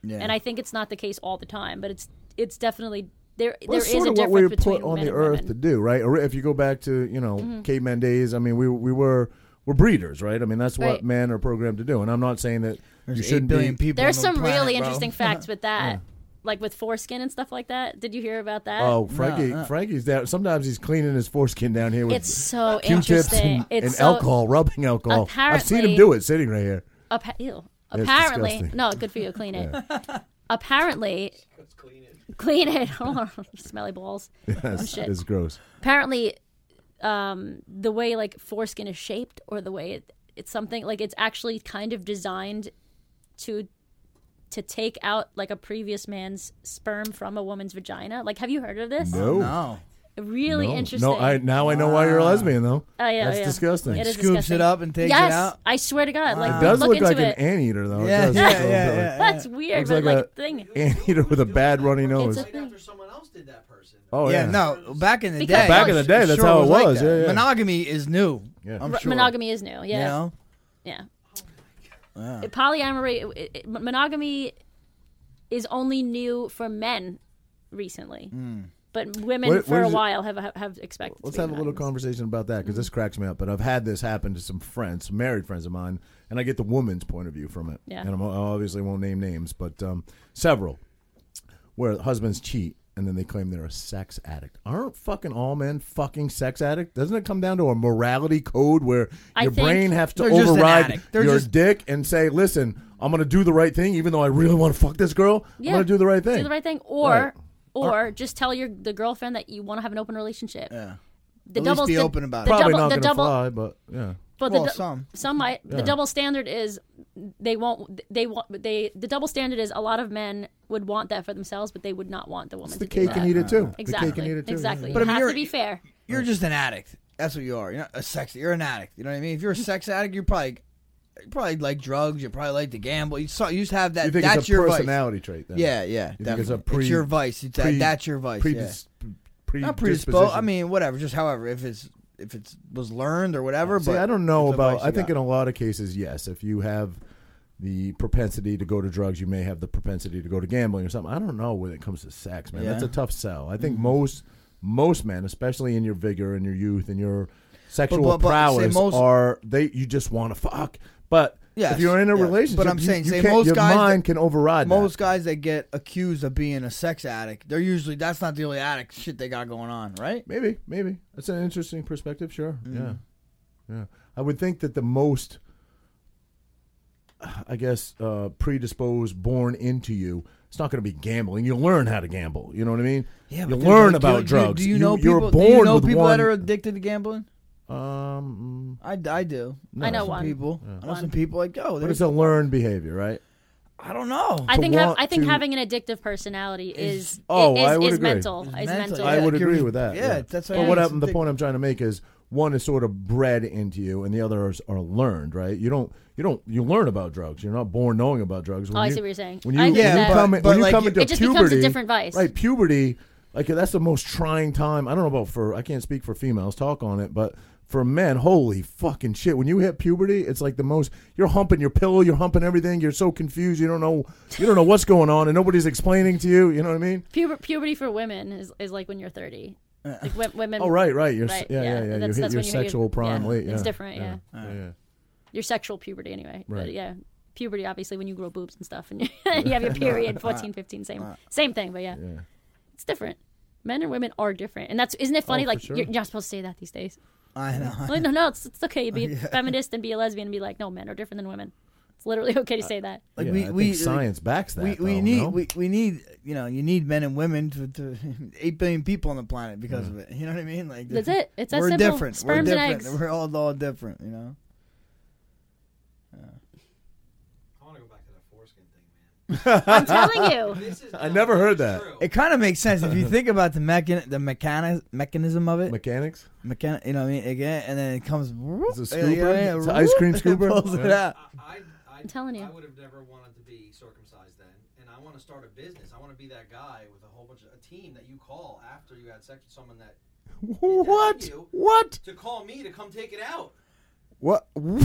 Yeah.
and I think it's not the case all the time. But it's it's definitely there.
Well,
there
it's
is
sort
a
of
difference
what we were
between
put on
men
the
and
earth
women. Mm-hmm.
to do, right? Or if you go back to you know caveman days, I mean, we we were we're breeders, right? I mean, that's what
Right.
men are programmed to do. And I'm not saying that
There's
you
eight
shouldn't
billion
be.
people.
There's
on
some
the planet,
really
bro.
interesting facts with that, like with foreskin and stuff like that. Did you hear about that?
Mm. Oh, Frankie,
no.
Frankie's down. Sometimes he's cleaning his foreskin down here with
it's so
Q-tips
interesting.
and,
it's
and
so,
alcohol, rubbing alcohol. I've seen him
Apparently-
do it sitting right here.
Appa- ew.
It's
Apparently,
disgusting.
no, good for you. Clean it. Apparently,
Let's clean it.
clean it. Oh, Smelly balls.
That's,
shit.
it's gross.
Apparently, um, the way like foreskin is shaped, or the way it, it's something like it's actually kind of designed to to take out like a previous man's sperm from a woman's vagina. Like, have you heard of this?
No.
No.
Really
No.
interesting.
No, I now I know why you're a lesbian though.
Oh, yeah,
that's
yeah.
disgusting.
It is
Scoops it
disgusting.
up and takes it
yes,
out?
I swear to God, like
It does
Um, look,
look,
into
like
it.
an anteater though. It
Yeah,
does
yeah,
look a little
yeah,
bit like-
yeah.
That's weird,
Looks
but
like
like,
a-
thing.
anteater with a bad runny nose.
It's a
Right
thing.
after someone else did that person.
oh yeah.
yeah, no. Back in the
Because-
day,
Back in the
day,
it
that's
sure
how it
like
was,
that.
yeah, yeah.
Monogamy is new.
Yeah.
I'm
R-
sure.
Monogamy is new. Yeah.
You know,
Yeah. It- Polyamory, it- it- mon- monogamy is only new for men recently. But women
Hmm. What-
for
what
a
is it-
while have have, have expected.
Let's
to be
have a little
monogamous.
conversation about that because
Mm-hmm.
this cracks me up. But I've had this happen to some friends, some married friends of mine, and I get the woman's point of view from it.
Yeah.
And I'm, I obviously won't name names, but um, several where husbands cheat and then they claim they're a sex addict. Aren't fucking all men fucking sex addict? Doesn't it come down to a morality code where
I
your
think-
brain has to
They're just an
override
addict. They're
your
just-
dick and say, "Listen, I'm going to do the right thing, even though I really want to fuck this girl.
Yeah.
I'm going to do the right thing."
Do the right thing, or
Right.
or just tell your the girlfriend that you want to have an open relationship. Yeah. The
At least
double
be
the,
open about
the
it.
Probably
double,
not
the
going to
double,
fly, but yeah.
But
Well,
the dou-
some.
some might. The double standard is they won't. They want. They the double standard is a lot of men would want that for themselves, but they would not want the woman.
The
to
cake
do that.
and eat it too.
Exactly.
The cake and eat it too.
Exactly.
But I
you
mean,
have
you're-
to be fair.
you're just an addict. That's what you are. You're not a sex. You're an addict. You know what I mean? If you're a sex addict, you're probably, you probably like drugs. You probably like to gamble. You saw. You just have that.
You think
that's
it's a
your
personality trait? Then.
Vice. Yeah, yeah.
You think
definitely.
it's
It's,
a pre-
your vice. It's
pre-
that, that's your vice. yeah.
Predis- pre- disposition.
Not predisposed. I mean, whatever. Just however, if it's if it's was learned or whatever.
See,
but
I don't know
it's a
about.
vice
I
you
think
got.
in a lot of cases, yes, if you have the propensity to go to drugs, you may have the propensity to go to gambling or something. I don't know when it comes to sex, man. That's a
Yeah. Mm-hmm.
tough sell. I think most most men, especially in your vigor and your youth and your sexual
but- but say
prowess,
most-
are they? You just want to fuck, but. if
Yes,
you're in a
yeah.
relationship,
But I'm
you-
saying,
you
say
can't-
most
your
guys that-
mind can override that.
Most guys that get accused of being a sex addict, they're usually that's not the only addict shit they got going on, right?
Maybe, maybe. That's an interesting perspective, sure.
Mm-hmm.
Yeah. Yeah. I would think that the most I guess uh predisposed born into you, it's not going to be gambling. You learn how to gamble, you know what I mean? you
but dude,
learn
do-
about
do-
drugs.
Do you know
you're
people?
born
do you know
with
people
one,
that are addicted to gambling?
um
I, I do.
I know
some
one.
people. I know some people like oh,
but
there's
it's a learned behavior, right?
I don't know.
I
to
think hav-
want
I think
to-
having an addictive personality is is,
Oh, I would
is,
agree.
mental. Is
mental,
mental.
yeah.
I would
like you're
agree
just-
with that.
yeah, that's
But
what I
what
mean,
happened,
it's
the
a
point I'm trying to make is one is sort of bred into you, and the others are learned. Right? You don't. You don't. You learn about drugs. You're not born knowing about drugs. When
Oh, I
you-
see what you're saying.
When you,
I agree
when
with
you
that.
come, in-
But,
when you
like,
come into
It just
puberty,
becomes a different vice.
Right? Puberty. Like that's the most trying time. I don't know about for. I can't speak for females. Talk on it, but. For men, holy fucking shit! When you hit puberty, it's like the most. You're humping your pillow, you're humping everything. You're so confused, you don't know, you don't know what's going on, and nobody's explaining to you. You know what I mean?
Puber- puberty for women is, is like when you're 30. Like wo- women.
Oh right, right. You're,
Right,
yeah,
yeah.
yeah, yeah. You
That's-
hit
that's
your
when you hit your-
sexual prime
yeah,
late. Yeah,
it's different,
yeah. yeah.
Your sexual puberty, anyway.
Right.
But yeah. Puberty, obviously, when you grow boobs and stuff and you you have your period, 14, 15, same, same thing. But yeah,
Yeah.
it's different. Men and women are different. And that's, isn't it funny?
Oh, for
like,
sure.
you're, you're not supposed to say that these days.
I know.
Like, no, no, it's, it's okay to be a feminist and be a lesbian and be like, no, men are different than women. It's literally okay
Uh,
to say that.
Like
Yeah, I
we
think
we
science backs that.
we, we
though,
need
no?
we, we need you know you need men and women to, to eight billion people on the planet because of it. You know what I mean? Like
That's it. It's that
we're
simple.
different. we're
Sperms and
different.
eggs.
We're all all different. You know.
I want to go back to that foreskin thing. Man.
I'm telling you.
This is
I never heard that.
true.
It kind of makes sense if you think about the mechan- the mechani- mechanism of it.
Mechanics?
mechan- you know what I mean? Again, and then it comes.
It's a scooper? It's an ice cream
It
scooper?
pulls it
Yeah.
out.
I, I,
I'm telling you.
I would have never wanted to be circumcised then, and I want to start a business. I want to be that guy with a whole bunch of a team that you call after you had sex with someone that
What?
you.
What?
to call me to come take it out.
What? What?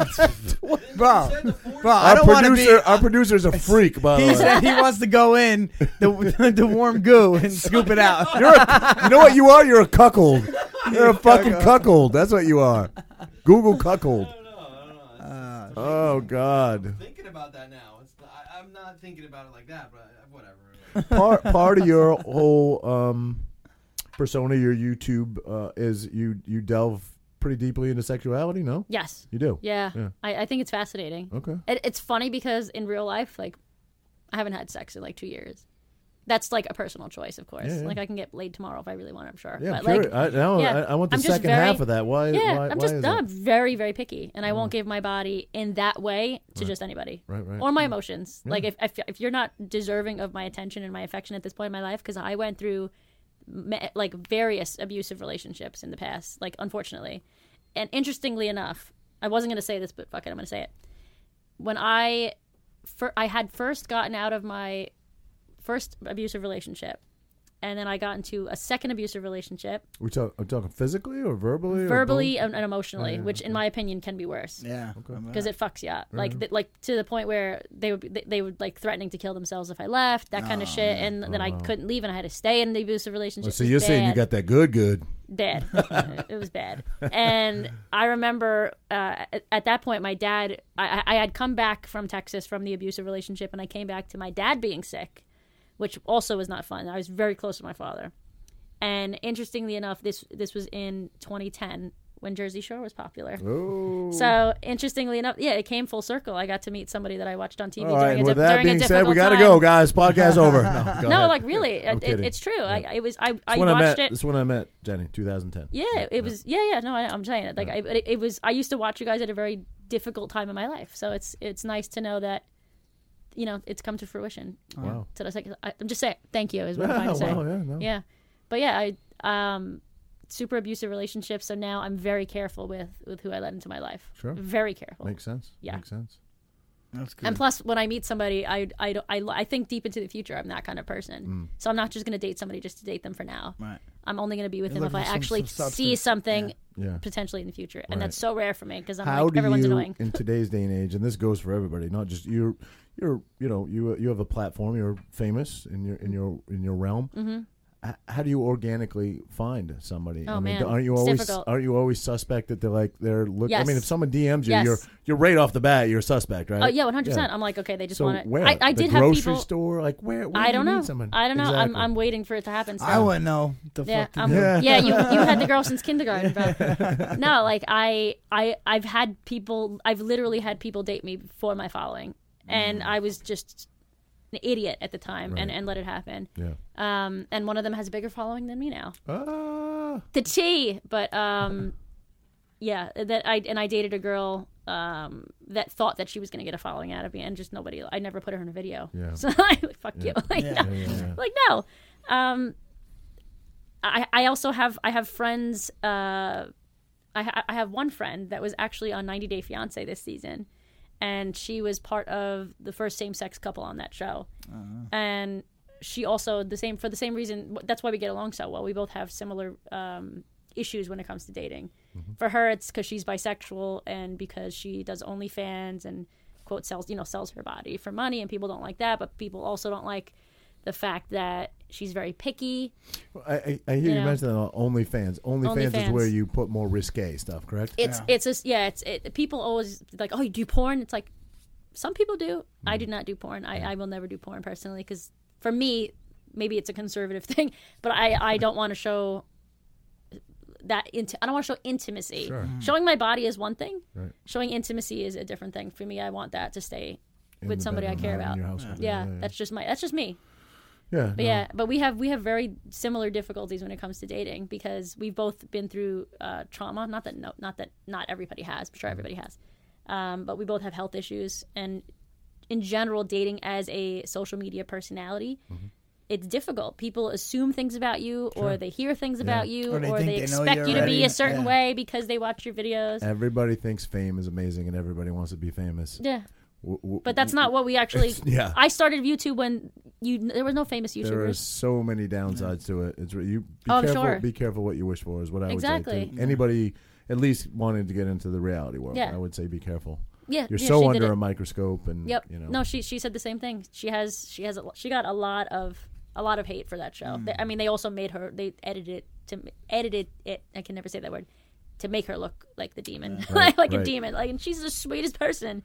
You said,
What? Bro,
said the four-
bro, I
Our
don't want to
producer, uh,
be.
our producer's a freak, by the
He
way.
said he wants to go in the, the warm goo and scoop it out.
You're a, you know what you are? You're a cuckold. You're a fucking cuckold. That's what you are. Google cuckold.
I don't know. I don't know. It's-
Uh,
Oh God.
thinking about that now. It's I, I'm not thinking about it like that, but I- whatever.
Part part of your whole um, persona, your YouTube, uh, is you you delve pretty deeply into sexuality. No,
Yes.
you do.
Yeah.
Yeah.
I, I think it's fascinating.
Okay.
It, it's funny because in real life, like, I haven't had sex in like two years. That's like a personal choice, of course.
Yeah, yeah.
Like, I can get laid tomorrow if I really want. I'm sure.
Yeah,
but
I'm
like,
curious. I, now
yeah,
I, I want the
I'm just
second
very-
half of that. Why?
yeah,
why,
I'm
why
just
is
dumb.
It? Mm.
Very, very picky, and I won't give my body in that way to just anybody
Right, right. Mm.
or my emotions. Like, if, if if you're not deserving of my attention and my affection at this point in my life, because I went through me- like various abusive relationships in the past, like unfortunately. And interestingly enough, I wasn't going to say this, but fuck it, I'm going to say it. When I fir- I had first gotten out of my first abusive relationship, and then I got into a second abusive relationship,
We talk, I'm talking physically or verbally. or
verbally uh,
both?
and, and emotionally, which in my opinion can be worse
yeah.
because it fucks you up.
Mm-hmm.
Like th- like to the point where they would be, they, they would like threatening to kill themselves if I left, that kind of shit. And then I couldn't leave, and I had to stay in the abusive relationship.
Oh. Well, Oh, so
It was
you're saying you
bad
got that good, good.
bad. it was bad. And I remember uh, at, at that point, my dad, I, I I had come back from Texas from the abusive relationship, and I came back to my dad being sick, which also was not fun. I was very close to my father. And interestingly enough, this this was in 2010 when Jersey Shore was popular.
Oh.
So interestingly enough, yeah, it came full circle. I got to meet somebody that I watched on TV
All
during
right.
a
And
di-
with that
during a
being said, we
difficult
gotta
time.
go, guys. Podcast over. No, go
No,
ahead.
like really,
I'm
it, it-
kidding.
it's true. I it was I I
It's when I
watched
met.
it.
It's when I met Jenny, 2010.
Yeah, it was. Yeah, yeah. No, I, I'm saying it. Like, I, it, it was. I used to watch you guys at a very difficult time in my life, so it's it's nice to know that, you know, it's come to fruition.
Wow.
So that's like, I, I'm just saying, thank you is what I'm
Yeah,
trying to say.
wow, yeah, no.
yeah, but yeah, I um, super abusive relationship. So now I'm very careful with with who I let into my life.
Sure.
Very careful.
Makes sense.
Yeah.
Makes sense.
That's good.
and plus, when I meet somebody, I, I, don't- I, I think deep into the future. I'm that kind of person. So I'm not just going to date somebody just to date them for now.
Right.
I'm only going to be with them
You're
if I
looking for some-
actually
some
see
substance.
something
Yeah.
potentially in the future,
Right.
and that's so rare for me because I'm
How
like
do
everyone's
you
annoying.
in today's day and age, and this goes for everybody, not just you're you're you know you you have a platform, you're famous in your in your in your realm. Mm-hmm. How do you organically find somebody?
Oh,
I mean,
man.
aren't you
It's
always
difficult.
aren't you always suspect that they're like they're looking? I mean,
Yes.
if someone DMs you,
Yes.
you're you're right off the bat, you're a suspect, right?
Oh yeah, one hundred percent. I'm like, okay, they just
So
want to.
where?
I, I
the
did have
grocery
people.
store, like where? where
I
do
don't
you meet
know.
someone?
I don't know. I'm,
Exactly.
I'm waiting for it to happen. So.
I wouldn't know. The
Yeah,
fuck to
I'm,
do.
yeah. You you had the girl since kindergarten, bro. no, like I I I've had people. I've literally had people date me for my following, and I was just an idiot at the time, and
Mm. Right.
and let it happen.
Yeah.
Um, and one of them has a bigger following than me now.
Ah.
the tea but um yeah that i and i dated a girl um that thought that she was going to get a following out of me and just nobody i never put her in a video
Yeah.
so i like fuck you like, no.
Yeah, yeah.
like no um i i also have i have friends uh I, ha- I have one friend that was actually on 90 Day Fiance this season, and she was part of the first same sex couple on that show. And she also the same for the same reason. That's why we get along so well. We both have similar um, issues when it comes to dating. For her, it's because she's bisexual and because she does OnlyFans and quote sells you know sells her body for money, and people don't like that. But people also don't like the fact that she's very picky.
I, I, I hear you,
know?
mention that on OnlyFans. OnlyFans is
OnlyFans.
where you put more risque stuff, correct?
It's it's just yeah. It's it, people always like oh you do porn. It's like some people do. I
Mm.
do not do porn. I, I will never do porn personally because for me maybe it's a conservative thing, but I I don't want to show that into I don't want to show intimacy. Showing my body is one thing.
Right.
Showing intimacy is a different thing. For me, I want that to stay
In
with
the
somebody I
bedroom, not
care
in
about.
your household.
yeah,
yeah,
that's just my that's just me.
yeah.
But
no.
yeah, but we have we have very similar difficulties when it comes to dating because we've both been through uh, trauma. Not that
Mm-hmm.
no, not that not everybody has, but sure everybody has. Um, but we both have health issues, and in general dating as a social media personality
Mm-hmm.
it's difficult people assume things about you or they hear things about you
Or
or
they
they,
think they know
expect
you
you to be
already.
a certain
Yeah.
way because they watch your videos
Everybody thinks fame is amazing and everybody wants to be famous.
yeah
W- w-
but that's not what we actually
yeah.
i started youtube when you there was no famous
There are
youtubers
so many downsides to it. It's re- you be
Oh, I'm
careful.
sure.
Be careful what you wish for is what I would say.
Exactly.
To anybody at least wanting to get into the reality world,
Yeah.
I would say be careful.
yeah
You're
yeah, she
so
did
under
it.
a microscope, and
Yep.
you know.
No, she she said the same thing. She has she has a, she got a lot of a lot of hate for that show. They-
Mm.
I mean, they also made her they edited it to edited it. I can never say that word to make her look like the demon, like, like
right.
a demon. Like, and she's the sweetest person.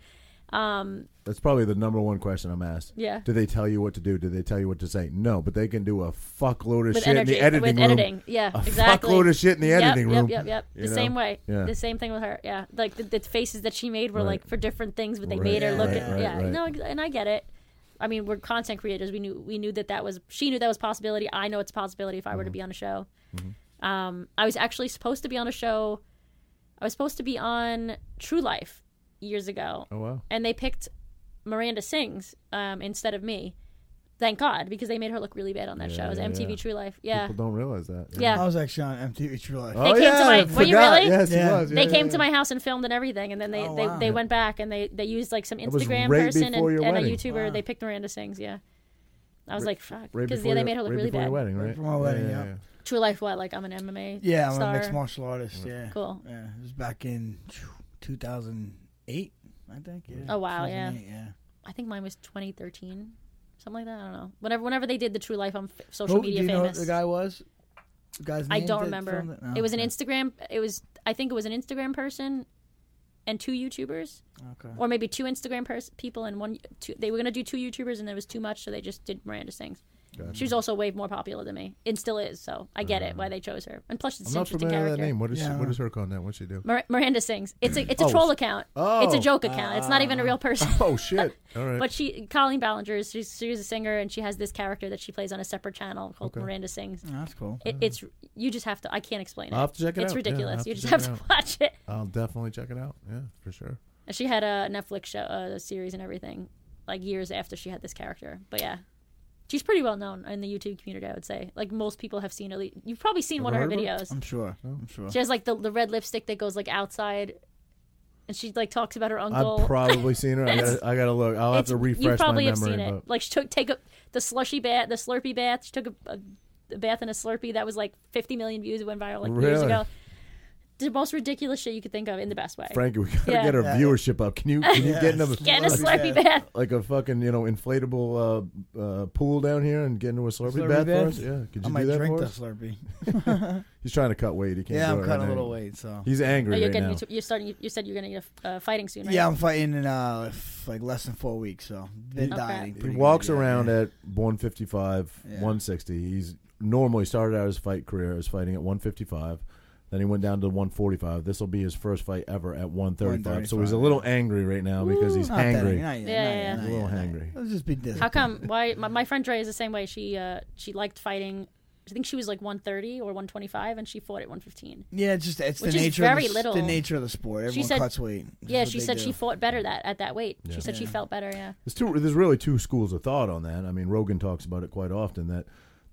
Um,
That's probably the number one question I'm asked.
Yeah.
Do they tell you what to do? Do they tell you what to say? No, but they can do a fuckload of
with
shit
energy,
in the editing
with
room.
editing, yeah,
A
exactly.
fuckload of shit in the
Yep,
editing room.
Yep, yep, yep. The
you know?
same way.
Yeah.
The same thing with her. Yeah, like the, the faces that she made were
Right.
like for different things, but they
Right,
made her look.
right,
at,
right,
yeah,
right.
no, ex- and I get it. I mean, we're content creators. We knew we knew that that was she knew that was a possibility. I know it's a possibility if I
Mm-hmm.
were to be on a show. Um, I was actually supposed to be on a show. I was supposed to be on True Life years ago,
Oh wow.
and they picked Miranda Sings um, instead of me. Thank God, because they made her look really bad on that
Yeah,
show. It was
yeah,
MTV
yeah.
True Life. Yeah,
People don't realize that.
yeah.
I was actually on MTV True Life.
Oh,
came to
yeah,
my-
I
were you
forgot.
really?
Yes, he
Yeah.
was.
they
Yeah,
came
yeah,
to my house and filmed and everything, and then they
Oh,
they,
wow.
they went back and they they used like some
was
Instagram
right
person and,
before your
and a
wedding.
YouTuber. They picked Miranda Sings. Yeah, I was like, fuck,
Right
because
before
yeah, they
your-
made her look
right
really
before
bad.
Your wedding, right?
before my wedding, yeah.
True life, what? Like I'm an MMA.
Yeah, I'm
star.
a mixed martial artist. Yeah.
Cool.
Yeah, it was back in 2008, I think. Yeah.
Oh, wow, yeah.
2008, Yeah.
I think mine was 2013, something like that. I don't know. Whenever whenever they did the True Life on f- social
Who- do
media
you know
famous,
what the guy was? The guy's
I
name
don't
that
remember.
filmed No,
It was an
okay.
Instagram. It was I think it was an Instagram person and two YouTubers.
Okay.
or maybe two Instagram pers- people and one. Two, they were gonna do two YouTubers, and there was too much, so they just did Miranda Sings. She was also way more popular than me, and still is. So I get it why they chose her. And plus, it's
Uh-huh. I'm
an
not
interesting
familiar with
character.
that name. What is
Yeah.
what is her called now? What'd she do?
Mir- Miranda Sings. It's a it's a
Oh.
troll account. it's
Oh.
a joke account. It's not even a real person.
Oh shit! All right.
But she, Colleen Ballinger, is- she's, she's a singer, and she has this character that she plays on a separate channel called Miranda
Oh,
Sings.
No, that's cool.
It, it's you just have to. I can't explain it.
I'll have to check it
it's
out. Yeah, I'll
ridiculous.
have
you
to
just
check
have
it
to
out.
watch it.
I'll definitely check it out. Yeah, for sure.
And she had a Netflix show, uh, series, and everything, like years after she had this character. But yeah, she's pretty well known in the YouTube community. I would say, like most people have seen at least. You've probably seen one of her
heard of her?
videos.
I'm sure. I'm sure.
She has like the the red lipstick that goes like outside, and she like talks about her uncle.
I've probably seen her. I
It's-
gotta, I gotta look. I'll have
It's-
to refresh
you probably
my
have
memory.
seen it.
but-
Like she took take a, the slushy bath, the Slurpee bath. She took a, a, a bath in a Slurpee that was like 50 million views. It went viral like years
Really?
ago. The most ridiculous shit you could think of in the best way.
Frankie, we gotta
Yeah.
get our
Yeah.
viewership up. Can you can you get in a,
Get in a
Slurpee
Slurpee
bath.
bath.
like a fucking you know inflatable uh, uh, pool down here and get into a Slurpee,
Slurpee
bath,
bath?
for us? Yeah, could
I
you
might
do that
drink
for
the
us?
Slurpee.
He's trying to cut weight. He can't.
Yeah,
do
I'm
it
cutting
right now.
a little weight, so.
He's
Oh,
angry
you're
right
getting
now.
you're starting. You said you're going to get a uh, fighting soon, right?
Yeah, I'm fighting in uh, f- like less than four weeks, so been
Okay.
dieting.
he
pretty
walks
good, yeah,
around
yeah.
at 155,
Yeah.
160. He's normally started out his fight career as fighting at 155. Then he went down to 145. This will be his first fight ever at 135. So he's a
135,
little angry right now because he's
Not that
angry.
Not
Yeah, yeah,
yet, not yet,
yeah.
not
A little
yet, not
hangry.
yet. Let's just be disciplined.
How come? Why? My, my friend Dre is the same way. She uh, she liked fighting. I think she was like 130 or 125, and she fought at 115.
Yeah, it's just it's
Which
the
is
nature
very
of the,
little.
the nature of the sport. Everyone
said-
cuts weight. It's
yeah,
what
she
they
said
do.
she fought better that at that weight.
Yeah.
She said she
Yeah.
felt better. Yeah.
There's two. There's really two schools of thought on that. I mean, Rogan talks about it quite often that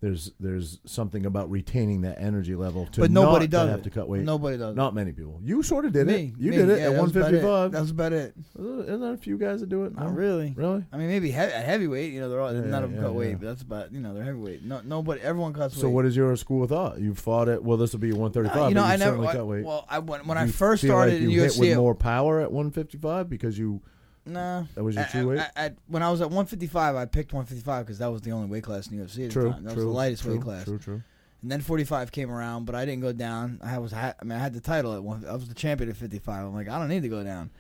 there's there's something about retaining that energy level to
But nobody
not
does
have
it.
to cut weight.
Nobody does it.
Not many people. You sort of did
Me,
it. You
me,
did it
yeah,
at
that was about it.
155.
That was about it.
Isn't there a few guys that do it?
Not
No?
really.
Really?
I mean, maybe he- at heavyweight. You know, they're all
Yeah,
none of them
yeah,
cut weight,
yeah.
but that's about you know they're heavyweight. No, nobody, everyone cuts weight.
So what is your school of thought? You fought it. Well, this will be 135.
Uh, you
but
know, I
you've
never.
certainly
I-
cut weight.
well, I when, when I
You
first
feel like
started
you
in
hit with
UFC,
more power at 155 because you
nah,
That was your
At-
true weight?
at- at- when I was at 155, I picked 155 because that was the only weight class in UFC. At the
true
time. that
true
was the lightest
true,
weight class.
True, true.
And then 45 came around, but I didn't go down. I was, I mean, I had the title at one. I was the champion at 55. I'm like, I don't need to go down.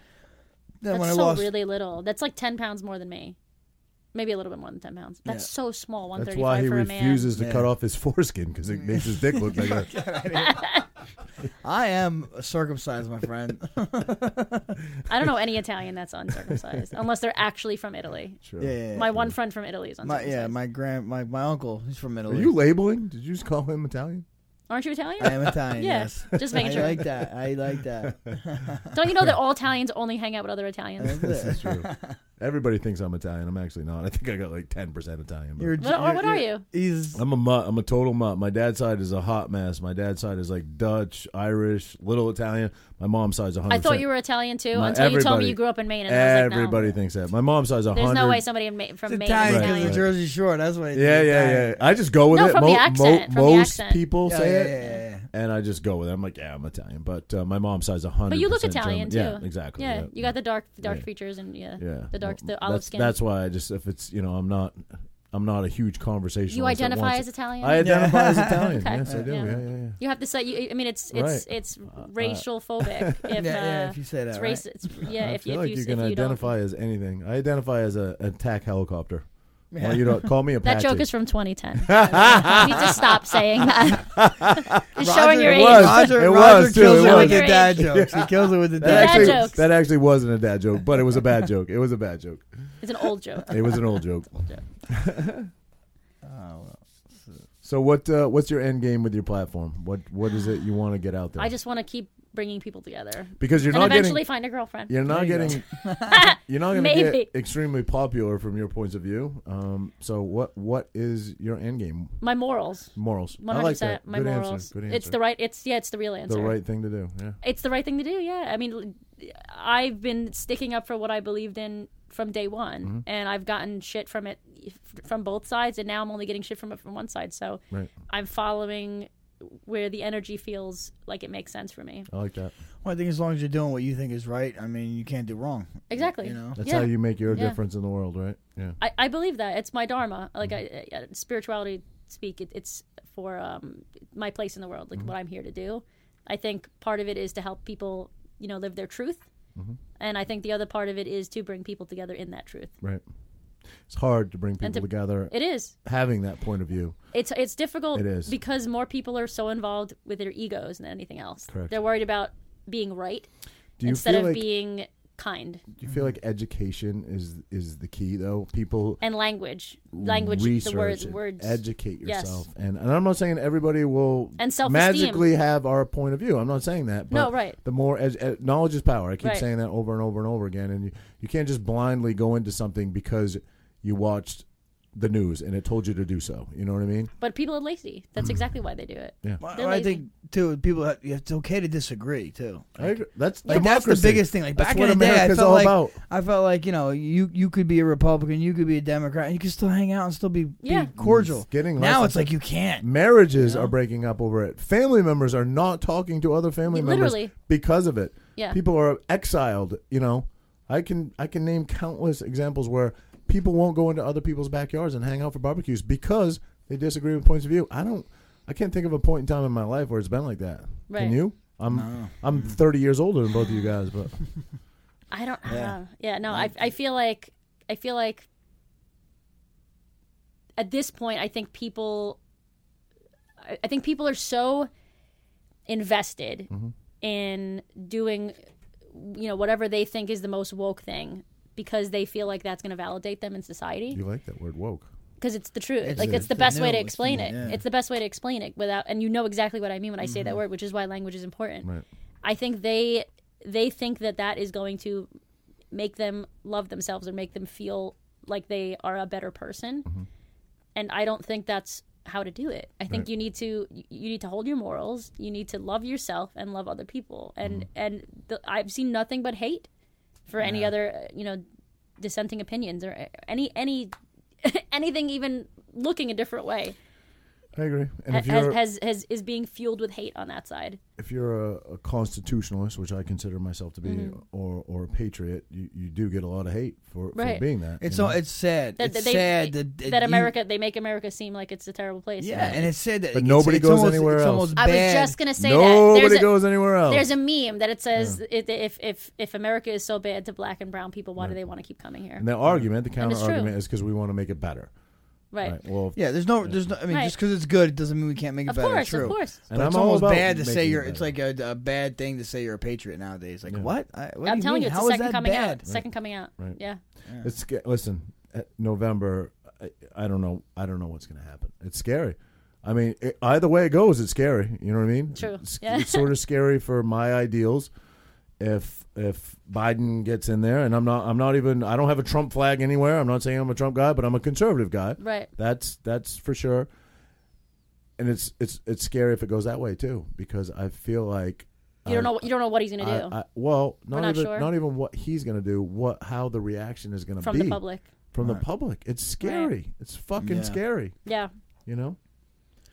Then
That's
when I
so
lost,
really little. That's like 10 pounds more than me. Maybe a little bit more than 10 pounds. That's
Yeah.
so small.
That's
135
why he
for a man.
refuses to
Yeah.
cut off his foreskin because it makes his dick look like a.
I am circumcised, my friend. yeah,
I don't know any Italian that's uncircumcised unless they're actually from Italy.
Sure.
yeah, yeah.
My one friend from Italy is
my,
uncircumcised.
yeah, my grand, my, my uncle, he's from
Are
Italy.
you labeling? Did you just call him Italian?
Aren't you Italian?
I am Italian.
Yeah,
Yes.
just
I
making sure.
like that. I like that.
Don't you know that all Italians only hang out with other Italians?
That's it.
That's true. Everybody thinks I'm Italian. I'm actually not. I think I got like 10% Italian. but-
You're,
What- or what are you?
He's
I'm a mutt. I'm a total mutt. My dad's side is a hot mess. My dad's side is like Dutch, Irish, little Italian. My mom's side's 100.
I thought you were Italian too
My-
until you told
everybody-
me you grew up in Maine. And I was like,
Everybody
no.
thinks that. My mom's side's 100.
There's no way somebody in Ma- from
It's
Maine is
Italian because
Italian.
of Jersey Shore. That's what. it-
Yeah, yeah, yeah.
Italian.
I just go with
No,
it.
from the accent, from the
most
accent.
people
Yeah,
say
yeah,
it,
yeah, yeah, yeah.
and I just go with it. I'm like, yeah, I'm Italian, but uh, my mom's side's 100.
But you look Italian
German.
too.
Yeah, exactly.
Yeah, you got the dark, dark
Yeah.
features and yeah,
yeah.
the dark,
Well,
the olive
that's,
skin.
That's why I just if it's you know I'm not I'm not a huge conversation.
you identify as Italian.
I identify as
Yeah.
Italian.
Okay.
Yes, I do.
Yeah.
Yeah, yeah, yeah.
you have to say. You, I mean, it's it's
Right. Uh,
it's racial phobic. If,
Yeah, yeah,
uh,
if you say
it's
that, right?
raci- It's, yeah,
I
if,
feel
if
like
you,
you,
if
can
you don't.
identify as anything. I identify as a attack helicopter.
Yeah.
Well, you don't call me a
That
patchy.
joke is from 2010. you need to stop saying that. You're showing Oh, your
Roger-
age.
was.
Roger,
It
Roger
was, too, it
kills it
was.
with the
Your
dad
age.
jokes. He kills it with the
that
Bad
dad
actually,
jokes.
that actually wasn't a dad joke, but it was a bad joke. It was a bad joke.
It's an old joke.
It was an old joke.
Oh, well.
So what? Uh, what's your end game with your platform? What What is it you want to get out there?
I just want to keep bringing people together
because you're
and
not
eventually
getting
find a girlfriend.
you're not
There you
getting you're not going to
Maybe.
get extremely popular from your points of view. Um, so what what is your end game?
My morals.
Morals.
One
I
hundred
like
percent.
that.
My
Good
morals.
answer. Good answer.
It's the right. It's yeah. It's the real answer.
the right thing to do. Yeah.
It's the right thing to do. Yeah. I mean, I've been sticking up for what I believed in from day one, and I've gotten shit from it from both sides, and now I'm only getting shit from it from one side. So
Right.
I'm following where the energy feels like it makes sense for me.
I like that.
Well, I think as long as you're doing what you think is right, I mean, you can't do wrong.
Exactly.
You know?
That's
yeah.
how you make your
Yeah.
difference in the world, right? Yeah.
I, I believe that it's my dharma. Like I, I, spirituality speak, it, it's for um, my place in the world, like what I'm here to do. I think part of it is to help people, you know, live their truth, and I think the other part of it is to bring people together in that truth.
Right. It's hard to bring people
to-
together
It is.
having that point of view.
It's it's difficult
It is.
because more people are so involved with their egos than anything else.
Correct.
They're worried about being right
Do you
instead
feel
of
like
being kind.
do you feel like education is is the key though? People
And language, language,
research
the words,
and
words.
educate
Yes.
yourself. And and I'm not saying everybody will
And self-esteem.
magically have our point of view. I'm not saying that. But
No, right.
The more ed- ed- knowledge is power. I keep
Right.
saying that over and over and over again and you, you can't just blindly go into something because you watched the news and it told you to do so. You know what I mean?
but people are lazy. That's exactly why they do it.
Hmm. Yeah.
Well,
They're
I
lazy.
think too. People, have, it's okay to disagree too.
I agree. That's
Like that's the
democracy.
biggest thing. Like
That's
back
what
in the day, I
America's
felt
all
like
about.
I felt like you know you you could be a Republican, you could be a Democrat, and you could still hang out and still be,
Yeah.
be cordial.
It's getting
now
less
it's like you can't.
marriages are breaking up over it. Family members are not talking to other family
Literally.
members because of it.
Yeah.
People are exiled, you know. I can I can name countless examples where people won't go into other people's backyards and hang out for barbecues because they disagree with points of view. I don't I can't think of a point in time in my life where it's been like that.
Right.
Can you? I'm I'm 30 years older than both of you guys, but
I don't. Yeah,
Yeah.
yeah no, I, I feel like I feel like at this point, I think people, I, I think people are so invested
Mm-hmm.
in doing, you know, whatever they think is the most woke thing because they feel like that's going to validate them in society
you like that word woke.
because it's the truth
It's
like
the-
it's the
it's
best way
new,
to
it's
explain
new,
it
yeah. Mm-hmm.
it's the best way to explain it without and you know exactly what i mean when i say that word which is why language is important
Right.
I think they they think that that is going to make them love themselves or make them feel like they are a better person.
Mm-hmm.
And I don't think that's how to do it. I think you need to you need to hold your morals. You need to love yourself and love other people. And
Mm-hmm.
and the, I've seen nothing but hate for any other uh, you know dissenting opinions or uh, any any anything even looking a different way
I agree. And
has,
if you're
has has is being fueled with hate on that side.
if you're a, a constitutionalist, which I consider myself to be,
Mm-hmm.
or or a patriot, you, you do get a lot of hate for,
Right.
for being that.
It's
you
so it's sad.
that,
it's
they,
sad
that,
that that you-
America they make America seem like it's a terrible place.
Yeah, and it's sad that
But
it's-
nobody
it's
goes
almost-
anywhere
it's
else.
almost
I was
bad.
just gonna say that
Nobody
there's
goes anywhere
a,
else.
there's a meme that it says it, if if if America is so bad to black and brown people, why do they want to keep coming here?
and the argument, the counter
it's true.
argument, is because we want to make it better.
right.
Right. Well,
Yeah, there's no, there's no. I mean,
Right.
just because it's good, it doesn't mean we can't make it
Of
better.
course,
True.
of course.
But it's
all
almost
about
bad to say
making
you're.
it
It's
better.
like a, a bad thing to say you're a patriot nowadays. Like what? I, what do
I'm telling
mean?
you, it's
How
the
is
second
that
coming out.
bad?
Second coming out.
Right.
Yeah.
It's sca- listen, uh, November. I, I don't know. I don't know what's going to happen. It's scary. I mean, it, either way it goes, it's scary. You know what I mean?
True.
It's,
Yeah.
it's sort of scary for my ideals, if if Biden gets in there, and I'm not I'm not even I don't have a Trump flag anywhere. I'm not saying I'm a Trump guy, but I'm a conservative guy.
Right.
That's that's for sure. And it's it's it's scary if it goes that way too, because I feel like
You don't know. You don't know what he's going to do
I, I, well, not,
not
even
sure.
not even what he's going to do, what how the reaction is going to
from
be
the public.
From the public, it's scary. It's fucking
Yeah.
scary.
Yeah,
You know,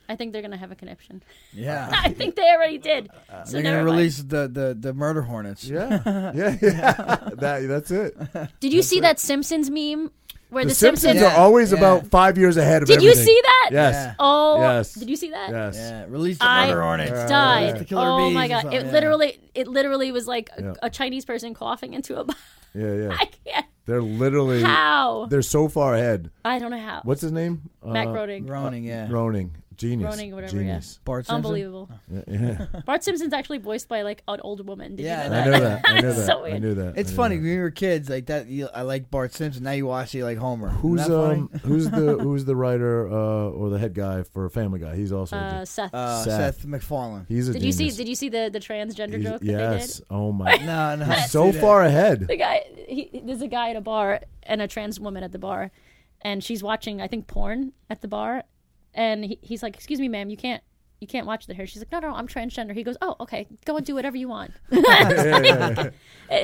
I think they're going to have a connection.
Yeah.
I think they already did. So
They're gonna
never mind.
release the, the, the murder hornets.
yeah, yeah, yeah. that that's it.
Did you see that Simpsons meme where
The,
the,
Simpsons,
Yeah.
are always
yeah.
about five years ahead of
Did you
everything.
see that?
Yes,
Oh,
Yes.
did you see that?
yes.
Yeah, release the
I
murder
Uh,
hornets.
died.
The killer
oh
bees
my
and
god!
stuff,
It
yeah.
literally, it literally was like a,
Yeah.
a Chinese person coughing into a. bo-
Yeah, yeah.
I can't.
They're literally
How?
they're so far ahead.
I don't know how.
What's his name? Uh,
Matt Groening?
Groaning, yeah.
Groening. Genius.
Groening, whatever, yeah.
Genius.
Bart Simpson.
Unbelievable.
Yeah. yeah.
Bart Simpson's actually voiced by like an old woman. Did
Yeah,
you know
I
that?
knew that. I knew
It's
that.
so
I
weird.
knew that.
It's
I knew
funny
that.
when we were kids, like that. You, I like Bart Simpson. Now you watch it, you like Homer. Isn't
Who's
that funny?
um who's the who's the writer uh or the head guy for Family Guy? He's also a
Uh,
gen-
Seth.
uh,
Seth.
Seth. MacFarlane?
he's a
did you see?
genius.
Did you see the the transgender
He's-
joke that they did?
yes. Oh my
No, no. I
so
see that.
far ahead.
the guy he, there's a guy at a bar and a trans woman at the bar and she's watching i think porn at the bar and he, he's like excuse me ma'am you can't you can't watch the hair she's like no no i'm transgender he goes oh okay go and do whatever you want
Did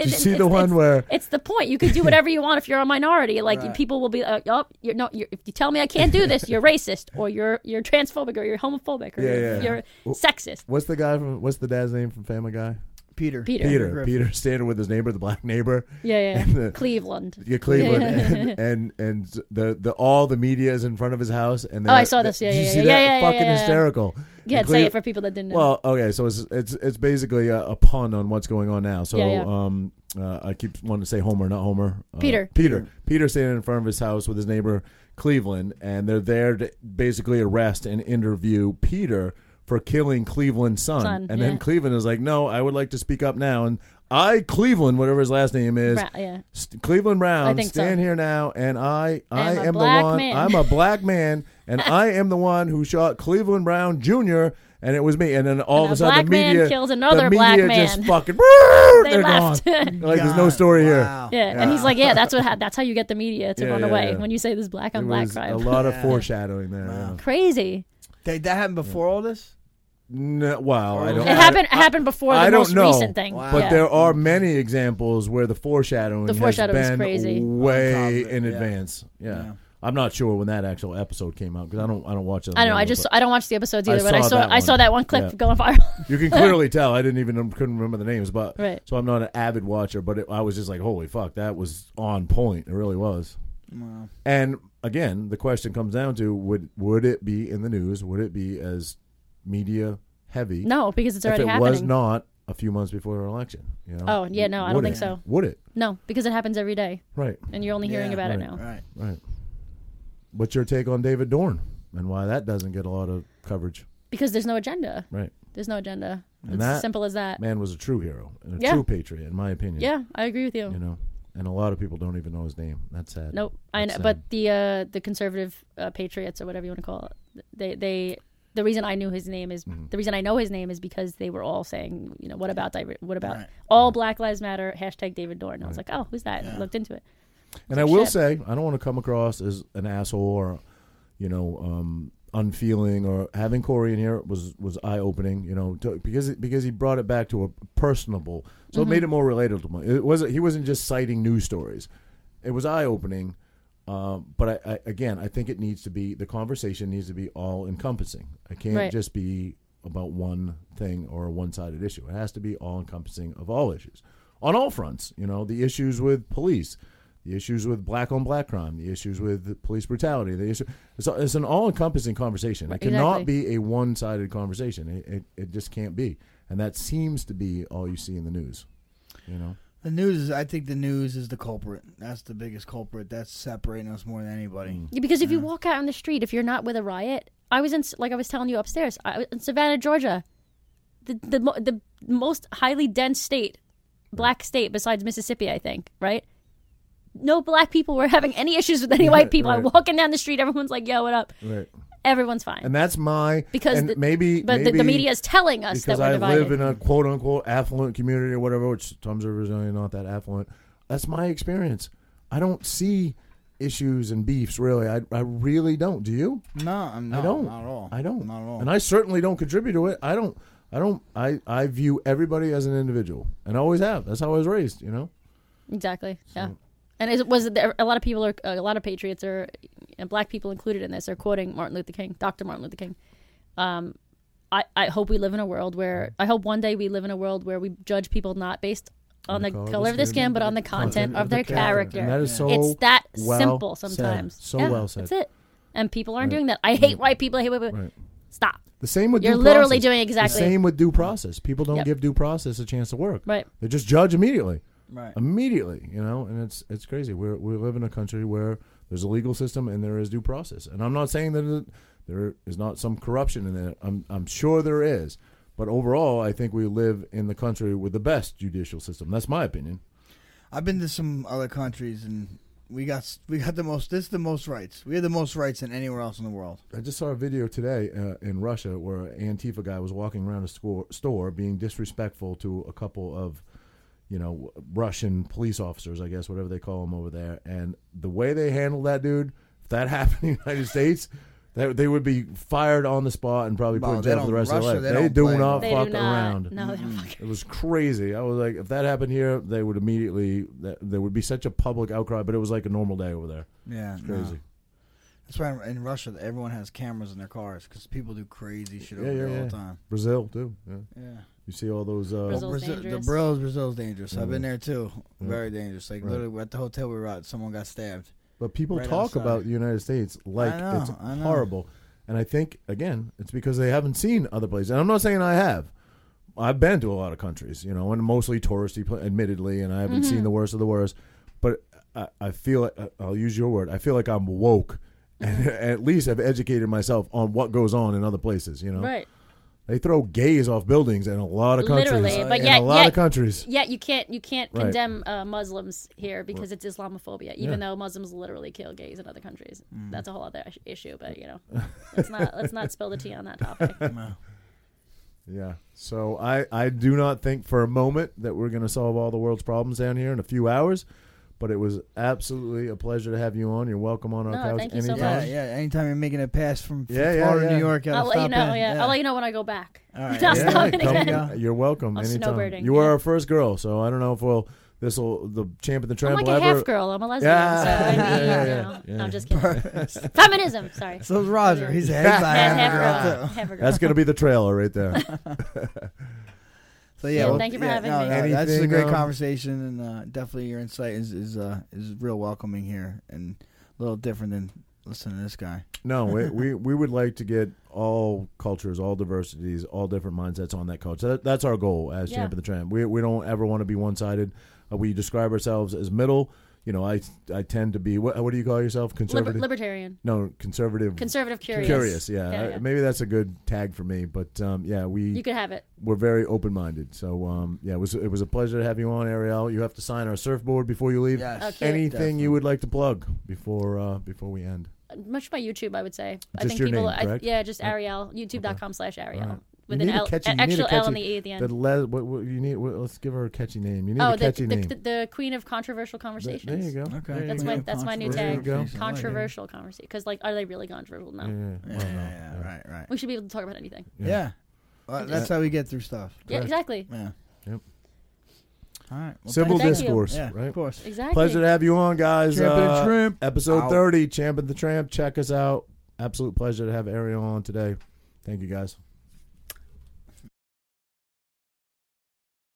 you see the one
it's,
where
it's the point you can do whatever you want if you're a minority like people will be like oh you're no you're, if you tell me i can't do this you're racist or you're you're transphobic or you're homophobic or
Yeah,
you're,
yeah.
you're
Well-
sexist
what's the guy from what's the dad's name from Family Guy?
Peter.
Peter.
Peter.
Griffin.
Peter standing with his neighbor, the black neighbor.
yeah
And
yeah
the-
cleveland
Yeah, Cleveland and, and and the the all the media is in front of his house and
Oh, I
they're-
saw this. Yeah,
did you
yeah,
see
yeah.
that?
Yeah, yeah, yeah,
fucking
yeah, yeah.
hysterical.
yeah
And
say
Cle-
it for people that didn't know
Well, okay, so it's it's it's basically a, a pun on what's going on now. So
Yeah, yeah.
um, uh, I keep wanting to say Homer, not Homer. Uh,
Peter.
Peter. Peter standing in front of his house with his neighbor Cleveland, and they're there to basically arrest and interview Peter for killing Cleveland's son.
Son,
and
yeah.
then Cleveland is like, "No, I would like to speak up now." And I, Cleveland, whatever his last name is,
Ra- yeah
St- Cleveland Brown,
think so.
stand here now, and I, I
I'm a
am the
black
one.
man.
I'm a black man, and I am the one who shot Cleveland Brown Jr. And it was me. And then all
And
of a
a
sudden, the
black man
media
kills
the
another black
media Just
man.
fucking, they are
left.
gone. like there's no story
Wow.
Yeah, and he's like, "Yeah, that's what ha- that's how you get the media to
Yeah,
run
yeah,
away
yeah.
when you say this black
here.
on
It
black
was a
crime."
lot of foreshadowing there. yeah.
Crazy.
They, that happened before all this.
No, wow, I
It
don't.
It happened it happened before the
I
most
don't know,
recent thing.
Wow.
But
yeah.
there are many examples where the foreshadowing
The foreshadowing's
has been
crazy.
On
way
top of it,
in
yeah.
advance. Yeah.
Yeah.
I'm not sure when that actual episode came out because I don't I don't watch it.
I don't know. I
anymore,
just
but-
I don't watch the episodes
I
either, but I
saw
saw
that
I saw
one.
that one clip
Yeah.
going viral.
You can clearly tell I didn't even couldn't remember the names, but
Right.
so I'm not an avid watcher, but it, I was just like, holy fuck, that was on point. It really was.
Wow.
And again, the question comes down to would would it be in the news? Would it be as media heavy?
no, because it's
if
already
it
happening.
was not a few months before an election. You know?
Oh, yeah, no, I don't
Would
think
it?
so.
Would it?
no, because it happens every day,
Right,
and you're only hearing
Yeah,
about it now.
Right.
right. What's your take on David Dorn and why that doesn't get a lot of coverage?
Because there's no agenda.
Right,
There's no agenda.
And
it's
that-
as simple as that.
man was a true hero and a
Yeah.
true patriot, in my opinion.
yeah, I agree with you.
you know and a lot of people don't even know his name that's sad
Nope. I know,
That's
but the uh, the conservative uh, patriots or whatever you want to call it, they they the reason I knew his name is the reason I know his name is because they were all saying, you know, what about diver- what about
Right.
all Black Lives Matter hashtag David Dorn? I was like, oh, who's that? And I looked into it.
and i will
shit.
say i don't want to come across as an asshole or you know um unfeeling or having corey in here was was eye-opening you know to, because it, because he brought it back to a personable so
Mm-hmm.
it made it more relatable it wasn't he wasn't just citing news stories it was eye-opening um, but I, I, again, I think it needs to be the conversation needs to be all encompassing. It can't
Right.
just be about one thing or a one-sided issue. It has to be all encompassing of all issues on all fronts. You know, the issues with police, the issues with black-on-black crime, the issues with police brutality. The issue. It's, a- it's an all-encompassing conversation. It cannot
Exactly.
be a one-sided conversation. It, it it just can't be. And that seems to be all you see in the news. You know.
The news is. I think the news is the culprit. That's the biggest culprit. That's separating us more than anybody.
Yeah, because if you walk out on the street, if you're not with a riot, I was in S- like I was telling you upstairs, I was in Savannah, Georgia, the the mo- the most highly dense state, black state besides Mississippi, I think, right? No black people were having any issues with any white people.
right.
I'm walking down the street, everyone's like, "Yo, what up?"
Right.
Everyone's fine.
and that's my
because
and
the,
maybe
but the-
maybe
the, media is telling us that
because
we're
I
divided.
live in a quote unquote affluent community or whatever, which Tom's River is really not that affluent. That's my experience. I don't see issues and beefs really. I I really don't. Do you?
No, I'm not.
I don't.
Not at all.
I don't.
Not at all.
And I certainly don't contribute to it. I don't. I don't. I I view everybody as an individual, and I always have. That's how I was raised. You know.
exactly. Yeah. And is, was it there, a lot of people are a lot of patriots are and black people included in this are quoting Martin Luther King, Dr. Martin Luther King. Um, I, I hope we live in a world where I hope one day we live in a world where we judge people not based on the color of their skin, but on the content of their character.
And that is so.
it's that
well
simple
said.
sometimes.
So
Yeah,
well said.
That's it. And people aren't doing that. I hate white people. I hate white people.
Right.
Stop.
The same with
You're
due
literally
process.
doing exactly-
the same with due process. People don't
Yep.
give due process a chance to work.
Right.
They just judge immediately,
Right.
immediately. You know, and it's it's crazy. We we live in a country where there's a legal system and there is due process. And I'm not saying that it- there is not some corruption in it. I'm I'm sure there is, but overall, I think we live in the country with the best judicial system. That's my opinion.
I've been to some other countries and we got s- we got the most. This is the most rights. We have the most rights than anywhere else in the world.
I just saw a video today uh, in Russia where an Antifa guy was walking around a score, store being disrespectful to a couple of, you know, Russian police officers, I guess, whatever they call them over there. And the way they handled that dude, if that happened in the United States, they, they would be fired on the spot and probably put
Well,
in
they
jail for the
don't-
rest of
Russia,
their life.
they
They,
don't Mm.
do
play
not
around.
They
fuck
do not.
around.
No, they don't fuck
It was crazy. I was like, if that happened here, they would immediately, that, there would be such a public outcry, but it was like a normal day over there.
Yeah,
It's crazy.
no. That's why in- in Russia everyone has cameras in their cars because people do crazy shit over
Yeah, yeah,
there all
yeah.
the time.
Brazil, too. Yeah.
Yeah.
You see all those. Uh,
Brazil's
Brazil, the
dangerous.
Brazil's Brazil's dangerous. I've been there too.
Yeah.
Very dangerous. Like
Right.
literally at the hotel we were at, someone got stabbed.
But people
right
talk
outside.
about the United States like
I know,
it's
I know.
horrible. And I think again, it's because they haven't seen other places. And I'm not saying I have. I've been to a lot of countries, you know, and mostly touristy, pla- admittedly, and I haven't
Mm-hmm.
seen the worst of the worst. But I, I feel like I'll use your word. I feel like I'm woke, and
Mm-hmm.
at least I've educated myself on what goes on in other places. You know,
Right.
they throw gays off buildings in a lot of countries.
Literally, but
in
yet-
a lot
yet-
of countries.
Yeah, you can't you can't
Right.
condemn uh, Muslims here because it's Islamophobia, even
Yeah.
though Muslims literally kill gays in other countries.
Mm.
That's a whole other is- issue, but you know, let's not let's not spill the tea on that topic.
Yeah. So I, I do not think for a moment that we're going to solve all the world's problems down here in a few hours, but it was absolutely a pleasure to have you on. You're welcome on our
No,
couch
thank you so
anytime.
Yeah,
much.
yeah. Anytime you're making a pass from, from
Yeah, yeah,
Florida to
yeah.
New York, you gotta
I'll let you
stop
know.
in.
Yeah. I'll let you know when I go back.
All right.
I'll
Yeah,
stop
yeah,
in
come
again.
here.
You're welcome
I'm
anytime.
snowbirding,
you were
yeah.
our first girl, so I don't know if we'll this will the champ of the
I'm
trample
like a
ever.
half girl. I'm a lesbian.
Yeah.
So I mean,
Yeah, yeah,
you
yeah.
know, I'm just kidding. Feminism. Sorry.
So is Roger. He's a half
Yeah, half,
half
girl.
girl. too.
Half girl.
That's going to be the trailer right there.
So yeah,
Yeah,
well,
thank you for
yeah,
having
no,
me.
No, that's a
Anything,
great
um,
conversation, and uh, definitely your insight is is uh, is real welcoming here, and a little different than listening to this guy.
No, we, we we would like to get all cultures, all diversities, all different mindsets on that coach. That, that's our goal as
Yeah.
champ of the tramp. We we don't ever want to be one sided. Uh, we describe ourselves as middle. You know, I I tend to be what, what do you call yourself?
Liber-
Conservative?
libertarian.
no, conservative.
Conservative curious.
Curious, yeah.
Yeah,
Uh,
yeah.
Maybe that's a good tag for me, but um, yeah, we
You could have it.
we're very open minded. So um, yeah, it was it was a pleasure to have you on, Ariel. You have to sign our surfboard before you leave.
Yes,
Okay.
Anything
definitely.
you would like to plug before uh, before we end?
Much by YouTube, I would say. I
Just
think
your
people.
name,
I,
correct?
yeah, just Ariel. YouTube.com slash
All
Ariel.
right.
With
You
an
need a
L,
catchy-
an
you need a
actual L
catchy-
and the E at the
The
end.
le- what, what you need? What, let's give her a catchy name. You need
Oh,
a
the,
catchy
the,
name.
the, the queen of controversial
Th-
conversations.
there you go.
Okay.
There you
That's
go.
my that's my new
There you
tag.
go.
Controversial conversation. Because like, are they really controversial? No.
Yeah, yeah,
Yeah,
yeah. Well, no,
yeah,
yeah.
right, right.
We should be able to talk about anything.
Yeah,
Yeah.
Well, that's how we get through stuff.
Yeah,
Correct.
exactly.
Yeah.
Yep.
All right. Well,
Civil
thank you.
Thank you.
discourse,
Yeah,
right?
of course.
Exactly.
Pleasure to have you on, guys.
Champ and
Uh,
Tramp.
Episode
Out.
thirty, Champ and the Tramp. Check us out. Absolute pleasure to have Ariel on today. Thank you, guys.